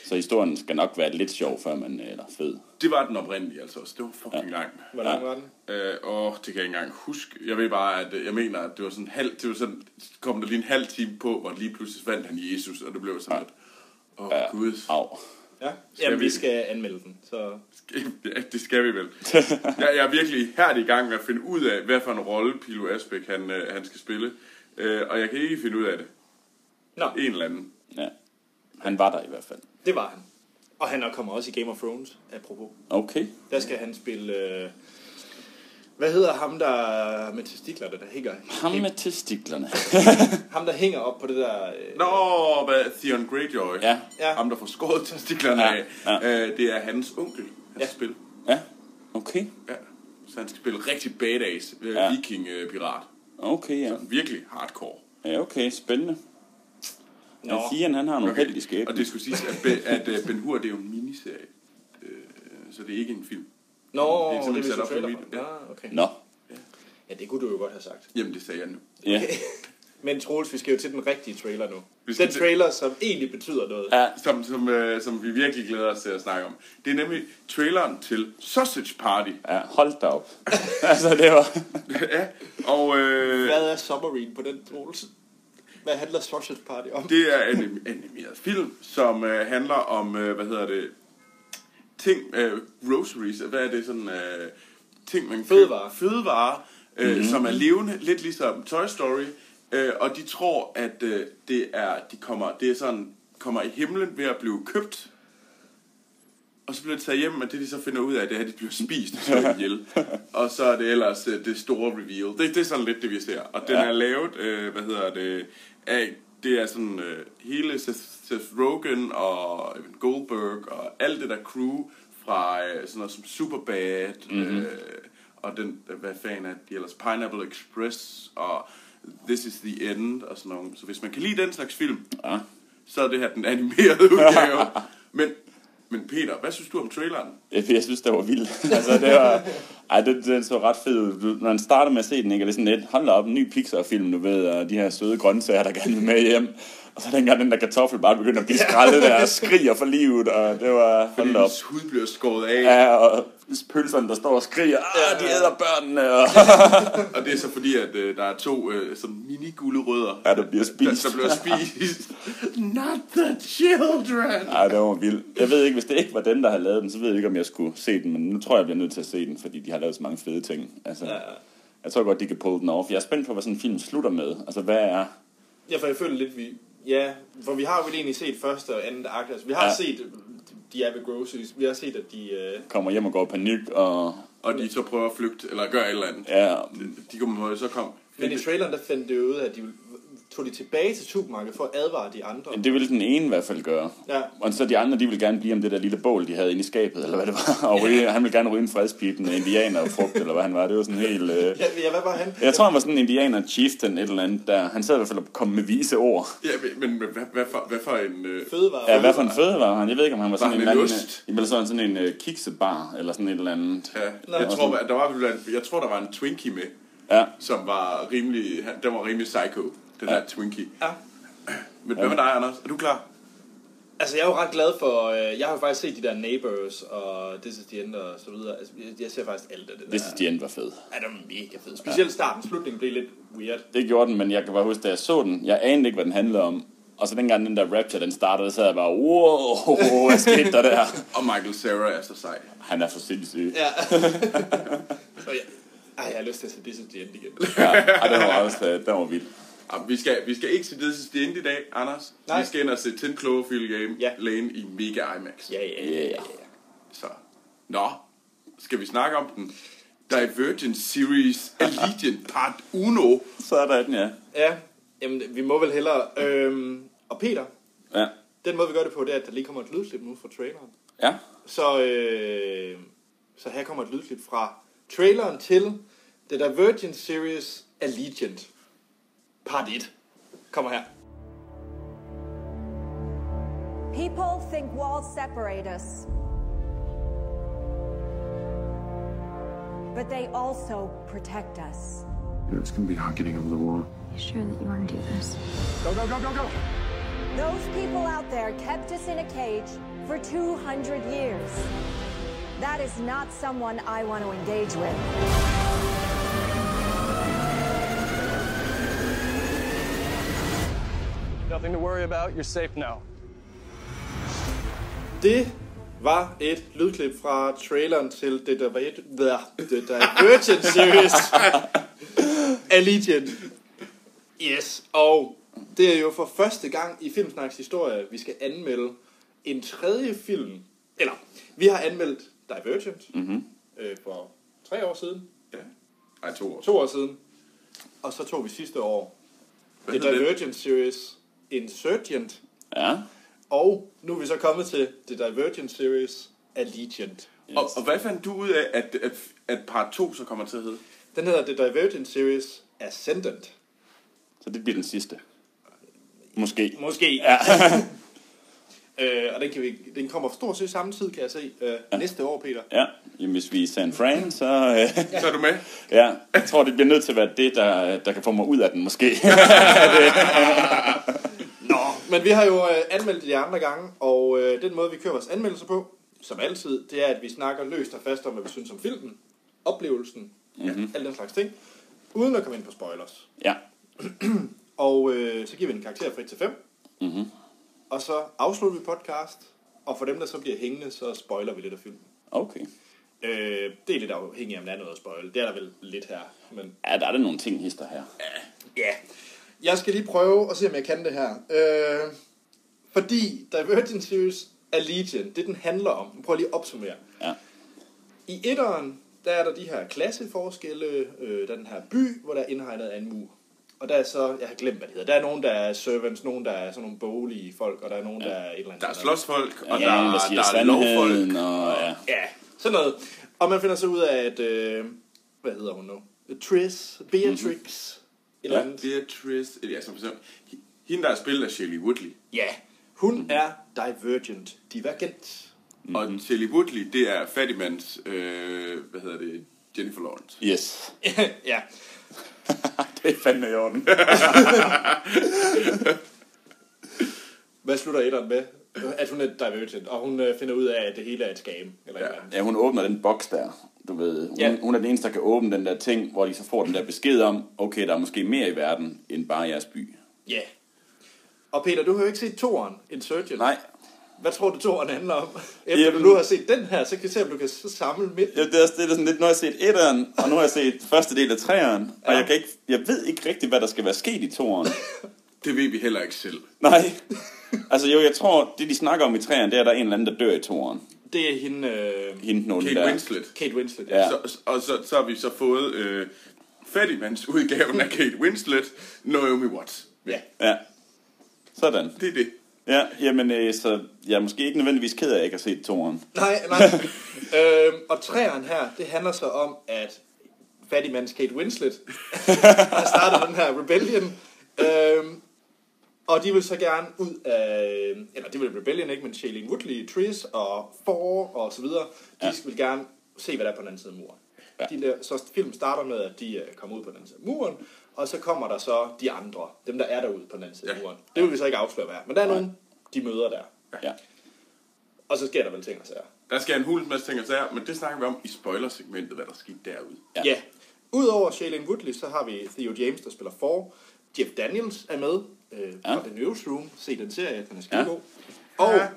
[SPEAKER 3] Så historien skal nok være lidt sjov, før man... Eller fed.
[SPEAKER 2] Det var den oprindelige, altså også. Det var fucking ja. langt.
[SPEAKER 1] Hvor lang var den?
[SPEAKER 2] Øh, åh, det kan jeg ikke engang huske. Jeg ved bare, at øh, jeg mener, at det var sådan en halv... Det var sådan... Kom der lige en halv time på, hvor lige pludselig fandt han Jesus, og det blev sådan lidt... Åh, oh, ja. gud.
[SPEAKER 3] Au.
[SPEAKER 1] Ja,
[SPEAKER 2] Skal
[SPEAKER 1] Jamen, vi
[SPEAKER 2] vi-
[SPEAKER 1] skal anmelde den. Så
[SPEAKER 2] Ja, det skal vi vel. Jeg, jeg er virkelig her i gang med at finde ud af, hvad for en rolle Pilo Asbæk han, øh, han skal spille. Øh, og jeg kan ikke finde ud af det.
[SPEAKER 1] Nå,
[SPEAKER 2] En eller anden.
[SPEAKER 3] Ja. Han var der i hvert fald.
[SPEAKER 1] det var han. Og han kommer også i Game of Thrones, apropos.
[SPEAKER 3] Okay.
[SPEAKER 1] Der skal han spille... Øh, hvad hedder ham, der med testiklerne, der hænger?
[SPEAKER 3] Ham med testiklerne.
[SPEAKER 1] Ham, der hænger op på det der... Øh,
[SPEAKER 2] Nå, hvad, Theon Greyjoy.
[SPEAKER 3] Ja.
[SPEAKER 1] Ja.
[SPEAKER 2] Ham, der får skåret testiklerne
[SPEAKER 3] Ja,
[SPEAKER 2] af.
[SPEAKER 3] ja.
[SPEAKER 2] Øh, det er hans onkel, han
[SPEAKER 1] Ja.
[SPEAKER 2] ja. skal spille.
[SPEAKER 3] Ja. Okay.
[SPEAKER 2] Ja. Så han skal spille rigtig badass øh,
[SPEAKER 3] Ja.
[SPEAKER 2] viking-pirat.
[SPEAKER 3] Okay, ja.
[SPEAKER 2] Virkelig hardcore.
[SPEAKER 3] Ja, okay. Spændende.
[SPEAKER 1] Nå.
[SPEAKER 3] Ja, Sian, han har nogle okay. heldige skæbne.
[SPEAKER 2] Og det skulle siges, at, Be- at øh, Ben Hur, det er jo en miniserie. Øh, så det er ikke en film.
[SPEAKER 1] Nå,
[SPEAKER 2] Det er
[SPEAKER 1] det
[SPEAKER 2] sådan,
[SPEAKER 1] er
[SPEAKER 2] vi sætter
[SPEAKER 1] sådan,
[SPEAKER 2] ligesom op
[SPEAKER 1] trailer
[SPEAKER 2] i
[SPEAKER 1] for.
[SPEAKER 2] video. Ja.
[SPEAKER 1] Ja, okay.
[SPEAKER 3] Nå.
[SPEAKER 1] Ja, det kunne du jo godt have sagt.
[SPEAKER 2] Jamen, det sagde jeg nu.
[SPEAKER 3] Ja.
[SPEAKER 1] Men Troels, vi skal jo til den rigtige trailer nu.
[SPEAKER 2] Vi skal
[SPEAKER 1] Den
[SPEAKER 2] til-
[SPEAKER 1] trailer, som egentlig betyder noget.
[SPEAKER 3] Ja.
[SPEAKER 2] som, som, øh, som vi virkelig glæder os til at snakke om. Det er nemlig traileren til Sausage Party.
[SPEAKER 3] ja. Hold da op. altså, det var...
[SPEAKER 2] ja, og øh,
[SPEAKER 1] Hvad er summaryen på den, Troels? Hvad handler Sausage Party om?
[SPEAKER 2] det er en animeret film, som øh, handler om, øh, hvad hedder det, ting, øh, groceries, hvad er det sådan, øh, ting man køber-
[SPEAKER 1] Fødevarer.
[SPEAKER 2] fødevarer øh, mm-hmm. som er levende, lidt ligesom Toy Story, øh, og de tror, at øh, det er, de kommer, det er sådan, kommer i himlen ved at blive købt, Og så bliver det taget hjem, men det de så finder ud af, det er, at de bliver spist og slået ihjel. Og så er det ellers øh, det store reveal. Det, det er sådan lidt det, vi ser. Og den
[SPEAKER 3] Ja.
[SPEAKER 2] er lavet, øh, hvad hedder det, af, det er sådan øh, hele Seth, Seth Rogen og Evan Goldberg og alt det der crew fra øh, sådan noget som Superbad
[SPEAKER 3] Mhm.
[SPEAKER 2] mm-hmm. øh, og den, hvad fanden er de ellers, Pineapple Express og This is the End og sådan noget. Så hvis man kan lide den slags film,
[SPEAKER 3] Ja.
[SPEAKER 2] så er det her den animerede udgave. men, men Peter, hvad synes du om traileren?
[SPEAKER 3] Jeg jeg synes, det var vildt. altså, det var... Ej, den, den så ret fed ud. Du- Når man starter med at se den, ikke, er det sådan lidt, hold da op, en ny Pixar-film, du ved, og de her søde grøntsager, der gerne vil med hjem. Og så dengang den der kartoffel bare begyndte at blive skrællet der og skriger for livet, og det var,
[SPEAKER 2] Fordi
[SPEAKER 3] hold op.
[SPEAKER 2] hendes hud bliver skåret af.
[SPEAKER 3] Ja, og pølserne, der står og skriger, ah, de æder børnene, og
[SPEAKER 2] Og det er så fordi, at øh, der er to øh, sådan mini-gulerødder,
[SPEAKER 3] ja, der bliver
[SPEAKER 2] der,
[SPEAKER 3] spist.
[SPEAKER 2] der bliver spist. Not the children!
[SPEAKER 3] Ej, det var vildt. Jeg ved ikke, hvis det ikke var den, der havde lavet den, så ved jeg ikke, om jeg skulle se den, men nu tror jeg, jeg bliver nødt til at se den, fordi de har lavet så mange fede ting. Altså,
[SPEAKER 1] Ja,
[SPEAKER 3] ja.
[SPEAKER 1] ja.
[SPEAKER 3] Jeg tror godt, de kan pull den off. Jeg er spændt på, hvad sådan en film slutter med. Altså, hvad er...
[SPEAKER 1] Ja, for jeg føler lidt, vi... Ja, for vi har jo egentlig set første og andet akt. Altså, vi har
[SPEAKER 3] Ja.
[SPEAKER 1] ja. set, øh, de er ved groceries. Vi har set, at de... Øh,
[SPEAKER 3] Kommer hjem og går i panik, og...
[SPEAKER 2] Og de så prøver at flygte, eller gøre et eller andet.
[SPEAKER 3] Ja,
[SPEAKER 2] De kommer jo så kom.
[SPEAKER 1] men i traileren, der fandt det jo ud af, at de ville- tog de tilbage til supermarkedet for at advare de andre.
[SPEAKER 3] det vil den ene i hvert fald gøre.
[SPEAKER 1] Ja.
[SPEAKER 3] Og så de andre, de vil gerne blive om det der lille bål, de havde inde i skabet, eller hvad det var. Og ryge, han ville gerne ryge en fredspipen af indianer og frugt, eller hvad han var. Det var sådan helt... Øh...
[SPEAKER 1] Ja, ja, hvad var han?
[SPEAKER 3] Jeg tror, han var sådan en indianer chieftain, et eller andet, der... Han sad i hvert fald og kom med vise ord.
[SPEAKER 2] Ja, men, men, men hvad, hvad, for, hvad for en... Øh,
[SPEAKER 1] Fødevare.
[SPEAKER 3] Ja, hvad for en føde var han? Jeg ved ikke, om han var sådan
[SPEAKER 2] han en
[SPEAKER 3] en eller anden...
[SPEAKER 2] ost?
[SPEAKER 3] Jamen, så var han sådan en øh, kiksebar, eller sådan et eller andet.
[SPEAKER 2] ja,
[SPEAKER 1] Nå.
[SPEAKER 2] jeg, tror, at der var, blandt- jeg tror, der var en Twinkie med,
[SPEAKER 3] Ja.
[SPEAKER 2] som var rimelig, han- den var rimelig psycho, den her Twinkie.
[SPEAKER 1] Ja.
[SPEAKER 2] Men hvad med dig, Anders? Er du klar?
[SPEAKER 1] Altså, jeg er jo ret glad for... Øh, jeg har jo faktisk set de der Neighbors og This is the End og så videre. Altså, jeg, jeg ser faktisk alt af det
[SPEAKER 3] This
[SPEAKER 1] der.
[SPEAKER 3] is the end var fed.
[SPEAKER 1] Ja, det var mega fedt. Specielt starten. Slutningen blev lidt weird.
[SPEAKER 3] Det gjorde den, men jeg kan bare huske, da jeg så den, jeg anede ikke, hvad den handlede om. Og så dengang den der Rapture, den startede, så sad jeg bare, wow, hvad skete der der?
[SPEAKER 2] Og Michael Cera er så sej.
[SPEAKER 3] Han er for sindssyg.
[SPEAKER 1] Ja. så ja. Ej, jeg har lyst til at se This is the End igen.
[SPEAKER 3] Ja, ej, den var også, øh, den var vild.
[SPEAKER 2] Jamen, vi, skal, vi skal ikke se This is the End i dag, Anders.
[SPEAKER 1] Nej.
[SPEAKER 2] Vi skal ind og se 10 Cloverfield Game
[SPEAKER 1] Ja.
[SPEAKER 2] Lane i Mega IMAX.
[SPEAKER 1] Ja, ja, ja.
[SPEAKER 3] Ja.
[SPEAKER 1] ja.
[SPEAKER 2] Så, nå, skal vi snakke om den? Divergent Series Allegiant Part 1.
[SPEAKER 3] Så er der den, ja.
[SPEAKER 1] Ja, jamen, vi må vel hellere... Øhm, og Peter,
[SPEAKER 3] Ja.
[SPEAKER 1] den måde vi gør det på, det er, at der lige kommer et lydklip nu fra traileren.
[SPEAKER 3] Ja.
[SPEAKER 1] Så, øh, så her kommer et lydklip fra traileren til The Divergent Series Allegiant. Part 1. Kommer her.
[SPEAKER 4] People think walls separate us. But they also protect us.
[SPEAKER 5] It's gonna be hard getting over the wall.
[SPEAKER 6] You sure that you want to do this?
[SPEAKER 4] Those people out there kept us in a cage for 200 years. That is not someone I want to engage with.
[SPEAKER 7] Nothing to worry about. You're safe now.
[SPEAKER 1] Det var et lydklip fra traileren til The, Diver- The, The Divergent Series Allegiant. Yes, og det er jo for første gang i Filmsnaks historie, vi skal anmelde en tredje film. Eller, vi har anmeldt Divergent
[SPEAKER 2] Mhm.
[SPEAKER 1] mm-hmm. øh, for tre år siden,
[SPEAKER 2] Ja. Ej, to år.
[SPEAKER 1] to år siden, og så tog vi sidste år
[SPEAKER 2] Hvad
[SPEAKER 1] The
[SPEAKER 2] hedder det?
[SPEAKER 1] Divergent Series Insurgent,
[SPEAKER 3] Ja.
[SPEAKER 1] og nu er vi så kommet til The Divergent Series Allegiant.
[SPEAKER 2] Og, og hvad fandt du ud af, at, at, at part 2 så kommer til at hedde?
[SPEAKER 1] Den hedder The Divergent Series Ascendant.
[SPEAKER 3] Så det bliver den sidste. Måske.
[SPEAKER 1] Måske. Ja. øh, og den, kan vi, den kommer stort set samme tid, kan jeg se, øh, ja. næste år, Peter.
[SPEAKER 3] Ja. Jamen, hvis vi er i San Fran, så... Øh,
[SPEAKER 2] Så er du med?
[SPEAKER 3] ja, jeg tror, det bliver nødt til at være det, der, der kan få mig ud af den, måske.
[SPEAKER 1] Men vi har jo øh, anmeldt de andre gange, og øh, den måde, vi kører vores anmeldelser på, som altid, det er, at vi snakker løst og fast om, hvad vi synes om filmen, oplevelsen, mm-hmm. alle den slags ting, uden at komme ind på spoilers.
[SPEAKER 3] ja.
[SPEAKER 1] Og øh, så giver vi en karakter fra 1 til 5. Mm-hmm. Og så afslutter vi podcast, og for dem, der så bliver hængende, så spoiler vi lidt af filmen.
[SPEAKER 3] Okay.
[SPEAKER 1] Øh, det er lidt afhængigt af, om der er noget at spoil. Det er der vel lidt her. Men
[SPEAKER 3] Ja, der er der nogle ting, hister her.
[SPEAKER 1] ja. Jeg skal lige prøve at se, om jeg kan det her. Øh, fordi Divergent Series Allegiant, det den handler om. Nu prøver jeg lige at opsummere.
[SPEAKER 3] Ja.
[SPEAKER 1] I etteren, der er der de her klasseforskelle. Øh, der er den her by, hvor der er indhegnet af en mur. Og der er så, jeg har glemt, hvad det hedder. Der er nogen, der er servants, nogen, der er sådan nogle bolige folk, og der er nogen, der er et eller andet.
[SPEAKER 2] Der er
[SPEAKER 1] sådan noget.
[SPEAKER 2] slåsfolk, og
[SPEAKER 3] ja,
[SPEAKER 2] der,
[SPEAKER 3] der
[SPEAKER 2] er-
[SPEAKER 3] siger
[SPEAKER 2] der er lovfolk.
[SPEAKER 3] sandheden, og ja.
[SPEAKER 1] Ja, sådan noget. Og man finder så ud af, at... Øh, hvad hedder hun nu? Tris, Beatrix,
[SPEAKER 2] Mhm.
[SPEAKER 1] mm-hmm. eller
[SPEAKER 3] Ja,
[SPEAKER 1] andet.
[SPEAKER 2] Beatrice, ja, som for eksempel, hende der er spillet af Shelley Woodley.
[SPEAKER 1] Ja, hun
[SPEAKER 2] Mhm.
[SPEAKER 1] mm-hmm. er divergent, divergent.
[SPEAKER 2] Mm-hmm. Og Shelley Woodley, det er Fattigmans, øh, hvad hedder det, Jennifer Lawrence.
[SPEAKER 3] Yes.
[SPEAKER 1] ja,
[SPEAKER 3] det er fandme i orden.
[SPEAKER 1] Hvad slutter etteren med? At hun er divergent, og hun øh, finder ud af, at det hele er et scam. Eller ja.
[SPEAKER 2] Ja.
[SPEAKER 1] Eller andet.
[SPEAKER 3] Ja, hun åbner den boks der, du ved. Hun,
[SPEAKER 1] Ja.
[SPEAKER 3] ja. hun er den eneste, der kan åbne den der ting, hvor de så får den der besked om, okay, der er måske mere i verden, end bare jeres by.
[SPEAKER 1] ja. Og Peter, du har jo ikke set toren, Insurgent.
[SPEAKER 3] Nej,
[SPEAKER 1] Hvad tror du, toren handler om? Efter
[SPEAKER 3] Jamen-
[SPEAKER 1] du nu har set den her, så kan vi se, om du kan s- samle midt.
[SPEAKER 3] Ja, det er, også- det er sådan lidt, nu har jeg set etteren, og nu har jeg set første del af træeren, og
[SPEAKER 1] Ja.
[SPEAKER 3] jeg, kan ikke, jeg ved ikke rigtigt, hvad der skal være sket i toeren.
[SPEAKER 2] Det ved vi heller ikke selv.
[SPEAKER 3] Nej. Altså jo, jeg tror, det de snakker om i træeren, det er, at der er en eller anden, der dør i toeren.
[SPEAKER 1] Det er hende, øh,
[SPEAKER 3] Hende den onde
[SPEAKER 2] Kate
[SPEAKER 3] der.
[SPEAKER 2] Winslet.
[SPEAKER 1] Kate Winslet.
[SPEAKER 3] Ja.
[SPEAKER 2] Så, og så, så har vi så fået øh, fattigmandsudgaven af Kate Winslet, Naomi Watts.
[SPEAKER 1] ja.
[SPEAKER 3] Ja. Sådan.
[SPEAKER 2] Det er det.
[SPEAKER 3] Ja, jamen, øh, så jeg er måske ikke nødvendigvis ked af, at jeg ikke har set toeren.
[SPEAKER 1] Nej, nej. øhm, og træeren her, det handler så om, at fattigmands Kate Winslet har startet den her rebellion. Øhm, og de vil så gerne ud af, eller det vil Rebellion ikke, men Shailene Woodley, Tris og Four og så videre, de
[SPEAKER 3] Ja.
[SPEAKER 1] ja. vil gerne se, hvad der er på den anden side af muren. Ja.
[SPEAKER 3] Ja.
[SPEAKER 1] De der, så filmen starter med, at de øh, kommer ud på den anden side af muren, og så kommer der så de andre, dem der er derude på den anden side af
[SPEAKER 2] Ja.
[SPEAKER 1] muren. Det vil vi så ikke afsløre, hvad er. Men der er nogen, de møder der.
[SPEAKER 3] Ja.
[SPEAKER 1] Og så sker der vel ting og sager.
[SPEAKER 2] Der skal en hulens masse ting og sager, men det snakker vi om i spoilersegmentet, hvad der skete derude.
[SPEAKER 1] Ja. ja. Udover Shailene Woodley, så har vi Theo James, der spiller for. Jeff Daniels er med øh, ja. fra The Newsroom. Se den serie, den er skide god. Og
[SPEAKER 2] Ja.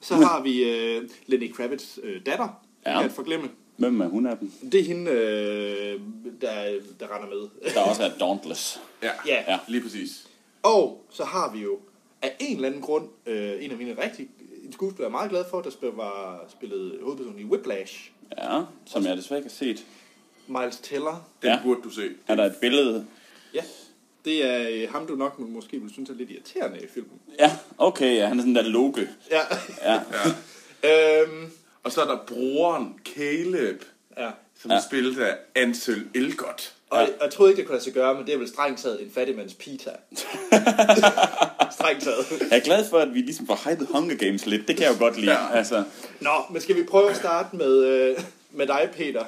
[SPEAKER 1] så har vi øh, Lenny Kravitz' øh, datter, ja.
[SPEAKER 3] Ja.
[SPEAKER 1] kan jeg forglemme.
[SPEAKER 3] Hvem er hun af dem?
[SPEAKER 1] Det er hende, øh, der, der render med.
[SPEAKER 3] Der også er Dauntless.
[SPEAKER 2] Ja,
[SPEAKER 1] Ja.
[SPEAKER 3] Ja.
[SPEAKER 2] lige præcis.
[SPEAKER 1] Og så har vi jo af en eller anden grund, øh, en af mine rigtig skuespillere, jeg er meget glad for, der spil, var spillet hovedpersonen i Whiplash,
[SPEAKER 3] Ja, som jeg desværre ikke har set.
[SPEAKER 1] Miles Teller.
[SPEAKER 2] Den
[SPEAKER 3] Ja.
[SPEAKER 2] burde du se.
[SPEAKER 3] Er der et billede?
[SPEAKER 1] Ja, det er øh, ham, du nok måske vil synes er lidt irriterende i filmen.
[SPEAKER 3] Ja, okay, ja, han er sådan der loke.
[SPEAKER 1] Ja.
[SPEAKER 3] Ja,
[SPEAKER 1] øhm,
[SPEAKER 2] Og så er der broren Caleb,
[SPEAKER 1] ja.
[SPEAKER 2] som ja.
[SPEAKER 3] Ja.
[SPEAKER 2] spillede af Ansel Elgott.
[SPEAKER 1] Og ja. jeg troede ikke, det kunne lade sig gøre, men det er vel strengt taget en fattigmands pita. strengt taget.
[SPEAKER 3] jeg er glad for, at vi ligesom får hypet Hunger Games lidt. Det kan jeg jo godt lide.
[SPEAKER 2] Ja.
[SPEAKER 3] Ja. Altså,
[SPEAKER 1] Nå, men skal vi prøve at starte med, øh, med dig, Peter?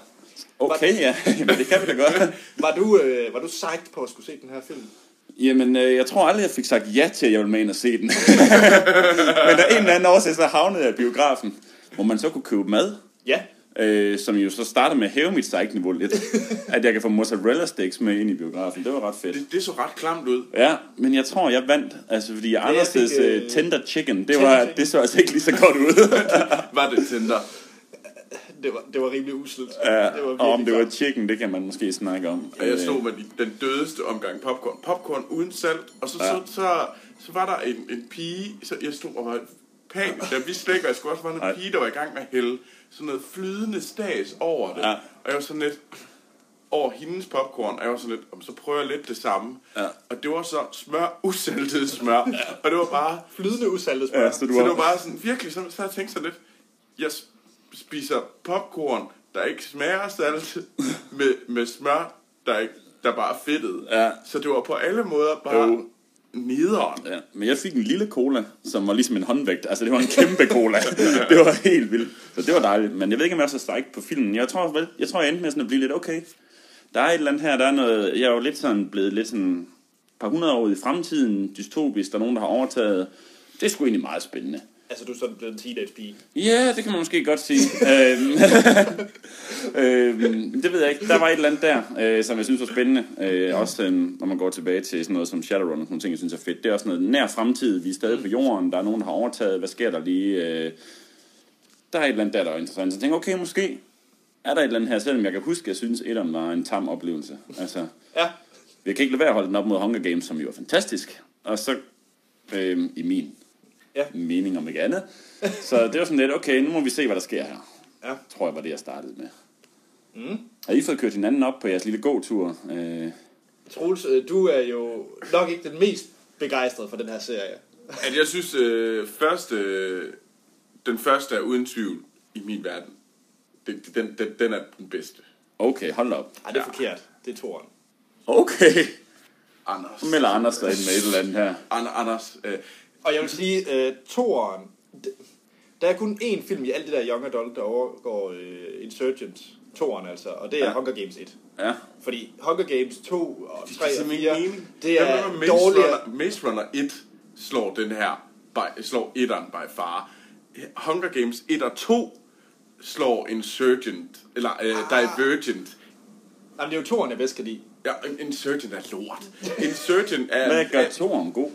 [SPEAKER 3] okay, ja, Jamen, det kan vi da godt.
[SPEAKER 1] Var du, øh, var du psyched på at skulle se den her film?
[SPEAKER 3] Jamen, øh, jeg tror aldrig, jeg fik sagt ja til, at jeg ville med ind og se den. Men af en eller anden årsag, så havnede jeg i biografen, hvor man så kunne købe mad.
[SPEAKER 1] Ja.
[SPEAKER 3] Øh, som jo så starter med at hæve mit niveau lidt. at jeg kan få mozzarella sticks med ind i biografen. Det var ret fedt.
[SPEAKER 2] Det, det så ret klamt ud.
[SPEAKER 3] Ja, men jeg tror, jeg vandt. Altså, fordi Anders'
[SPEAKER 1] fik, øh,
[SPEAKER 3] øh, tender chicken, det,
[SPEAKER 1] Tender
[SPEAKER 3] var,
[SPEAKER 1] chicken.
[SPEAKER 3] det så altså ikke lige så godt ud.
[SPEAKER 2] Var det Tinder?
[SPEAKER 1] Det var, det var rimelig usselt.
[SPEAKER 3] Ja,
[SPEAKER 1] det var virkelig
[SPEAKER 3] og om det var
[SPEAKER 1] klamt.
[SPEAKER 3] chicken, det kan man måske snakke om.
[SPEAKER 2] Og jeg
[SPEAKER 3] Øh,
[SPEAKER 2] så med de, den dødeste omgang popcorn. Popcorn uden salt. Og så, ja. så, så, så var der en, en pige, så jeg stod og var panisk. Da vi slikker, jeg skulle også var en
[SPEAKER 3] Ej.
[SPEAKER 2] pige, der var i gang med at hælde sådan noget flydende stags over det.
[SPEAKER 3] Ja.
[SPEAKER 2] Og jeg var sådan lidt over hendes popcorn, og jeg var sådan lidt, "Om, så prøver jeg lidt det samme.
[SPEAKER 3] Ja.
[SPEAKER 2] Og det var så smør, usaltet smør. Og det var bare,
[SPEAKER 1] Flydende usaltet
[SPEAKER 3] Ja,
[SPEAKER 1] spørgsmål.
[SPEAKER 3] så du
[SPEAKER 2] så det var
[SPEAKER 3] har,
[SPEAKER 2] bare sådan, virkelig, så, så jeg tænkte sådan lidt, jeg sp- spiser popcorn, der ikke smager af salt, med, med smør, der, ikke, der bare er fedtet.
[SPEAKER 3] Ja.
[SPEAKER 2] Så det var på alle måder bare
[SPEAKER 3] Jo.
[SPEAKER 2] nederen.
[SPEAKER 3] ja, men jeg fik en lille cola, som var ligesom en håndvægt. Altså, det var en kæmpe cola. det var helt vildt. Så det var dejligt. Men jeg ved ikke, om jeg er så strækt på filmen. Jeg tror, vel, jeg, tror, jeg endte med sådan at blive lidt okay. Der er et eller andet her, der er noget... Jeg er jo lidt sådan blevet lidt sådan et par hundrede år i fremtiden, dystopisk, der er nogen, der har overtaget. Det er sgu egentlig meget spændende.
[SPEAKER 1] Altså, du er sådan blevet en teenage pige.
[SPEAKER 3] Ja, det kan man måske godt sige. øhm, øhm, det ved jeg ikke. Der var et eller andet der, øh, som jeg synes var spændende. Øh, også øhm, når man går tilbage til sådan noget som Shadowrun og sådan nogle ting, jeg synes er fedt. Det er også noget nær fremtid. Vi er stadig på jorden. Der er nogen, der har overtaget. Hvad sker der lige? Øh, der er et eller andet der, der er interessant. Så jeg tænker, okay, måske er der et eller andet her, selvom jeg kan huske, at jeg synes, at var en tam oplevelse. Altså,
[SPEAKER 1] Ja.
[SPEAKER 3] vi kan ikke lade være at holde den op mod Hunger Games, som jo er fantastisk. Og så, øh, i min
[SPEAKER 1] Ja.
[SPEAKER 3] mening om ikke andet. Så det var sådan lidt, okay, nu må vi se, hvad der sker her.
[SPEAKER 1] Ja.
[SPEAKER 3] Tror jeg var det, jeg startede med. Mm. Har I fået kørt hinanden op på jeres lille gåtur? Øh,
[SPEAKER 1] Troels, øh, du er jo nok ikke den mest begejstret for den her serie.
[SPEAKER 2] At jeg synes, øh, første, øh, den første er uden tvivl i min verden. Det, det- den, den, den er den bedste.
[SPEAKER 3] okay, hold da op.
[SPEAKER 1] Ej, det er ja. forkert. Det er toren.
[SPEAKER 3] Okay.
[SPEAKER 2] Anders.
[SPEAKER 3] Så melder Anders dig ind med et eller andet her.
[SPEAKER 2] An, Anders. Øh,
[SPEAKER 1] Og jeg vil sige, øh, toren, d- der er kun én film i alt det der Young Adult, der overgår øh, Insurgent, toren altså, og det er ja.
[SPEAKER 3] Ja.
[SPEAKER 1] Hunger Games 1.
[SPEAKER 3] Ja.
[SPEAKER 1] Fordi Hunger Games 2 og 3
[SPEAKER 2] Det er
[SPEAKER 1] og
[SPEAKER 2] simpelthen
[SPEAKER 1] 4,
[SPEAKER 2] ikke mening.
[SPEAKER 1] det
[SPEAKER 2] Hvad
[SPEAKER 1] er
[SPEAKER 2] med, når Maze
[SPEAKER 1] dårligere.
[SPEAKER 2] Runner, Maze Runner 1 slår den her. by, slår etteren by far. Hunger Games 1 og 2 slår Insurgent, eller øh,
[SPEAKER 3] Ah.
[SPEAKER 2] Divergent.
[SPEAKER 1] Jamen, det er jo toren, jeg bedst kan lide.
[SPEAKER 2] Ja, In- Insurgent er lort. Insurgent er...
[SPEAKER 3] Hvad gør
[SPEAKER 2] er-
[SPEAKER 3] Toren god?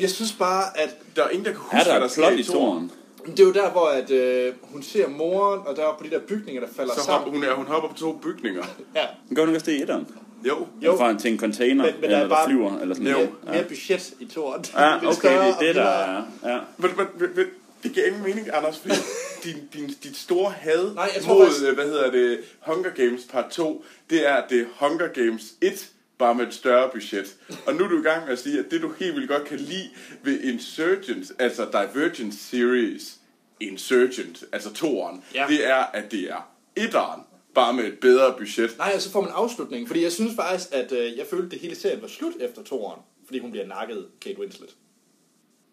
[SPEAKER 1] Jeg synes bare, at
[SPEAKER 2] Der er ingen, der kan huske,
[SPEAKER 3] Er der
[SPEAKER 2] hvad
[SPEAKER 3] et
[SPEAKER 2] sker
[SPEAKER 3] plot i
[SPEAKER 2] i toeren.
[SPEAKER 3] Toren?
[SPEAKER 1] det er jo der, hvor at, øh, hun ser moren, og der er på de der bygninger, der falder
[SPEAKER 2] Så hopper
[SPEAKER 1] sammen.
[SPEAKER 2] hun, ja, hun hopper på to bygninger.
[SPEAKER 1] Ja,
[SPEAKER 3] Gør hun ikke også det i etteren?
[SPEAKER 2] Jo.
[SPEAKER 1] Jo.
[SPEAKER 3] Jo. Fra en, til en container,
[SPEAKER 1] Men- men der
[SPEAKER 3] men, men
[SPEAKER 1] er
[SPEAKER 3] eller der
[SPEAKER 1] bare-
[SPEAKER 3] flyver, eller sådan
[SPEAKER 2] Jo.
[SPEAKER 3] noget.
[SPEAKER 1] mere, mere budget i toren.
[SPEAKER 3] Ja,
[SPEAKER 1] Det er
[SPEAKER 3] okay,
[SPEAKER 1] større
[SPEAKER 3] det er
[SPEAKER 1] og
[SPEAKER 3] det, der
[SPEAKER 1] vildere.
[SPEAKER 3] er. Ja.
[SPEAKER 2] Men, men, men, men det giver ingen mening, Anders, fordi din, din, dit store had
[SPEAKER 1] Nej, jeg tror
[SPEAKER 2] mod,
[SPEAKER 1] faktisk-
[SPEAKER 2] øh, hvad hedder det, Hunger Games part 2, det er, at det er Hunger Games 1, bare med et større budget. Og nu er du i gang med at sige, at det du helt vildt godt kan lide ved Insurgent, altså Divergent Series, Insurgent, altså toeren,
[SPEAKER 1] Ja.
[SPEAKER 2] ja. det er, at det er etteren, bare med et bedre budget.
[SPEAKER 1] Nej, og så får man afslutningen, fordi jeg synes faktisk, at øh, jeg følte, at det hele serien var slut efter toren, fordi hun bliver nakket, Kate Winslet.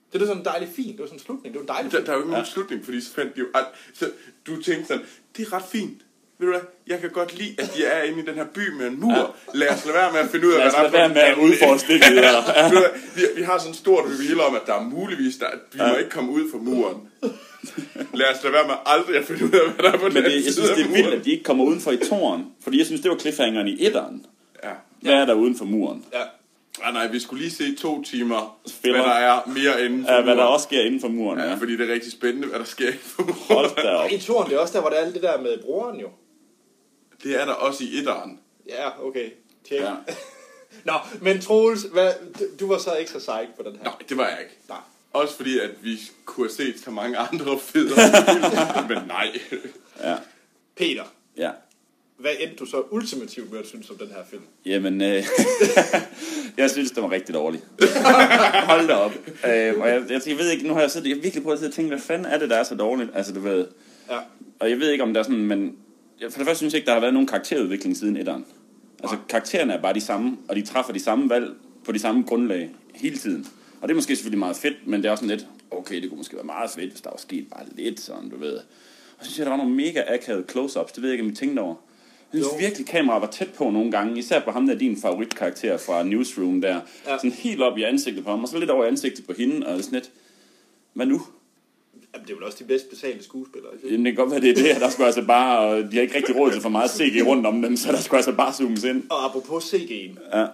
[SPEAKER 1] Det er da sådan en dejlig fin, det var sådan en slutning, det var en dejlig
[SPEAKER 2] Der,
[SPEAKER 1] film.
[SPEAKER 2] der er jo ikke ja. nogen slutning, fordi så fandt de jo... At, så du tænkte sådan, det er ret fint. Ved du hvad, jeg kan godt lide, at de er inde i den her by med en mur. Ja. Lad os lade være med at finde ud af,
[SPEAKER 3] Lad
[SPEAKER 2] hvad
[SPEAKER 3] os
[SPEAKER 2] der er
[SPEAKER 3] lade
[SPEAKER 2] på
[SPEAKER 3] være
[SPEAKER 2] den
[SPEAKER 3] med at
[SPEAKER 2] anden
[SPEAKER 3] udforske det videre.
[SPEAKER 2] ende. Ved du hvad, vi, vi har sådan et stort reveal om, at der er muligvis, der, at vi ja. må ikke komme ud fra muren. Lad os lade være med aldrig at finde ud af, hvad der er på den
[SPEAKER 3] Men
[SPEAKER 2] anden
[SPEAKER 3] det, jeg synes,
[SPEAKER 2] side af
[SPEAKER 3] det er vildt,
[SPEAKER 2] muren.
[SPEAKER 3] at de ikke kommer udenfor i toren. Fordi jeg synes, det var cliffhangeren i etteren.
[SPEAKER 2] Ja.
[SPEAKER 3] Hvad er der uden for muren?
[SPEAKER 1] Ja.
[SPEAKER 2] Ah, nej, vi skulle lige se to timer,
[SPEAKER 3] Spiller.
[SPEAKER 2] hvad der er mere inden for
[SPEAKER 3] Ja, hvad der
[SPEAKER 2] muren.
[SPEAKER 3] også sker inden for muren.
[SPEAKER 2] Ja,
[SPEAKER 3] Ja.
[SPEAKER 2] fordi det er rigtig spændende, hvad der sker inden for muren.
[SPEAKER 3] Hold da op.
[SPEAKER 1] I toren, det er også der, hvor der er alt det der med broren jo.
[SPEAKER 2] Det er der også i etteren.
[SPEAKER 1] Ja, okay. Tjek.
[SPEAKER 3] Ja.
[SPEAKER 1] Ja. Nå, men Troels, hvad, du- du var så ikke så psyched på den her.
[SPEAKER 2] Nej, det var jeg ikke.
[SPEAKER 1] Nej.
[SPEAKER 2] Også fordi, at vi kunne have set så mange andre federe film, men nej.
[SPEAKER 1] Peter,
[SPEAKER 3] ja.
[SPEAKER 1] hvad endte du så ultimativt med at synes om den her film?
[SPEAKER 3] Jamen, øh, jeg synes, det var rigtig dårligt. Hold da op. Øh, og jeg, jeg, jeg, ved ikke, nu har jeg, siddet, jeg har virkelig prøvet at sidde og tænke, hvad fanden er det, der er så dårligt? Altså, du ved,
[SPEAKER 1] Ja.
[SPEAKER 3] og jeg ved ikke, om der er sådan, men for det første synes jeg ikke, der har været nogen karakterudvikling siden etteren. Altså, karaktererne er bare de samme, og de træffer de samme valg på de samme grundlag hele tiden. Og det er måske selvfølgelig meget fedt, men det er også sådan lidt, okay, det kunne måske være meget fedt, hvis der var sket bare lidt sådan, du ved. Og så synes jeg, der var nogle mega akavede close-ups, det ved jeg ikke, om I tænkte over. Jeg synes
[SPEAKER 1] Jo.
[SPEAKER 3] virkelig, kameraet var tæt på nogle gange, især på ham der, din favoritkarakter fra Newsroom der.
[SPEAKER 1] Ja.
[SPEAKER 3] Ja. Sådan helt op i ansigtet på ham, og så lidt over i ansigtet på hende, og sådan lidt, hvad nu?
[SPEAKER 1] Jamen, det er vel også de bedst betalte skuespillere. Ikke?
[SPEAKER 3] Jamen, det kan godt være, det er det, at der skulle altså bare, og de har ikke rigtig råd til for meget CG rundt om dem, så der skulle altså bare zoomes ind.
[SPEAKER 1] Og apropos CG'en. Ja.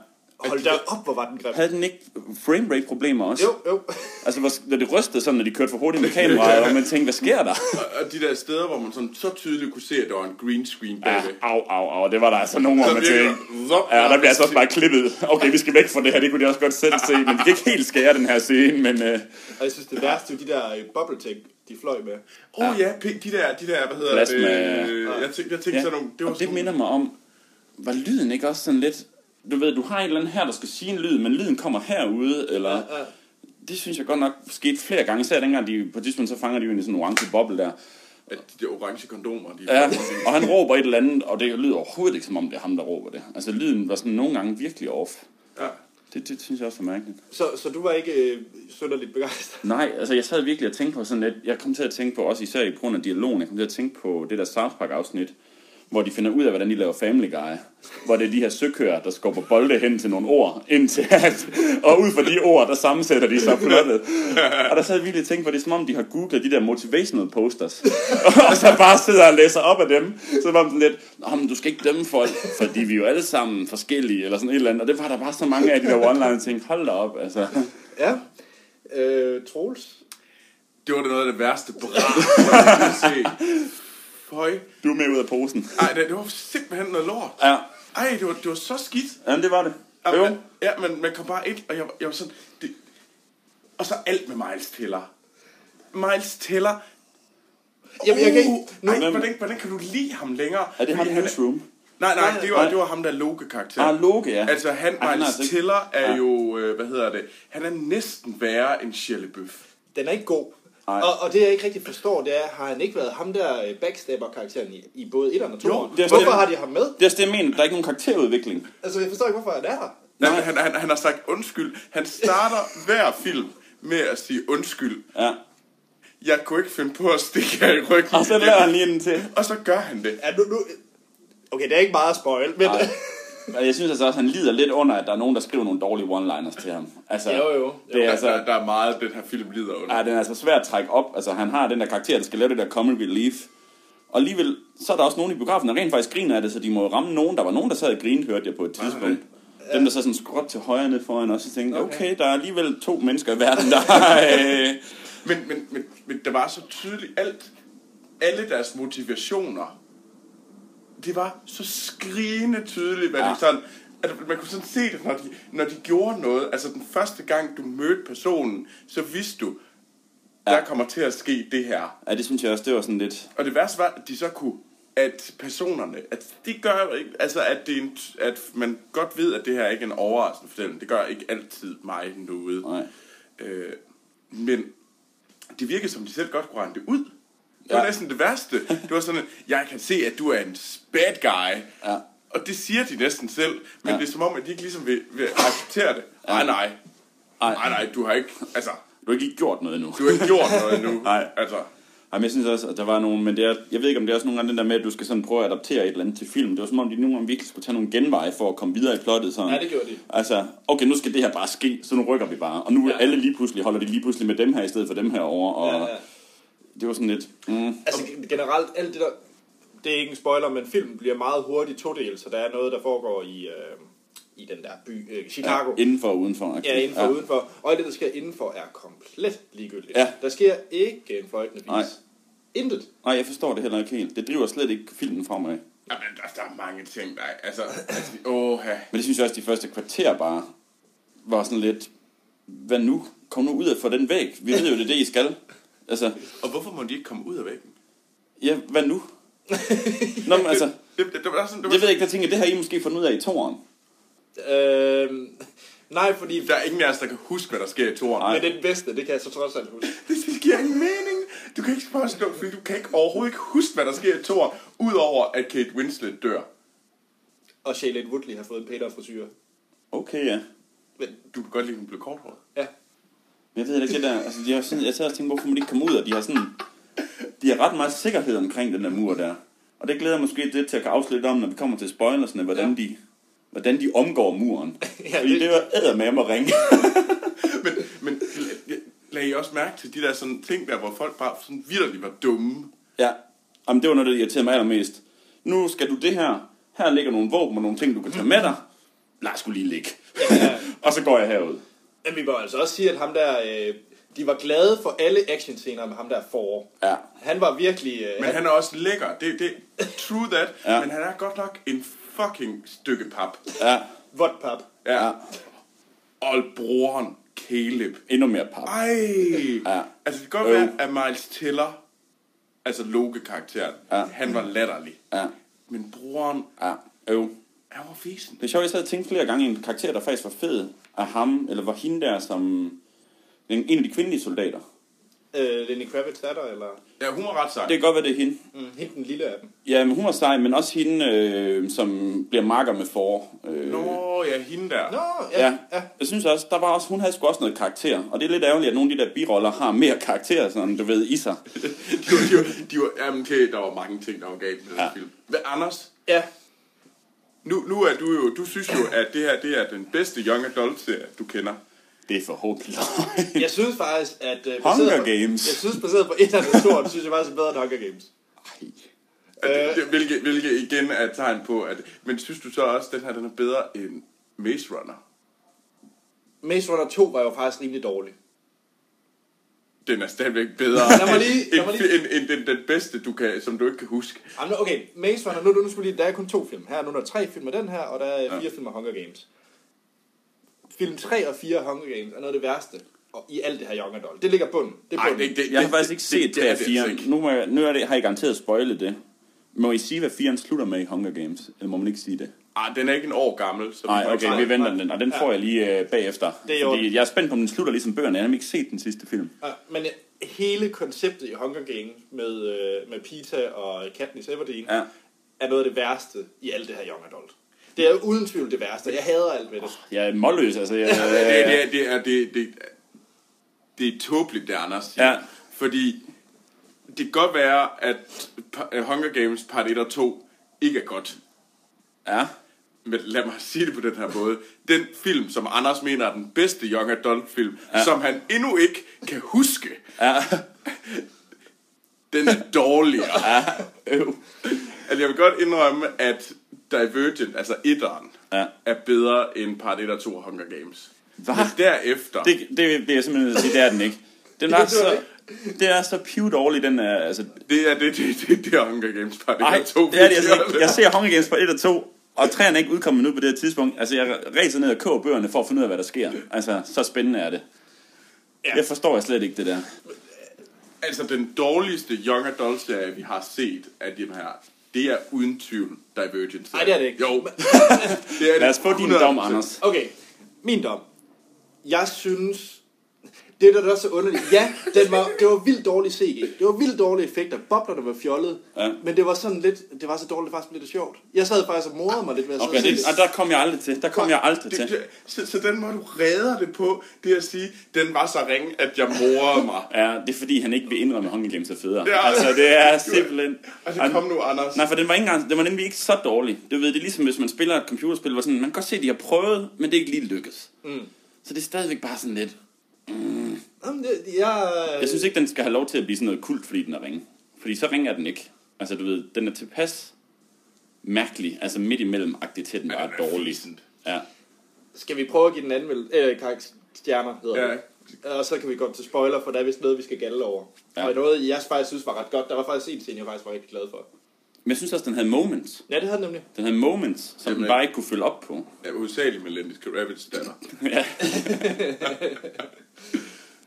[SPEAKER 1] Hold da op, hvor var den grim.
[SPEAKER 3] Havde den ikke framerate-problemer også?
[SPEAKER 1] Jo, jo.
[SPEAKER 3] Altså, hvor, når det rystede sådan, når de kørte for hurtigt med kameraet, og man tænkte, hvad sker der?
[SPEAKER 2] Og- Og de der steder, hvor man sådan så tydeligt kunne se, at der var en green screen
[SPEAKER 3] Ja,
[SPEAKER 2] bagved.
[SPEAKER 3] au, au, au, det var der altså nogle, hvor
[SPEAKER 2] Så
[SPEAKER 3] man
[SPEAKER 2] virker
[SPEAKER 3] tænkte,
[SPEAKER 2] det- Zop.
[SPEAKER 3] ja, der bliver altså også bare klippet. Okay, vi skal væk fra det her, det kunne de også godt selv se, men de kan ikke helt skære den her scene, men... Øh,
[SPEAKER 1] Og jeg synes, det værste er jo de der øh, bubble tech, de fløj med.
[SPEAKER 2] Åh oh, ja, p- de der, de der, hvad hedder
[SPEAKER 3] Plasma-
[SPEAKER 2] det? Øh, Jeg tænkte, jeg tænkte
[SPEAKER 3] Ja,
[SPEAKER 2] sådan nogle...
[SPEAKER 3] det,
[SPEAKER 2] var
[SPEAKER 3] og det
[SPEAKER 2] sådan-
[SPEAKER 3] minder mig om, var lyden ikke også sådan lidt, du ved, du har et eller andet her, der skal sige en lyd, men lyden kommer herude, eller...
[SPEAKER 1] Ja, ja.
[SPEAKER 3] Det synes jeg godt nok skete flere gange, især dengang de på et tidspunkt, så fanger de jo ind i sådan en orange boble der.
[SPEAKER 2] At de der orange kondomer, de
[SPEAKER 3] Ja, og han råber et eller andet, og det lyder overhovedet ikke, som om det er ham, der råber det. Altså lyden var sådan nogle gange virkelig off.
[SPEAKER 2] Ja.
[SPEAKER 3] Det, det synes jeg også var mærkeligt.
[SPEAKER 1] Så, så du var ikke øh, synderligt begejstret?
[SPEAKER 3] Nej, altså jeg sad virkelig og tænkte på sådan lidt, jeg kom til at tænke på, også især i grund af dialogen, jeg kom til at tænke på det der South Park afsnit, hvor de finder ud af, hvordan de laver Family Guy. Hvor det er de her søkører, der skubber bolde hen til nogle ord, indtil at, og ud fra de ord, der sammensætter de så plottet. Og der sad jeg virkelig og tænkte på, det er som om, de har googlet de der motivational posters, og så bare sidder og læser op af dem. Så var man sådan lidt, Nå, men du skal ikke dømme folk, fordi vi er jo alle sammen forskellige, eller sådan et eller andet. Og det var der bare så mange af de der one-line ting. Hold da op, altså.
[SPEAKER 1] Ja. Øh, Troels?
[SPEAKER 2] Det var da noget af det værste bræt, som jeg kunne se. Føj.
[SPEAKER 3] Du er med ud af posen.
[SPEAKER 2] Ej, det, det var simpelthen noget lort.
[SPEAKER 3] Ja.
[SPEAKER 2] Ej, det var, det var så skidt.
[SPEAKER 3] Jamen, det var det.
[SPEAKER 2] Ja,
[SPEAKER 3] Jo.
[SPEAKER 2] men, ja, men man kom bare ind, og jeg, var- jeg var sådan... Det, og så alt med Miles Teller. Miles Teller.
[SPEAKER 1] Jamen, jeg kan ikke...
[SPEAKER 2] nu, ej,
[SPEAKER 3] men-
[SPEAKER 2] hvordan, hvordan kan du lide ham længere?
[SPEAKER 3] Er det ham
[SPEAKER 2] Fordi
[SPEAKER 3] i
[SPEAKER 2] han
[SPEAKER 3] Newsroom?
[SPEAKER 2] Nej, nej, det var,
[SPEAKER 3] Nej.
[SPEAKER 2] det var ham, der er Loke-karakter.
[SPEAKER 3] Ah, Loke, ja.
[SPEAKER 2] Altså, han,
[SPEAKER 3] Ej, han er
[SPEAKER 2] Miles
[SPEAKER 3] altså ikke-
[SPEAKER 2] Teller er
[SPEAKER 3] Ja.
[SPEAKER 2] jo, øh, hvad hedder det, han er næsten værre end Shirley Bøf.
[SPEAKER 1] Den er ikke god.
[SPEAKER 3] Nej.
[SPEAKER 1] Og, og det jeg ikke rigtig forstår, det er, har han ikke været ham der øh, backstabber-karakteren i, i både 1 og 2?
[SPEAKER 3] Jo, det er
[SPEAKER 1] Hvorfor
[SPEAKER 3] sådan-
[SPEAKER 1] har de ham med?
[SPEAKER 3] Det er også det, jeg mener. Der er ikke nogen karakterudvikling.
[SPEAKER 1] Altså, jeg forstår ikke, hvorfor han er her.
[SPEAKER 2] Nej, men Altså, han, han, han har sagt undskyld. Han starter hver film med at sige undskyld.
[SPEAKER 3] Ja.
[SPEAKER 2] Jeg kunne ikke finde på at stikke jer i ryggen.
[SPEAKER 3] Og så laver han lige den til.
[SPEAKER 2] Og så gør han det.
[SPEAKER 1] Ja, nu, nu... Okay, det er ikke meget at spoil, men...
[SPEAKER 3] Nej. Og jeg synes altså også, han lider lidt under, at der er nogen, der skriver nogle dårlige one-liners til ham. Altså,
[SPEAKER 1] Jo, jo.
[SPEAKER 3] Det er
[SPEAKER 2] Ja,
[SPEAKER 3] altså,
[SPEAKER 2] der, der er meget, den her film lider under.
[SPEAKER 3] Ja, den er altså svær at trække op. Altså, han har den der karakter, der skal lave det der comic relief. Og alligevel, så er der også nogen i biografen, der rent faktisk griner af det, så de må jo ramme nogen. Der var nogen, der sad og grinede, hørte jeg på et tidspunkt. Dem, der så sådan skråt til højre ned foran os, og tænkte, okay. okay, der er alligevel to mennesker i verden, der har... Øh...
[SPEAKER 2] Men, men, men, men der var så tydeligt alt, alle deres motivationer, det var så skrigende tydeligt, hvad ja.
[SPEAKER 3] Ja.
[SPEAKER 2] det sådan, at man kunne sådan se det, når de, når de gjorde noget. Altså den første gang, du mødte personen, så vidste du, der kommer til at ske det her.
[SPEAKER 3] Ja, det synes jeg også, det var sådan lidt...
[SPEAKER 2] Og det værste var, at de så kunne, at personerne, at det gør jo ikke, altså at, det er en, at man godt ved, at det her er ikke er en overraskende fortælling. Det gør ikke altid mig noget.
[SPEAKER 3] Nej.
[SPEAKER 2] Øh, men det virkede som, de selv godt kunne regne det ud. Det var
[SPEAKER 3] Ja.
[SPEAKER 2] næsten det værste. Det var sådan, at jeg kan se, at du er en bad guy.
[SPEAKER 3] Ja.
[SPEAKER 2] Og det siger de næsten selv, men
[SPEAKER 3] Ja.
[SPEAKER 2] det er som om, at de ikke ligesom vil, vil acceptere det. Nej, nej.
[SPEAKER 3] Ej.
[SPEAKER 2] Nej, nej, du har ikke, altså,
[SPEAKER 3] Du har ikke lige gjort noget endnu.
[SPEAKER 2] du har ikke gjort noget endnu.
[SPEAKER 3] Nej.
[SPEAKER 2] Altså,
[SPEAKER 3] Jamen, jeg synes også, at der var nogen, men det er, jeg ved ikke, om det er også nogle gange den der med, at du skal sådan prøve at adaptere et eller andet til film. Det var som om, de nogle gange virkelig skulle tage nogle genveje for at komme videre i plottet. Sådan.
[SPEAKER 1] Ja, det gjorde de.
[SPEAKER 3] Altså, okay, nu skal det her bare ske, så nu rykker vi bare. Og nu
[SPEAKER 1] Ja.
[SPEAKER 3] ja. alle lige pludselig, holder de lige pludselig med dem her, i stedet for dem her over. Og
[SPEAKER 1] Ja, ja.
[SPEAKER 3] det var sådan lidt... Mm,
[SPEAKER 1] Altså generelt, alt det der, det er ikke en spoiler, men filmen bliver meget hurtigt todelt, så der er noget, der foregår i, øh, i den der by, øh, Chicago.
[SPEAKER 3] ja, indenfor og udenfor. Okay.
[SPEAKER 1] Ja, indenfor og udenfor. Og alt det, der sker indenfor, er komplet ligegyldigt.
[SPEAKER 3] Ja.
[SPEAKER 1] Der sker ikke en fløjtende vis.
[SPEAKER 3] Nej.
[SPEAKER 1] Intet.
[SPEAKER 3] Nej, jeg forstår det heller ikke helt. Det driver slet ikke filmen fremad.
[SPEAKER 2] jamen, der, der er mange ting, nej. Altså, altså åh,
[SPEAKER 3] Men det synes jeg også, de første kvarter bare var sådan lidt... Hvad nu? Kom nu ud af for den væg. Vi ved jo, det er det, I skal. Altså,
[SPEAKER 2] Og hvorfor må de ikke komme ud af væggen?
[SPEAKER 3] ja, hvad nu? Nå, men altså...
[SPEAKER 2] Det, det, det, var sådan, det var
[SPEAKER 3] Jeg ved ikke, der tænker, det har I måske fundet ud af i toren.
[SPEAKER 1] Øh, nej, fordi...
[SPEAKER 2] Der er ingen af os, der kan huske, hvad der sker i toren.
[SPEAKER 3] Nej.
[SPEAKER 1] Men det er den bedste, det kan jeg så trods alt huske.
[SPEAKER 2] Det, det giver ingen mening. Du kan ikke bare stå, fordi du kan ikke overhovedet ikke huske, hvad der sker i toren, udover at Kate Winslet dør.
[SPEAKER 1] Og Shailene Woodley har fået en pænere frisyr.
[SPEAKER 3] Okay, ja.
[SPEAKER 2] Men du kan godt lide, at hun blev korthåret.
[SPEAKER 1] Ja.
[SPEAKER 3] Men jeg ved ikke, det der, altså, de har sådan, jeg sad og tænkte, hvorfor man ikke komme ud, og de har sådan, de har ret meget sikkerhed omkring den der mur der. Og det glæder jeg måske lidt til at kan afslutte om, når vi kommer til spoilersne, hvordan, ja. de, hvordan de omgår muren. ja, Fordi
[SPEAKER 1] det-
[SPEAKER 3] det, det var æder med at ringe.
[SPEAKER 2] Men, men la- lad I også mærke til de der sådan ting der, hvor folk bare sådan vidderligt var dumme.
[SPEAKER 3] ja, Jamen, det var noget, der irriterede mig allermest. Nu skal du det her, her ligger nogle våben og nogle ting, du kan tage med dig. Lad skulle lige ligge. og så går jeg herud.
[SPEAKER 1] Men vi må altså også sige, at ham der... Øh, de var glade for alle actionscener med ham der for.
[SPEAKER 3] Ja.
[SPEAKER 1] Han var virkelig... Øh,
[SPEAKER 2] Men han er også lækker. Det, det true that. ja.
[SPEAKER 3] Ja.
[SPEAKER 2] Men han er godt nok en fucking stykke pap.
[SPEAKER 3] Ja,
[SPEAKER 1] Vodpap.
[SPEAKER 2] Ja.
[SPEAKER 3] ja.
[SPEAKER 2] Og broren Caleb.
[SPEAKER 3] Endnu mere pap.
[SPEAKER 2] Ej!
[SPEAKER 3] Ja.
[SPEAKER 2] Altså, det kan godt
[SPEAKER 3] Øv.
[SPEAKER 2] være, at Miles Teller, altså Loke-karakteren, ja.
[SPEAKER 3] Ja.
[SPEAKER 2] han var latterlig.
[SPEAKER 3] Ja.
[SPEAKER 2] Men broren,
[SPEAKER 3] Ja, øv.
[SPEAKER 2] han var fesen.
[SPEAKER 3] Det er sjovt, jeg sad og tænkte flere gange, en karakter, der faktisk var fed af ham, eller var hende der som en en af de kvindelige soldater.
[SPEAKER 1] Øh, Lenny Kravitz er der, eller...
[SPEAKER 2] Ja, hun var ret sej.
[SPEAKER 3] Det kan godt være, det er hende.
[SPEAKER 1] Mm, hende den lille af dem.
[SPEAKER 3] Ja, men hun var sej, men også hende, øh, som bliver marker med for. Øh,
[SPEAKER 2] Nå, ja, hende der.
[SPEAKER 1] Nå, ja.
[SPEAKER 3] ja.
[SPEAKER 1] ja.
[SPEAKER 3] ja. Jeg synes også, der var også, hun havde sgu også noget karakter. Og det er lidt ærgerligt, at nogle af de der biroller har mere karakter, sådan du ved, i sig.
[SPEAKER 2] De var, de var, de var, jamen, okay, der var mange ting, der var galt med den
[SPEAKER 3] Ja.
[SPEAKER 2] film. Men Anders,
[SPEAKER 1] ja.
[SPEAKER 2] nu, nu er du jo, du synes jo, at det her det er den bedste young adult serie, du kender.
[SPEAKER 3] Det er forhåbentlig løgn.
[SPEAKER 1] Jeg synes faktisk, at... Øh,
[SPEAKER 3] Hunger
[SPEAKER 1] baseret på-
[SPEAKER 3] Games.
[SPEAKER 1] Jeg synes, baseret på et af de store, synes jeg faktisk er bedre end Hunger Games.
[SPEAKER 2] At det- det- Hvilket, hvilket igen er et tegn på, at... Men synes du så også, at den her den er bedre end Maze Runner?
[SPEAKER 1] Maze Runner 2 var jo faktisk rimelig dårlig.
[SPEAKER 2] Den er stadigvæk bedre
[SPEAKER 1] Lad mig lige- lad mig
[SPEAKER 2] end,
[SPEAKER 1] lige-
[SPEAKER 2] end, end, end den bedste, du kan, som du ikke kan huske.
[SPEAKER 1] Jamen, okay, Maze Runner, nu, nu skulle lige, der er kun to film. Her er nu der er tre film af den her, og der er fire film af Hunger Games. Film 3 og 4 af Hunger Games er noget af det værste og i alt det her Young Adult. Det ligger bunden. Det er
[SPEAKER 2] Ej,
[SPEAKER 1] bunden.
[SPEAKER 2] det, det, det,
[SPEAKER 3] Jeg har faktisk ikke set
[SPEAKER 2] det, det, er det,
[SPEAKER 3] 3
[SPEAKER 2] altså
[SPEAKER 3] og
[SPEAKER 2] ikke.
[SPEAKER 3] 4. Nu, må jeg, nu er det, har I garanteret spoilet det. Må I sige, hvad 4'eren slutter med i Hunger Games? Eller må man ikke sige det?
[SPEAKER 2] Ah, den er ikke en år gammel. Så
[SPEAKER 3] Nej,
[SPEAKER 2] faktisk-
[SPEAKER 3] okay, vi venter den, og den får jeg lige øh, bagefter.
[SPEAKER 1] Det er i orden.
[SPEAKER 3] fordi jeg er spændt på, om den slutter ligesom bøgerne. Jeg har nemlig ikke set den sidste film.
[SPEAKER 1] Ja, men øh, hele konceptet i Hunger Games med, øh, med Pita og Katniss Everdeen
[SPEAKER 3] Ja.
[SPEAKER 1] er noget af det værste i alt det her Young Adult. Det er uden tvivl det værste. Jeg hader alt ved det.
[SPEAKER 3] Jeg er målløs, altså. Jeg,
[SPEAKER 2] det,
[SPEAKER 3] øh,
[SPEAKER 2] det, er, det, er, det, det, det er tåbeligt, det Anders siger.
[SPEAKER 3] Ja.
[SPEAKER 2] Fordi det kan godt være, at pa- Hunger Games part 1 og 2 ikke er godt.
[SPEAKER 3] ja,
[SPEAKER 2] Men lad mig sige det på den her måde. Den film, som Anders mener er den bedste young adult film, ja. som han endnu ikke kan huske, ja. den er dårligere. Ja. Altså, jeg vil godt indrømme, at Divergent, altså etteren,
[SPEAKER 3] Ja.
[SPEAKER 2] er bedre end part 1 og 2 af Hunger Games.
[SPEAKER 3] Hva?
[SPEAKER 2] Men derefter...
[SPEAKER 3] Det, det, det er jeg simpelthen nødt til at sige, det er den ikke. Den er så, det er så piv dårlig, den er, altså...
[SPEAKER 2] Det er det, det, det, det er Hunger Games part 1
[SPEAKER 3] Nej,
[SPEAKER 2] og 2.
[SPEAKER 3] det er det, altså ikke. Jeg ser Hunger Games på 1 og 2, og 3 er ikke udkommet nu på det her tidspunkt. Altså, jeg ræser ned og koger bøgerne for at finde ud af, hvad der sker. Altså, så spændende er det. Ja. Jeg forstår jeg slet ikke det der.
[SPEAKER 2] Altså, den dårligste young adult serie, vi har set af dem her, det er uden tvivl Divergent.
[SPEAKER 1] Nej, det er det ikke.
[SPEAKER 2] Jo, det er det.
[SPEAKER 3] Lad os få din
[SPEAKER 2] 100%.
[SPEAKER 3] dom, Anders.
[SPEAKER 1] Okay, min dom. Jeg synes... Det der, der er så underligt. Ja, den var, det var vildt dårlig CG. Det var vildt dårlige effekter. Boblerne var fjollet.
[SPEAKER 3] Ja.
[SPEAKER 1] Men det var sådan lidt... Det var så dårligt, det faktisk blev det sjovt. Jeg sad faktisk og morede mig lidt ved at sidde
[SPEAKER 3] Okay,
[SPEAKER 1] og se
[SPEAKER 3] det, og der kom jeg aldrig til. Der kom jeg aldrig
[SPEAKER 2] Det,
[SPEAKER 3] til.
[SPEAKER 2] det, så, så den måde, du redder det på, det er at sige, den var så ringe, at jeg morede mig.
[SPEAKER 3] Ja, det er fordi, han ikke vil indrømme, at Hunger Games er federe.
[SPEAKER 2] Ja.
[SPEAKER 3] Ja. Altså, det er simpelthen...
[SPEAKER 2] Altså, kom nu, Anders.
[SPEAKER 3] Nej, for den var, ikke engang, den var nemlig ikke så dårlig. Du ved, det er ligesom, hvis man spiller et computerspil, hvor sådan, man kan godt se, at de har prøvet, men det er ikke lige lykkedes. Mm. Så det er stadigvæk bare sådan lidt...
[SPEAKER 1] Jamen, det- jeg,
[SPEAKER 3] Jeg synes ikke, den skal have lov til at blive sådan noget kult, fordi den er ringe. Fordi så ringer den ikke. Altså, du ved, den er tilpas mærkelig, altså midt imellem agtig til, at den bare er
[SPEAKER 2] den er
[SPEAKER 3] dårlig.
[SPEAKER 2] fint.
[SPEAKER 3] Ja.
[SPEAKER 1] Skal vi prøve at give den anmeldelse? Øh, karakter, stjerner hedder det. Og så kan vi komme til spoiler, for der er vist noget, vi skal galde over.
[SPEAKER 3] Ja.
[SPEAKER 1] Ja. Og noget, jeg faktisk synes var ret godt. Der var faktisk en scene, jeg faktisk var rigtig glad for.
[SPEAKER 3] Men jeg synes også, den havde moments.
[SPEAKER 1] Ja, det havde den nemlig.
[SPEAKER 3] Den havde moments, som
[SPEAKER 2] Jamen,
[SPEAKER 3] den bare ikke kunne følge op på.
[SPEAKER 2] Ja, hovedsageligt med Lenny Kravitz datter.
[SPEAKER 3] ja.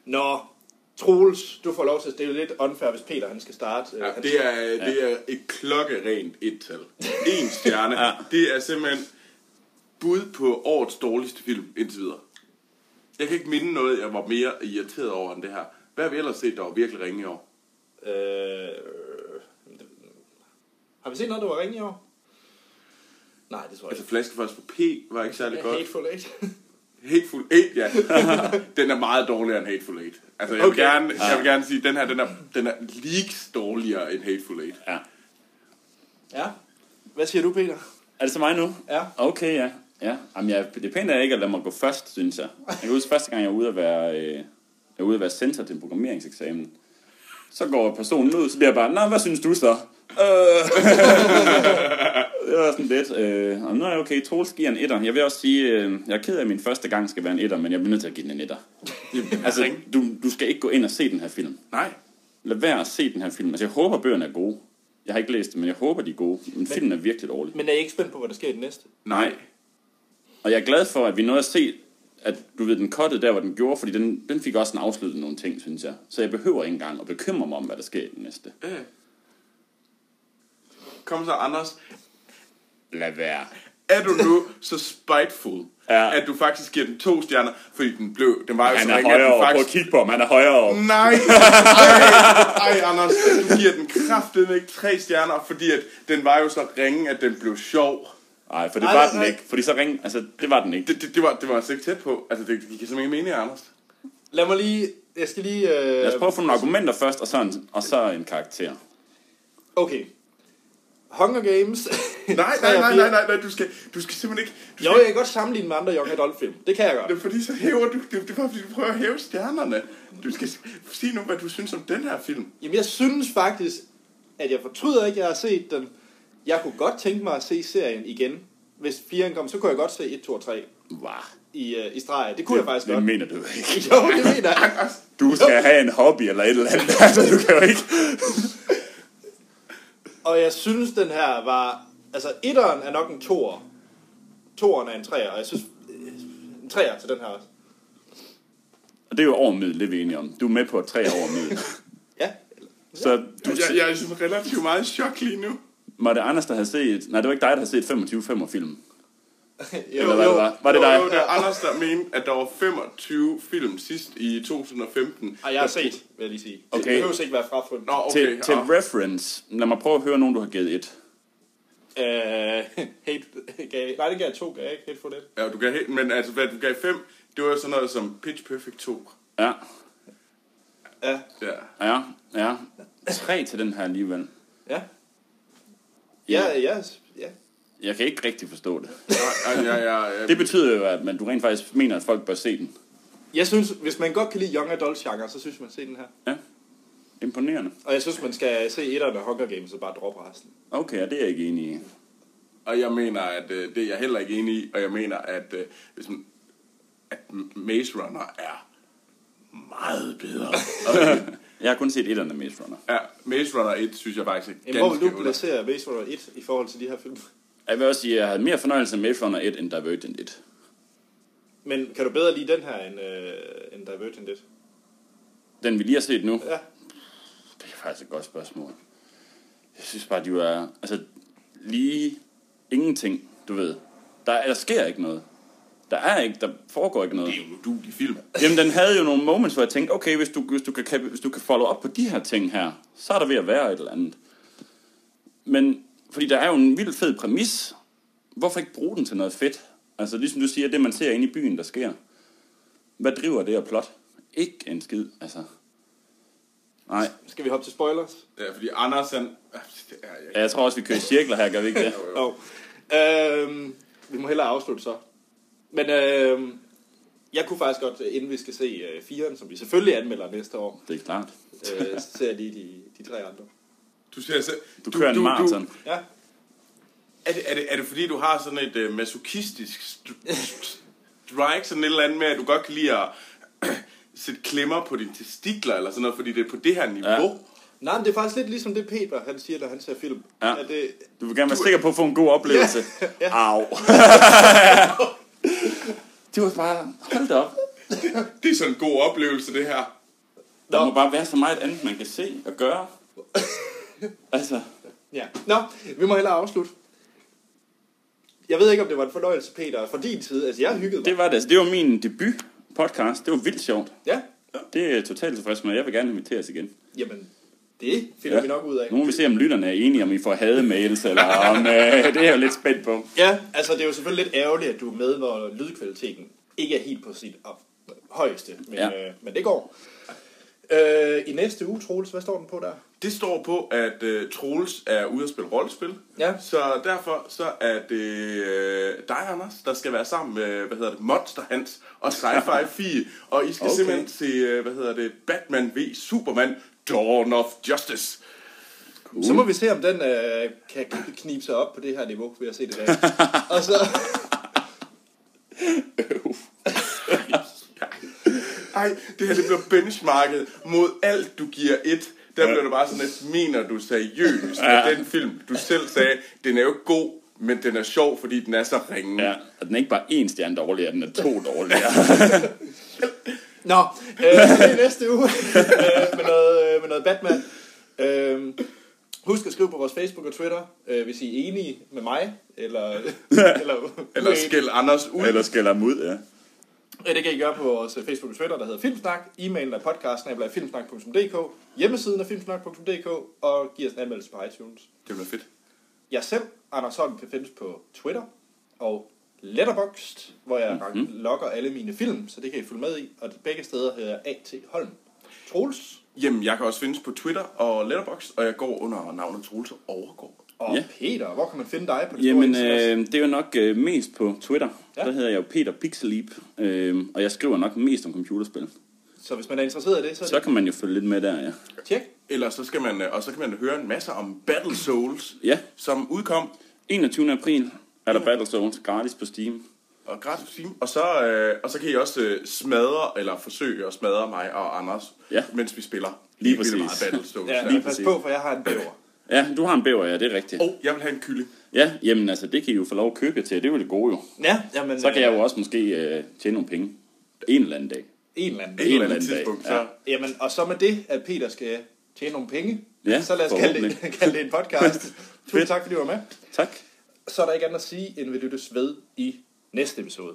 [SPEAKER 1] Nå, Troels, du får lov til at stille lidt unfair, hvis Peter han skal starte. Øh,
[SPEAKER 2] Ja,
[SPEAKER 1] han-
[SPEAKER 2] det, er, det er et klokkerent et-tal. En stjerne. ja. Det er simpelthen bud på årets dårligste film indtil videre. Jeg kan ikke minde noget, jeg var mere irriteret over end det her. Hvad har vi ellers set, der var virkelig ringe i år?
[SPEAKER 1] Øh, det- har vi set noget, der var ringe i år? Nej, det tror jeg
[SPEAKER 2] Altså
[SPEAKER 1] ikke.
[SPEAKER 2] flaskeførst på P var ikke særlig godt.
[SPEAKER 1] Hateful Eight.
[SPEAKER 2] Hateful Eight, ja. den er meget dårligere end Hateful Eight. Altså, jeg, okay. vil
[SPEAKER 1] Okay.
[SPEAKER 2] gerne, jeg vil gerne sige, at den her den er, den er leaks dårligere end Hateful Eight.
[SPEAKER 3] ja.
[SPEAKER 1] ja. Hvad siger du, Peter?
[SPEAKER 3] Er det så mig nu?
[SPEAKER 1] Ja.
[SPEAKER 3] Okay, ja. ja. Jamen, jeg, det er pænt er ikke at lade mig gå først, synes jeg. Jeg kan huske første gang, jeg var ude at være, øh, jeg var ude at være center til en programmeringseksamen. Så går personen ud, så bliver jeg bare, nej, hvad synes du så? Øh. det var sådan lidt. Øh, og nu er jeg okay, Troels giver en etter. Jeg vil også sige, øh, jeg er ked af, at min første gang skal være en etter, men jeg bliver nødt til at give den en etter. altså, du, du skal ikke gå ind og se den her film.
[SPEAKER 2] Nej.
[SPEAKER 3] Lad være at se den her film. Altså, jeg håber, bøgerne er gode. Jeg har ikke læst dem, men jeg håber, de er gode. Men, men filmen er virkelig dårlig.
[SPEAKER 1] Men er I ikke spændt på, hvad der sker i den næste?
[SPEAKER 2] Nej.
[SPEAKER 3] Og jeg er glad for, at vi nåede at se, at du ved, den kottede der, hvor den gjorde, fordi den, den fik også en afsluttet nogle ting, synes jeg. Så jeg behøver ikke engang at bekymre mig om, hvad der sker i den næste.
[SPEAKER 2] Øh. Kom så, Anders.
[SPEAKER 3] Lad være.
[SPEAKER 2] er du nu så spiteful,
[SPEAKER 3] Ja.
[SPEAKER 2] ja. at du faktisk giver den to stjerner, fordi den blev, den var jo
[SPEAKER 3] Han
[SPEAKER 2] så
[SPEAKER 3] er
[SPEAKER 2] ringe, at
[SPEAKER 3] højere
[SPEAKER 2] den
[SPEAKER 3] op. Prøv at
[SPEAKER 2] faktisk...
[SPEAKER 3] kigge på ham. Han er højere op.
[SPEAKER 2] Nej, nej, ej, Anders, du giver den kraftedeme ikke tre stjerner, fordi at den var jo så ringe, at den blev sjov.
[SPEAKER 3] Nej, for det
[SPEAKER 1] Nej,
[SPEAKER 3] var
[SPEAKER 1] nej,
[SPEAKER 3] den
[SPEAKER 1] nej.
[SPEAKER 3] ikke. Fordi så ring... Altså, det var den ikke.
[SPEAKER 2] Det, det, det, var, det var altså ikke tæt på. Altså, det, det giver simpelthen ikke mening, Anders.
[SPEAKER 1] Lad mig lige... Jeg skal lige... Øh,
[SPEAKER 3] Lad os prøve at få nogle argumenter først, og så en, og så en karakter.
[SPEAKER 1] Okay. Hunger Games.
[SPEAKER 2] Nej, nej, nej, nej, nej, nej, du skal, du skal simpelthen ikke... Du
[SPEAKER 1] Jo,
[SPEAKER 2] skal,
[SPEAKER 1] jeg kan godt sammenligne med andre Young Adult film. Det kan jeg
[SPEAKER 2] det
[SPEAKER 1] godt.
[SPEAKER 2] er fordi så hæver du... Det, det er bare fordi, du prøver at hæve stjernerne. Du skal s- sige nu, hvad du synes om den her film.
[SPEAKER 1] Jamen, jeg synes faktisk, at jeg fortryder ikke, at jeg har set den. Jeg kunne godt tænke mig at se serien igen. Hvis 4'eren kom, så kunne jeg godt se 1, 2 og 3
[SPEAKER 3] Wow.
[SPEAKER 1] i, øh, i streg. Det kunne jeg faktisk
[SPEAKER 3] Det
[SPEAKER 1] godt.
[SPEAKER 3] mener du ikke.
[SPEAKER 1] Jo, det mener jeg.
[SPEAKER 3] Du skal have en hobby eller et eller andet. Altså, du kan jo ikke...
[SPEAKER 1] Og jeg synes, den her var... Altså, etteren er nok en toer. Toeren er en treer, og jeg synes... øh, En treer til den her også.
[SPEAKER 3] Og det er jo over middel, det er vi enige om. Du er med på et tre over middel.
[SPEAKER 1] Ja.
[SPEAKER 3] Så du,
[SPEAKER 2] Altså, Jeg, jeg er sådan relativt meget i chok lige nu.
[SPEAKER 3] Var det Anders, der havde set... Nej, det var ikke dig, der havde set 25 5 film.
[SPEAKER 1] Jo,
[SPEAKER 3] Eller hvad det var. Var det
[SPEAKER 2] jo,
[SPEAKER 3] dig?
[SPEAKER 2] Jo, det er Anders, der mente, at der var 25 film sidst i 2015.
[SPEAKER 1] Ej, jeg har set, vil jeg lige sige. Det
[SPEAKER 3] Okay.
[SPEAKER 1] behøver ikke være frafundet.
[SPEAKER 2] Nå, okay.
[SPEAKER 3] Til, til
[SPEAKER 2] ah.
[SPEAKER 3] reference. Lad mig prøve at høre nogen, du har givet et.
[SPEAKER 1] Øh, hate, gav, jeg- nej, det gav jeg to, gav jeg ikke helt for det.
[SPEAKER 2] Ja, du gav helt, men altså, hvad du gav 5, det var sådan noget som Pitch Perfect 2.
[SPEAKER 3] Ja,
[SPEAKER 1] Ja,
[SPEAKER 2] Ja.
[SPEAKER 3] ja, ja. Tre til den her alligevel.
[SPEAKER 1] ja. Ja, ja, s- ja.
[SPEAKER 3] Jeg kan ikke rigtig forstå det.
[SPEAKER 2] Ja, ja, ja, ja.
[SPEAKER 3] Det betyder jo, at man, du rent faktisk mener, at folk bør se den.
[SPEAKER 1] Jeg synes, hvis man godt kan lide young adult genre, så synes man, se den her.
[SPEAKER 3] Ja. Imponerende.
[SPEAKER 1] Og jeg synes, man skal se etteren af Hunger Games og bare droppe resten.
[SPEAKER 3] Okay, ja, det er jeg ikke enig i.
[SPEAKER 2] Og jeg mener, at øh, det er jeg heller ikke enig i, og jeg mener, at, øh, hvis man, at M- Maze Runner er meget bedre. Okay.
[SPEAKER 3] Jeg har kun set et eller andet Maze Runner.
[SPEAKER 2] ja, Maze Runner 1 synes jeg faktisk er
[SPEAKER 1] Jamen, hvor
[SPEAKER 2] ganske
[SPEAKER 1] vil du
[SPEAKER 2] under.
[SPEAKER 1] placere Maze Runner 1 i forhold til de her film?
[SPEAKER 3] Jeg vil også sige, at jeg havde mere fornøjelse med Maze Runner 1 end Divergent 1.
[SPEAKER 1] Men kan du bedre lide den her end, øh, end Divergent 1?
[SPEAKER 3] Den vi lige har set nu,
[SPEAKER 1] Ja.
[SPEAKER 3] det er faktisk et godt spørgsmål. Jeg synes bare, de er altså, lige ingenting, du ved. Der, der sker ikke noget. Der er ikke, der foregår ikke noget.
[SPEAKER 2] Det er jo en udulig film.
[SPEAKER 3] Jamen, den havde jo nogle moments, hvor jeg tænkte, okay, hvis du, hvis du, kan, kan, hvis du kan follow op på de her ting her, så er der ved at være et eller andet. Men, fordi der er jo en vild fed præmis, hvorfor ikke bruge den til noget fedt? Altså, ligesom du siger, det man ser inde i byen, der sker. Hvad driver det her plot? Ikke en skid, altså. Nej,
[SPEAKER 1] Skal vi hoppe til spoilers?
[SPEAKER 2] Ja, fordi Anders, han... Ah, Ja, ja, ja.
[SPEAKER 3] Ja, jeg tror også, vi kører i cirkler her, gør vi ikke det?
[SPEAKER 1] Jo. Øhm, vi må hellere afslutte så. Men øhm, jeg kunne faktisk godt, inden vi skal se øh, firen, som vi selvfølgelig anmelder næste år,
[SPEAKER 3] Det er klart.
[SPEAKER 1] øh, så ser jeg lige de, de tre andre.
[SPEAKER 2] Du, ser selv,
[SPEAKER 3] Du kører en maraton.
[SPEAKER 1] Ja.
[SPEAKER 2] Er det, er, det, er det fordi, du har sådan et øh, masochistisk st- st- strike, sådan et eller andet med, at du godt kan lide at sætte klemmer på dine testikler, eller sådan noget, fordi det er på det her niveau?
[SPEAKER 1] Nej, men det er faktisk lidt ligesom det Peter, han siger, når han ser film.
[SPEAKER 3] Ja.
[SPEAKER 1] At det,
[SPEAKER 3] Du vil gerne være sikker på at få en god oplevelse.
[SPEAKER 1] Ja.
[SPEAKER 3] Au. det var bare, hold da op.
[SPEAKER 2] Ja. Det er sådan en god oplevelse, det her.
[SPEAKER 3] Der må bare være så meget andet, man kan se og gøre. altså,
[SPEAKER 1] Ja. Nå, vi må hellere afslutte. Jeg ved ikke, om det var en fornøjelse, Peter, fra din side. Altså, jeg hyggede mig.
[SPEAKER 3] det var det. Altså, det var min debut podcast. Det var vildt sjovt.
[SPEAKER 1] Ja.
[SPEAKER 3] Det er jeg totalt tilfreds med. Jeg vil gerne inviteres igen.
[SPEAKER 1] Jamen, det finder ja. vi nok ud af.
[SPEAKER 3] Nu må vi se, om lytterne er enige, om I får hademails, eller om... Øh, det er jeg jo lidt spændt på.
[SPEAKER 1] Ja, altså, det er jo selvfølgelig lidt ærgerligt, at du er med, når lydkvaliteten ikke er helt på sit op- højeste. Men, ja.
[SPEAKER 3] Ja.
[SPEAKER 1] øh, men det går. Øh, I næste uge, Troels, hvad står den på der?
[SPEAKER 2] Det står på, at øh, Troels er ude at spille rollespil.
[SPEAKER 1] Ja.
[SPEAKER 2] Så derfor så er det øh, dig, Anders, der skal være sammen med, hvad hedder det, Monster Hans og Sci-Fi Fie. Og I skal okay.
[SPEAKER 3] Okay.
[SPEAKER 2] simpelthen se, øh, hvad hedder det, Batman v Superman Dawn of Justice.
[SPEAKER 1] Uh. Så må vi se, om den øh, kan knibe sig op på det her niveau, ved at se det der. Og så...
[SPEAKER 2] Ej, det her det bliver benchmarket mod alt, du giver et. Der
[SPEAKER 3] Ja.
[SPEAKER 2] bliver det bare sådan, at mener du seriøst, at den film, du selv sagde, den er jo ikke god, men den er sjov, fordi den er så ringe.
[SPEAKER 3] Ja, og den er ikke bare én stjerne dårligere, den er to dårligere.
[SPEAKER 1] Nå, øh, så det er næste uge øh, med, noget, øh, med noget Batman. Øh, husk at skrive på vores Facebook og Twitter, øh, hvis I er enige med mig, eller, eller,
[SPEAKER 2] Eller skæld Anders ud.
[SPEAKER 3] Ellers skælder dem ud, ja.
[SPEAKER 1] Ja, det kan I gøre på vores øh, Facebook og Twitter, der hedder Filmsnak. E-mailen er podcasten af filmsnak.dk, hjemmesiden er filmsnak.dk, og giv os en anmeldelse på iTunes.
[SPEAKER 2] Det bliver fedt.
[SPEAKER 1] Jeg selv, Anders Holm, kan findes på Twitter og Letterboxd, hvor jeg
[SPEAKER 3] Mhm.
[SPEAKER 1] mm-hmm. logger alle mine film, så det kan I følge med i. Og begge steder hedder jeg A.T. Holm. Troels
[SPEAKER 2] Jamen, jeg kan også findes på Twitter og Letterboxd, og jeg går under navnet Troels Overgaard.
[SPEAKER 1] og
[SPEAKER 3] Ja.
[SPEAKER 1] Peter, hvor kan man finde dig på det
[SPEAKER 3] Jamen,
[SPEAKER 1] store internet?
[SPEAKER 3] øh, det er jo nok øh, mest på Twitter.
[SPEAKER 1] Ja.
[SPEAKER 3] Ja. Der hedder jeg jo Peter Pixelip, øh, og jeg skriver nok mest om computerspil.
[SPEAKER 1] Så hvis man er interesseret i det, så,
[SPEAKER 3] Så kan man jo følge lidt med der, ja.
[SPEAKER 1] tjek.
[SPEAKER 2] Ellers så skal man, øh, og så kan man høre en masse om Battle Souls,
[SPEAKER 3] Ja.
[SPEAKER 2] som udkom
[SPEAKER 3] 21. april er der Battle Zones gratis på Steam.
[SPEAKER 2] og gratis på Steam. Og så, øh, og så kan I også øh, smadre, eller forsøge at smadre mig og Anders,
[SPEAKER 3] Ja.
[SPEAKER 2] mens vi spiller.
[SPEAKER 3] Lige
[SPEAKER 2] vildt
[SPEAKER 3] præcis.
[SPEAKER 2] Meget Battle Souls.
[SPEAKER 1] Ja,
[SPEAKER 3] lige
[SPEAKER 1] lige pas
[SPEAKER 3] præcis.
[SPEAKER 1] på, for jeg har en bæver.
[SPEAKER 3] Ja, du har en bæver, ja, det er rigtigt.
[SPEAKER 2] Og jeg vil have en kylling.
[SPEAKER 3] Ja, jamen altså, det kan I jo få lov at købe jer til, det er jo det gode jo.
[SPEAKER 1] Ja, jamen,
[SPEAKER 3] Så kan jeg
[SPEAKER 1] øh,
[SPEAKER 3] jo også måske øh, tjene nogle penge. En eller anden dag.
[SPEAKER 1] En eller anden.
[SPEAKER 2] Et eller
[SPEAKER 3] eller
[SPEAKER 2] andet
[SPEAKER 3] anden dag,
[SPEAKER 2] tidspunkt.
[SPEAKER 3] ja.
[SPEAKER 2] Så.
[SPEAKER 1] Jamen, og så med det, at Peter skal tjene nogle penge,
[SPEAKER 3] Ja,
[SPEAKER 1] så lad os kalde det,
[SPEAKER 3] forhåbentlig.
[SPEAKER 1] kalde det en podcast. Tusind tak, fordi du var med.
[SPEAKER 3] Tak.
[SPEAKER 1] Så er der ikke andet at sige, end vi lyttes ved i næste episode.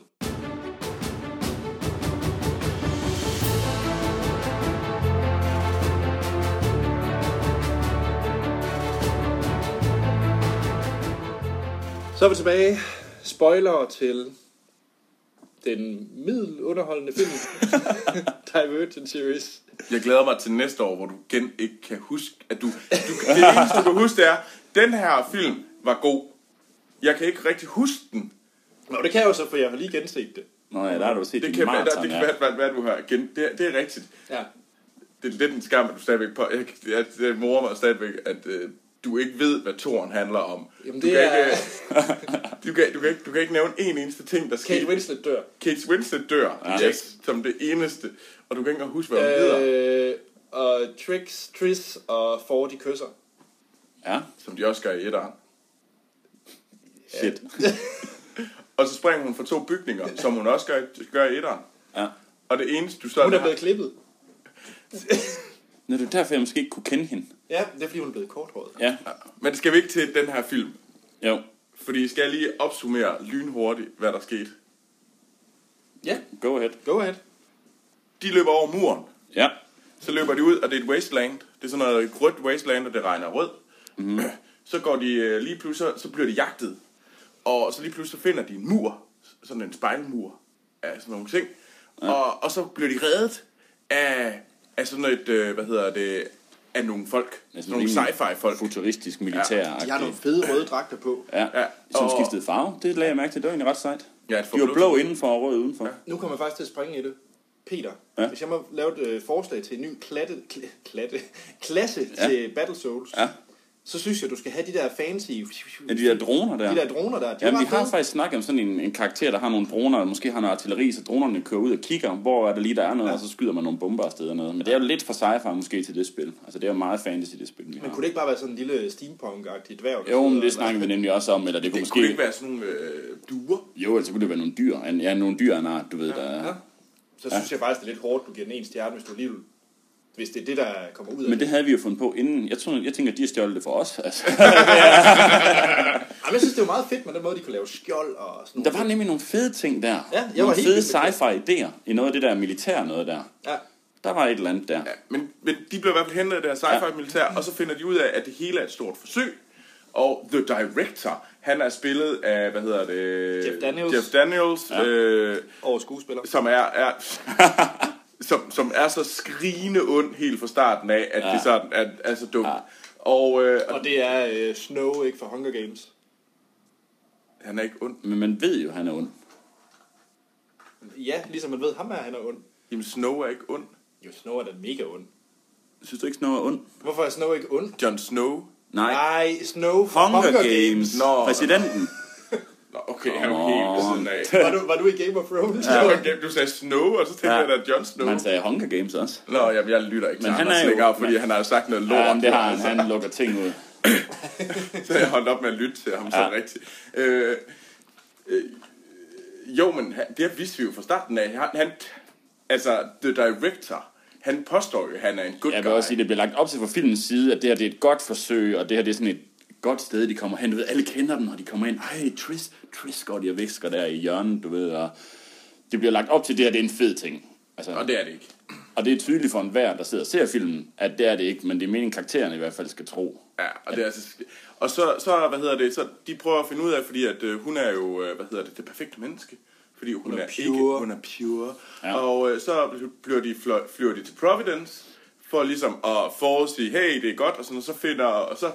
[SPEAKER 1] Så er vi tilbage. Spoiler til den middelunderholdende film, Divergent Series.
[SPEAKER 2] Jeg glæder mig til næste år, hvor du igen ikke kan huske, at du... du det eneste, du kan huske, det er, den her film var god. Jeg kan ikke rigtig huske den.
[SPEAKER 1] Nå, det kan jeg jo så, for jeg har lige genset det.
[SPEAKER 3] Nå ja, der har du set
[SPEAKER 2] Det
[SPEAKER 3] din
[SPEAKER 2] kan, være, der,
[SPEAKER 3] maraton,
[SPEAKER 2] det kan
[SPEAKER 3] ja.
[SPEAKER 2] være, hvad, hvad du har igen. Det, er- det er rigtigt.
[SPEAKER 1] Ja.
[SPEAKER 2] Det er lidt en skam, at du stadigvæk på. Jeg, jeg, jeg morer mig stadigvæk, at øh, du ikke ved, hvad toren handler om.
[SPEAKER 1] Jamen,
[SPEAKER 2] du,
[SPEAKER 1] det
[SPEAKER 2] kan
[SPEAKER 1] er-
[SPEAKER 2] ikke, øh, du, kan, du, kan ikke, du kan ikke nævne en eneste ting, der sker.
[SPEAKER 1] Kate Winslet dør.
[SPEAKER 2] Kate Winslet dør,
[SPEAKER 3] Ja.
[SPEAKER 2] ja. yes, som det eneste. Og du kan ikke engang huske, hvad hun øh... hedder.
[SPEAKER 1] Øh, og Trix, Tris og Ford, de kysser.
[SPEAKER 3] Ja,
[SPEAKER 2] Som de også gør i etteren.
[SPEAKER 3] shit.
[SPEAKER 2] Og så springer hun fra to bygninger, som hun også gør, gør i etteren.
[SPEAKER 3] Ja.
[SPEAKER 2] Og det eneste, du så...
[SPEAKER 1] Hun er blevet klippet.
[SPEAKER 3] Nå, det er derfor, jeg måske ikke kunne kende hende.
[SPEAKER 1] Ja, det er fordi, hun er blevet korthåret.
[SPEAKER 3] Ja,
[SPEAKER 2] Men skal vi ikke til den her film?
[SPEAKER 3] jo.
[SPEAKER 2] Fordi skal jeg lige opsummere lynhurtigt, hvad der skete.
[SPEAKER 1] Ja,
[SPEAKER 3] Go ahead.
[SPEAKER 1] go ahead.
[SPEAKER 2] De løber over muren.
[SPEAKER 3] Ja.
[SPEAKER 2] Så løber de ud, og det er et wasteland. Det er sådan noget grønt wasteland, og det regner rød.
[SPEAKER 3] Mm-hmm.
[SPEAKER 2] Mm. Så går de øh, lige pludselig, så bliver de jagtet. Og så lige pludselig så finder de en mur, sådan en spejlmur af sådan nogle ting. Ja. Og, og så bliver de reddet af, af sådan et, øh, hvad hedder det, af nogle folk.
[SPEAKER 3] Ja,
[SPEAKER 2] Sådan nogle
[SPEAKER 3] rimelig
[SPEAKER 2] sci-fi folk.
[SPEAKER 3] Futuristisk, militær
[SPEAKER 1] De har nogle fede røde dragter på.
[SPEAKER 3] Ja,
[SPEAKER 2] Ja,
[SPEAKER 3] ja. som
[SPEAKER 2] og-
[SPEAKER 3] skiftede farve. Det lagde jeg mærke til. Det var egentlig ret sejt.
[SPEAKER 2] Ja, et
[SPEAKER 3] de var blå
[SPEAKER 2] forbløffende-
[SPEAKER 3] indenfor og rød udenfor. Ja.
[SPEAKER 1] Nu kommer jeg faktisk til at springe i det. Peter,
[SPEAKER 3] Ja.
[SPEAKER 1] ja. hvis jeg må lave et øh, forslag til en ny klatte, kl- klatte, klasse ja.
[SPEAKER 3] Ja.
[SPEAKER 1] til Battle Souls,
[SPEAKER 3] Ja.
[SPEAKER 1] så synes jeg, du skal have de der fancy...
[SPEAKER 3] Ja, de der droner der.
[SPEAKER 1] De der droner der, de er
[SPEAKER 3] Jamen, vi
[SPEAKER 1] ret
[SPEAKER 3] har
[SPEAKER 1] fede.
[SPEAKER 3] faktisk snakket om sådan en, en karakter, der har nogle droner, og måske har noget artilleri, så dronerne kører ud og kigger, hvor er det lige, der er noget, ja. og så skyder man nogle bomber afsted og noget. Men det er jo lidt for sci-fi måske til det spil. Altså, det er jo meget fantasy, det spil, vi har.
[SPEAKER 1] Men kunne det ikke bare være sådan en lille steampunk-agtig dværg? der
[SPEAKER 3] Jo,
[SPEAKER 1] sidder
[SPEAKER 3] men
[SPEAKER 1] og-
[SPEAKER 3] det snakkede vi nemlig også om, eller det kunne
[SPEAKER 2] Det
[SPEAKER 3] måske...
[SPEAKER 2] kunne det ikke være sådan nogle øh, duer.
[SPEAKER 3] Jo, altså kunne det være nogle dyr. an- Ja, nogle dyr af en art, du ved, der...
[SPEAKER 1] Ja. Så synes jeg faktisk, det er lidt hårdt, du giver den en stjerne, hvis du alligevel... Hvis det er det, der kommer ud af
[SPEAKER 3] Men
[SPEAKER 1] det.
[SPEAKER 3] det havde vi jo fundet på inden. Jeg, tror, jeg tænker, at de har stjålet det for os. Altså.
[SPEAKER 1] Jamen, jeg synes, det er jo meget fedt med den måde, de kunne lave skjold og sådan
[SPEAKER 3] Der
[SPEAKER 1] noget.
[SPEAKER 3] var nemlig nogle fede ting der.
[SPEAKER 1] jeg var
[SPEAKER 3] nogle
[SPEAKER 1] helt
[SPEAKER 3] fede
[SPEAKER 1] vild med det.
[SPEAKER 3] sci-fi idéer i noget af det der militær noget der.
[SPEAKER 1] Ja.
[SPEAKER 3] Der var et eller andet der.
[SPEAKER 2] Ja, men, men de bliver i hvert fald hentet af det her sci-fi militær, og så finder de ud af, at det hele er et stort forsøg. Og The Director, han er spillet af, hvad hedder det?
[SPEAKER 1] Jeff Daniels.
[SPEAKER 2] Jeff Daniels, ja. øh,
[SPEAKER 1] Over skuespiller.
[SPEAKER 2] som er... er som, som er så skrigende ond helt fra starten af, at ja. det sådan er, er så dumt. Ja. Og, øh, og
[SPEAKER 1] Og det er øh, Snow, ikke, fra Hunger Games.
[SPEAKER 2] han er ikke ond.
[SPEAKER 3] Men man ved jo, han er ond.
[SPEAKER 1] Ja, ligesom man ved, ham er han er ond.
[SPEAKER 2] Jamen, Snow er ikke ond.
[SPEAKER 1] Jo, Snow er da mega ond.
[SPEAKER 3] Synes du ikke, Snow er ond?
[SPEAKER 1] Hvorfor er Snow ikke ond?
[SPEAKER 2] Jon Snow.
[SPEAKER 3] Nej.
[SPEAKER 1] Nej, Snow fra
[SPEAKER 3] Hunger, Games.
[SPEAKER 2] Nå.
[SPEAKER 3] Præsidenten.
[SPEAKER 2] Nå, okay, han er jo helt ved siden af.
[SPEAKER 1] Var du, var du i Game of Thrones?
[SPEAKER 2] Det var en game, Du sagde Snow, og så tænkte
[SPEAKER 3] Ja.
[SPEAKER 2] ja. jeg, at Jon Snow.
[SPEAKER 3] Man sagde Hunger Games også.
[SPEAKER 2] Nå, jamen, jeg lytter ikke
[SPEAKER 3] Men
[SPEAKER 2] til ham
[SPEAKER 3] han er
[SPEAKER 2] også
[SPEAKER 3] jo-
[SPEAKER 2] længere, fordi
[SPEAKER 3] men-
[SPEAKER 2] han har sagt noget lort.
[SPEAKER 3] Ja, men det har han.
[SPEAKER 2] altså.
[SPEAKER 3] Han lukker ting ud.
[SPEAKER 2] Så jeg holdt op med at lytte til ham, så
[SPEAKER 3] Ja.
[SPEAKER 2] ja. rigtigt. Øh, øh, jo, men han, det vidste vi jo fra starten af. Han, han, altså, the director, han påstår jo, at han er en good
[SPEAKER 3] Jeg
[SPEAKER 2] guy.
[SPEAKER 3] vil også sige, det bliver lagt op til fra filmens side, at det her det er et godt forsøg, og det her det er sådan et godt sted, de kommer hen. Du ved, alle kender dem, og de kommer ind. Ej, Tris, Tris går de og væsker der i hjørnet, du ved. Og det bliver lagt op til, at det her det er en fed ting. Altså,
[SPEAKER 2] Og det er det ikke.
[SPEAKER 3] Og det er tydeligt for enhver, der sidder og ser filmen, at det er det ikke, men det er meningen, karaktererne i hvert fald skal tro.
[SPEAKER 2] Ja, og, det er altså, og så, så, hvad hedder det, så de prøver at finde ud af, fordi at, øh, hun er jo, øh, hvad hedder det, det perfekte menneske. Fordi hun, hun er,
[SPEAKER 1] er
[SPEAKER 2] er
[SPEAKER 1] pure.
[SPEAKER 2] pure. Ikke, hun er pure.
[SPEAKER 3] Ja.
[SPEAKER 2] Ja. Og øh, så bliver de, flø, flyver de til Providence, for ligesom at forudsige, hey, det er godt, og, sådan, og så finder, og så,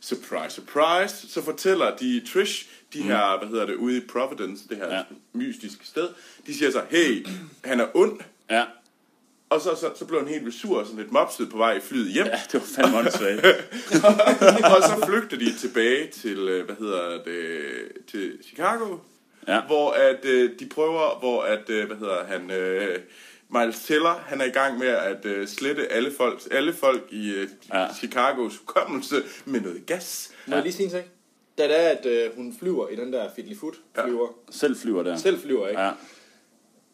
[SPEAKER 2] surprise, surprise, så fortæller de Trish, de her, hvad hedder det, ude i Providence, det her
[SPEAKER 3] Ja.
[SPEAKER 2] Mm. ja. mystiske sted, de siger så, hey, han er ond,
[SPEAKER 3] Ja,
[SPEAKER 2] og så, så, så blev han helt vildt sur og sådan lidt mopset på vej i flyet hjem.
[SPEAKER 3] ja det var fandme åndssvagt.
[SPEAKER 2] og så flygter de tilbage til, øh, hvad hedder det, til Chicago,
[SPEAKER 3] Ja.
[SPEAKER 2] hvor at øh, de prøver, hvor at, øh, hvad hedder han, øh, Miles Teller, han er i gang med at øh, slette alle folk, alle folk i øh,
[SPEAKER 3] Ja.
[SPEAKER 2] ja. Chicagos hukommelse med noget gas.
[SPEAKER 1] Må jeg lige sige en ting? Da det er, at øh, hun flyver i den der Fiddlyfoot flyver. Ja.
[SPEAKER 3] Selv flyver der.
[SPEAKER 1] Selv flyver, ikke?
[SPEAKER 3] Ja.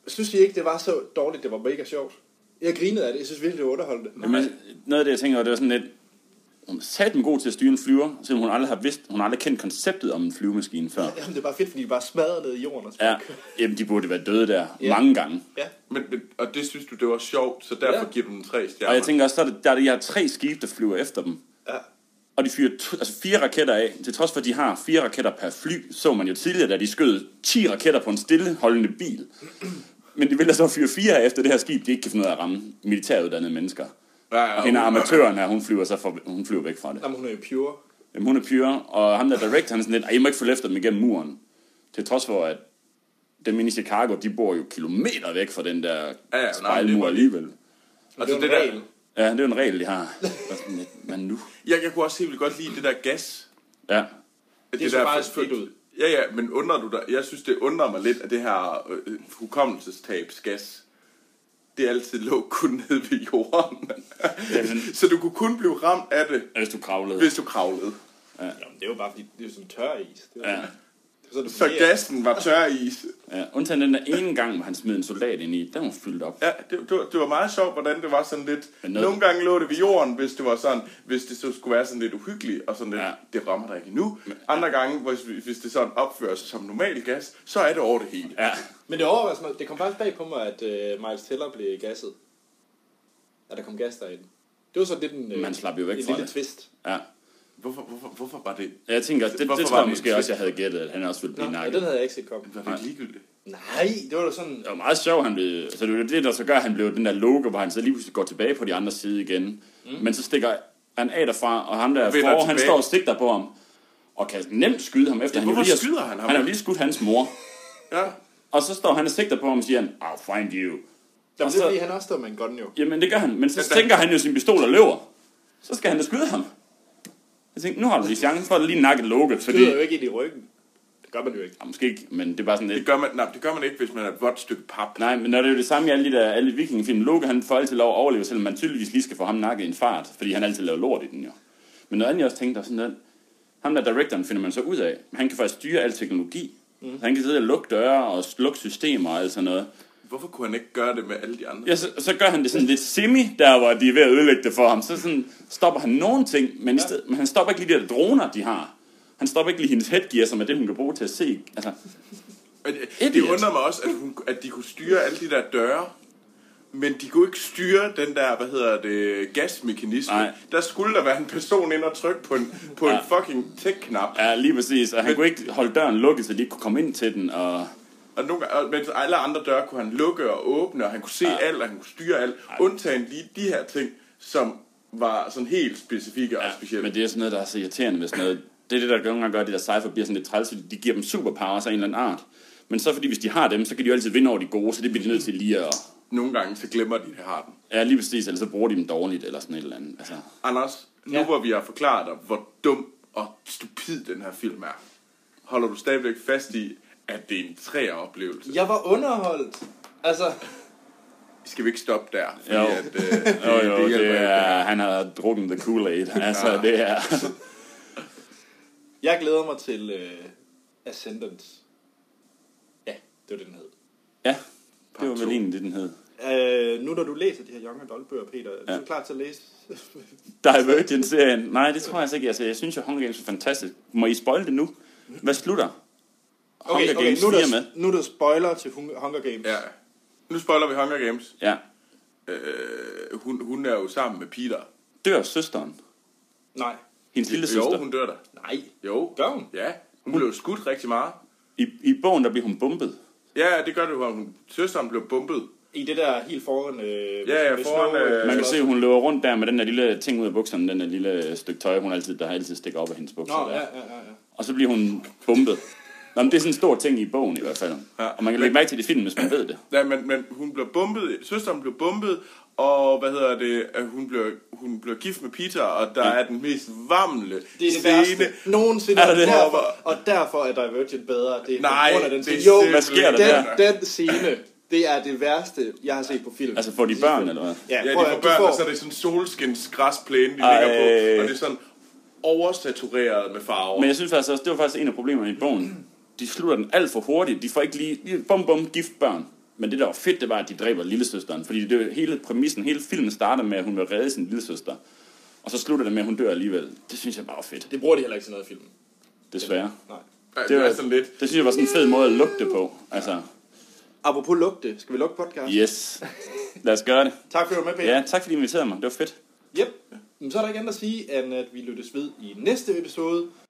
[SPEAKER 1] Synes I ikke, det var så dårligt, det var mega sjovt? Jeg grinede af det. Jeg synes virkelig, det var underholdende.
[SPEAKER 3] Men noget af det, jeg tænker, det var sådan lidt, hun satte god til at styre en flyver, selvom hun aldrig har vidst, hun har aldrig kendt konceptet om en flyvemaskine før.
[SPEAKER 1] Jamen, det er bare fedt, fordi de bare smadrede ned i jorden. Og sådan
[SPEAKER 3] Ja,
[SPEAKER 1] noget.
[SPEAKER 3] jamen de burde være døde der
[SPEAKER 1] Ja.
[SPEAKER 3] mange gange.
[SPEAKER 1] ja.
[SPEAKER 2] Men, men, og det synes du, det var sjovt, så derfor
[SPEAKER 1] Ja.
[SPEAKER 2] ja. giver du den tre stjerner.
[SPEAKER 3] Og jeg tænker også, der er, det- der er de her tre skibe, der flyver efter dem.
[SPEAKER 1] Ja.
[SPEAKER 3] Og de fyrer t- altså fire raketter af. Til trods for, at de har fire raketter per fly, så man jo tidligere, da de skød 10 raketter på en stilleholdende bil. Men de vælger så at fyre fire af efter det her skib, de ikke kan finde ud af at ramme militæruddannede mennesker.
[SPEAKER 2] Ja, ja,
[SPEAKER 3] Og hende
[SPEAKER 2] hun-
[SPEAKER 3] amatøren her, hun flyver, så for, hun flyver væk fra det.
[SPEAKER 1] Jamen, hun er jo pure.
[SPEAKER 3] Jamen, hun er pyre, og ham der director, han er sådan lidt, "Ej, I må ikke følge efter dem igennem muren. Til trods for, at dem inde i Chicago, de bor jo kilometer væk fra den der
[SPEAKER 2] Ja, ja,
[SPEAKER 3] ja,
[SPEAKER 2] nej, det
[SPEAKER 3] spejlmur
[SPEAKER 2] var-
[SPEAKER 3] alligevel.
[SPEAKER 2] Altså,
[SPEAKER 1] jo en
[SPEAKER 2] det, der,
[SPEAKER 1] regel.
[SPEAKER 3] Ja, det er jo en regel, de har. Og sådan lidt, Men nu...
[SPEAKER 2] jeg, jeg kunne også helt vildt godt lide det der gas.
[SPEAKER 3] Ja,
[SPEAKER 2] Det,
[SPEAKER 1] så faktisk fedt ud.
[SPEAKER 2] Ja, ja, men undrer du dig? Jeg synes, det undrer mig lidt, at det her øh, hukommelsestabsgas, det altid lå kun nede ved jorden.
[SPEAKER 3] Jamen.
[SPEAKER 2] så du kunne kun blive ramt af det,
[SPEAKER 3] hvis du kravlede.
[SPEAKER 2] hvis du kravlede.
[SPEAKER 1] Nå, men det er jo bare fordi, det er jo sådan tør is. Det er,
[SPEAKER 3] Ja.
[SPEAKER 1] det er sådan, det
[SPEAKER 2] Så
[SPEAKER 1] fungerer.
[SPEAKER 2] gassen var tør is.
[SPEAKER 3] Ja, undtagen den der ene gang, hvor han smed en soldat ind i, den var fyldt op.
[SPEAKER 2] Ja, det, det, var- det var meget sjovt, hvordan det var sådan lidt...
[SPEAKER 3] Men noget-
[SPEAKER 2] Nogle gange lå det ved jorden, hvis det var sådan, hvis det så skulle være sådan lidt uhyggeligt, og sådan lidt,
[SPEAKER 3] Ja.
[SPEAKER 2] ja. det rammer dig ikke endnu. Andre gange, hvis, hvis det sådan opfører sig som normal gas, så er det over det hele.
[SPEAKER 3] Ja,
[SPEAKER 1] Men det overrasker mig. Det kom faktisk bag på mig, at øh, Miles Teller blev gasset. At der kom gas derind. Det var så lidt en, øh,
[SPEAKER 3] Man slap jo væk
[SPEAKER 1] en
[SPEAKER 3] fra
[SPEAKER 1] lille
[SPEAKER 3] det.
[SPEAKER 1] twist.
[SPEAKER 3] ja.
[SPEAKER 2] Hvorfor, hvorfor, hvorfor var det...
[SPEAKER 3] Jeg tænker, det, det,
[SPEAKER 2] Hvorfor
[SPEAKER 3] det
[SPEAKER 2] var
[SPEAKER 3] tror jeg
[SPEAKER 2] det
[SPEAKER 3] måske
[SPEAKER 2] en
[SPEAKER 3] også, jeg
[SPEAKER 2] twist?
[SPEAKER 3] havde gættet, at han også ville blive
[SPEAKER 1] Nå, ja,
[SPEAKER 3] nakket.
[SPEAKER 1] den havde jeg ikke set komme.
[SPEAKER 2] Var det ligegyldigt?
[SPEAKER 1] Nej, det var da sådan...
[SPEAKER 3] Det var meget sjovt, han blev... Så det var det, der så gør, at han blev den der logo, hvor han så lige pludselig går tilbage på de andre side igen. Mm. Men så stikker han af derfra, og ham der
[SPEAKER 2] Vender
[SPEAKER 3] for, han
[SPEAKER 2] tilbage.
[SPEAKER 3] står og sigter på ham. Og kan nemt skyde ham efter.
[SPEAKER 2] Ja,
[SPEAKER 3] han jo
[SPEAKER 2] hvorfor
[SPEAKER 3] lige har-
[SPEAKER 2] skyder han ham?
[SPEAKER 3] Han har jo lige skudt hans mor.
[SPEAKER 2] Ja.
[SPEAKER 3] Og så står han og sigter på ham og siger, han, I'll find you.
[SPEAKER 1] Jamen,
[SPEAKER 3] og
[SPEAKER 1] det er
[SPEAKER 3] så-
[SPEAKER 1] fordi, han også står med en gun jo.
[SPEAKER 3] Jamen det gør han, men så
[SPEAKER 2] Men der-
[SPEAKER 3] tænker han jo sin pistol og løber. Så skal han da skyde ham. Jeg tænkte, nu har du lige chancen for at lige nakke Loke,
[SPEAKER 1] Det
[SPEAKER 3] fordi...
[SPEAKER 1] lyder jo ikke ind i ryggen. Det gør man jo ikke.
[SPEAKER 3] Ja, måske ikke, men det er bare sådan
[SPEAKER 2] Det
[SPEAKER 3] lidt...
[SPEAKER 2] gør man, nej, det gør man ikke, hvis man er et vådt stykke pap.
[SPEAKER 3] Nej, men når det er jo det samme i alle de der alle vikingefilm. Loke, han får altid lov at overleve, selvom man tydeligvis lige skal få ham nakket i en fart, fordi han altid laver lort i den jo. Men noget andet, jeg også tænkte, er sådan at ham der directoren finder man så ud af, han kan faktisk styre al teknologi.
[SPEAKER 1] Mhm.
[SPEAKER 3] Mm. Han kan sidde og lukke døre og lukke systemer og alt sådan noget.
[SPEAKER 2] Hvorfor kunne han ikke gøre det med alle de andre?
[SPEAKER 3] Ja, så, så gør han det sådan lidt semi, der hvor de er ved at ødelægge det for ham. Så sådan stopper han nogle ting, men, ja. i sted, men han stopper ikke lige de der droner, de har. Han stopper ikke lige hendes headgear, som er det, hun kan bruge til at se. Altså,
[SPEAKER 2] Men det- det
[SPEAKER 3] Idiot.
[SPEAKER 2] undrer mig også, at, hun, at de kunne styre alle de der døre, men de kunne ikke styre den der, hvad hedder det, gasmekanisme.
[SPEAKER 3] Nej.
[SPEAKER 2] Der skulle der være en person ind og trykke på en, på ja. en fucking tech-knap.
[SPEAKER 3] ja, lige præcis. Og han kunne ikke holde døren lukket, så de ikke kunne komme ind til den. Og,
[SPEAKER 2] Og nogle, gange- og mens alle andre døre kunne han lukke og åbne, og han kunne se ja. alt, og han kunne styre alt. Undtagen lige de her ting, som var sådan helt specifikke og
[SPEAKER 3] ja,
[SPEAKER 2] specielle.
[SPEAKER 3] men det er sådan noget, der er så irriterende ved sådan noget. Det er det, der nogle gange gør, at de der cypher bliver sådan lidt træls, fordi de giver dem superpowers af en eller anden art. Men så fordi, hvis de har dem, så kan de jo altid vinde over de gode, så det bliver de nødt til lige at...
[SPEAKER 2] Nogle gange, så glemmer de, at de har den.
[SPEAKER 3] Ja, lige præcis, eller så bruger de dem dårligt, eller sådan et eller andet. Altså,
[SPEAKER 2] Anders, nu
[SPEAKER 1] Ja.
[SPEAKER 2] hvor vi har forklaret dig, hvor dum og stupid den her film er, holder du stadigvæk fast i, at det er en træer oplevelse.
[SPEAKER 1] Jeg var underholdt. Altså,
[SPEAKER 2] Skal vi ikke stoppe der? Fordi
[SPEAKER 3] Jo.
[SPEAKER 2] At, øh, det,
[SPEAKER 3] Jo, jo, det,
[SPEAKER 2] hjælper
[SPEAKER 3] det
[SPEAKER 2] ikke,
[SPEAKER 3] er, han har drukket The Kool-Aid. Altså, ja. det er...
[SPEAKER 1] jeg glæder mig til øh, Ascendance. Ja, det var det, den hed.
[SPEAKER 3] Ja, det var
[SPEAKER 2] to.
[SPEAKER 3] vel egentlig det, den hed.
[SPEAKER 1] Øh, nu når du læser de her Young Adult-bøger, Peter, er du
[SPEAKER 3] Ja.
[SPEAKER 1] så klar til at læse?
[SPEAKER 3] Divergent-serien. Nej, det tror jeg altså ikke. Altså, jeg synes jo, Hunger Games er fantastisk. Må I spoil det nu? Hvad slutter? Hunger Games
[SPEAKER 1] nu, er
[SPEAKER 3] 4 med?
[SPEAKER 1] der, nu er der spoiler til Hun- Hunger Games.
[SPEAKER 2] Ja. Nu spoiler vi Hunger Games.
[SPEAKER 3] Ja.
[SPEAKER 2] Øh, hun, hun er jo sammen med Peter.
[SPEAKER 3] Dør søsteren?
[SPEAKER 1] Nej.
[SPEAKER 3] Hendes lille
[SPEAKER 2] Jo,
[SPEAKER 3] søster?
[SPEAKER 2] hun dør da.
[SPEAKER 1] Nej.
[SPEAKER 2] Jo.
[SPEAKER 1] Gør hun?
[SPEAKER 2] Ja. Hun blev skudt rigtig meget.
[SPEAKER 3] I, I bogen, der bliver hun bumpet.
[SPEAKER 2] Ja, det gør det. Hun, søsteren blev bumpet.
[SPEAKER 1] I det der helt foran... Øh,
[SPEAKER 2] Ja, ja,
[SPEAKER 1] ved
[SPEAKER 2] foran,
[SPEAKER 1] Snow-
[SPEAKER 2] øh,
[SPEAKER 3] Man kan se, at hun løber rundt der med den der lille ting ud af bukserne, den der lille stykke tøj, hun altid, der altid stikker op af hendes bukser.
[SPEAKER 1] Nå,
[SPEAKER 3] der.
[SPEAKER 1] ja, ja, ja, ja.
[SPEAKER 3] Og så bliver hun bumpet. Nå, men det er sådan en stor ting i bogen i hvert fald.
[SPEAKER 2] Ja.
[SPEAKER 3] Og man kan lægge mærke til det i filmen, hvis man ved det.
[SPEAKER 2] Ja, men, men hun blev bumpet, søsteren blev bumpet, og hvad hedder det, at hun blev, hun blev gift med Peter, og der er den mest varmle
[SPEAKER 1] Det er det
[SPEAKER 2] scene.
[SPEAKER 1] værste nogensinde.
[SPEAKER 3] Er der det?
[SPEAKER 1] Derfor, og derfor er Divergent bedre. Det er på
[SPEAKER 2] Nej,
[SPEAKER 1] grund af den
[SPEAKER 2] det er
[SPEAKER 1] scene. Jo,
[SPEAKER 2] simpelthen-
[SPEAKER 3] Hvad sker der
[SPEAKER 1] den,
[SPEAKER 3] der?
[SPEAKER 1] den scene, det er det værste, jeg har set på film.
[SPEAKER 3] Altså, får de børn, eller hvad?
[SPEAKER 1] Ja, prøv
[SPEAKER 2] Ja,
[SPEAKER 1] at
[SPEAKER 2] de får
[SPEAKER 1] høre,
[SPEAKER 2] børn,
[SPEAKER 1] du får,
[SPEAKER 2] og så er det sådan solskins græsplæne, de
[SPEAKER 3] Ej.
[SPEAKER 2] ligger på, og det er sådan oversatureret med farver.
[SPEAKER 3] Men jeg synes faktisk også, det var faktisk en af problemerne i bogen. De slutter den alt for hurtigt. De får ikke lige, lige bum bum gift børn. Men det der var fedt, det var, at de dræber lillesøsteren. Fordi det var hele præmissen, hele filmen starter med, at hun vil redde sin lillesøster. Og så slutter det med, at hun dør alligevel. Det synes jeg bare var fedt,
[SPEAKER 1] det bruger de heller ikke til noget i filmen.
[SPEAKER 3] desværre.
[SPEAKER 1] Nej.
[SPEAKER 2] Ja, det,
[SPEAKER 3] Det, var,
[SPEAKER 2] er sådan lidt.
[SPEAKER 3] det synes jeg var sådan en fed måde at lukke det på. Altså,
[SPEAKER 1] Apropos lugte, skal vi lukke podcast?
[SPEAKER 3] yes. Lad os gøre det.
[SPEAKER 1] Tak for at du var med, Peter.
[SPEAKER 3] Ja, tak fordi I inviterede mig. Det var fedt.
[SPEAKER 1] Yep. Men så er der ikke andet at sige, end at vi lyttes ved i næste episode,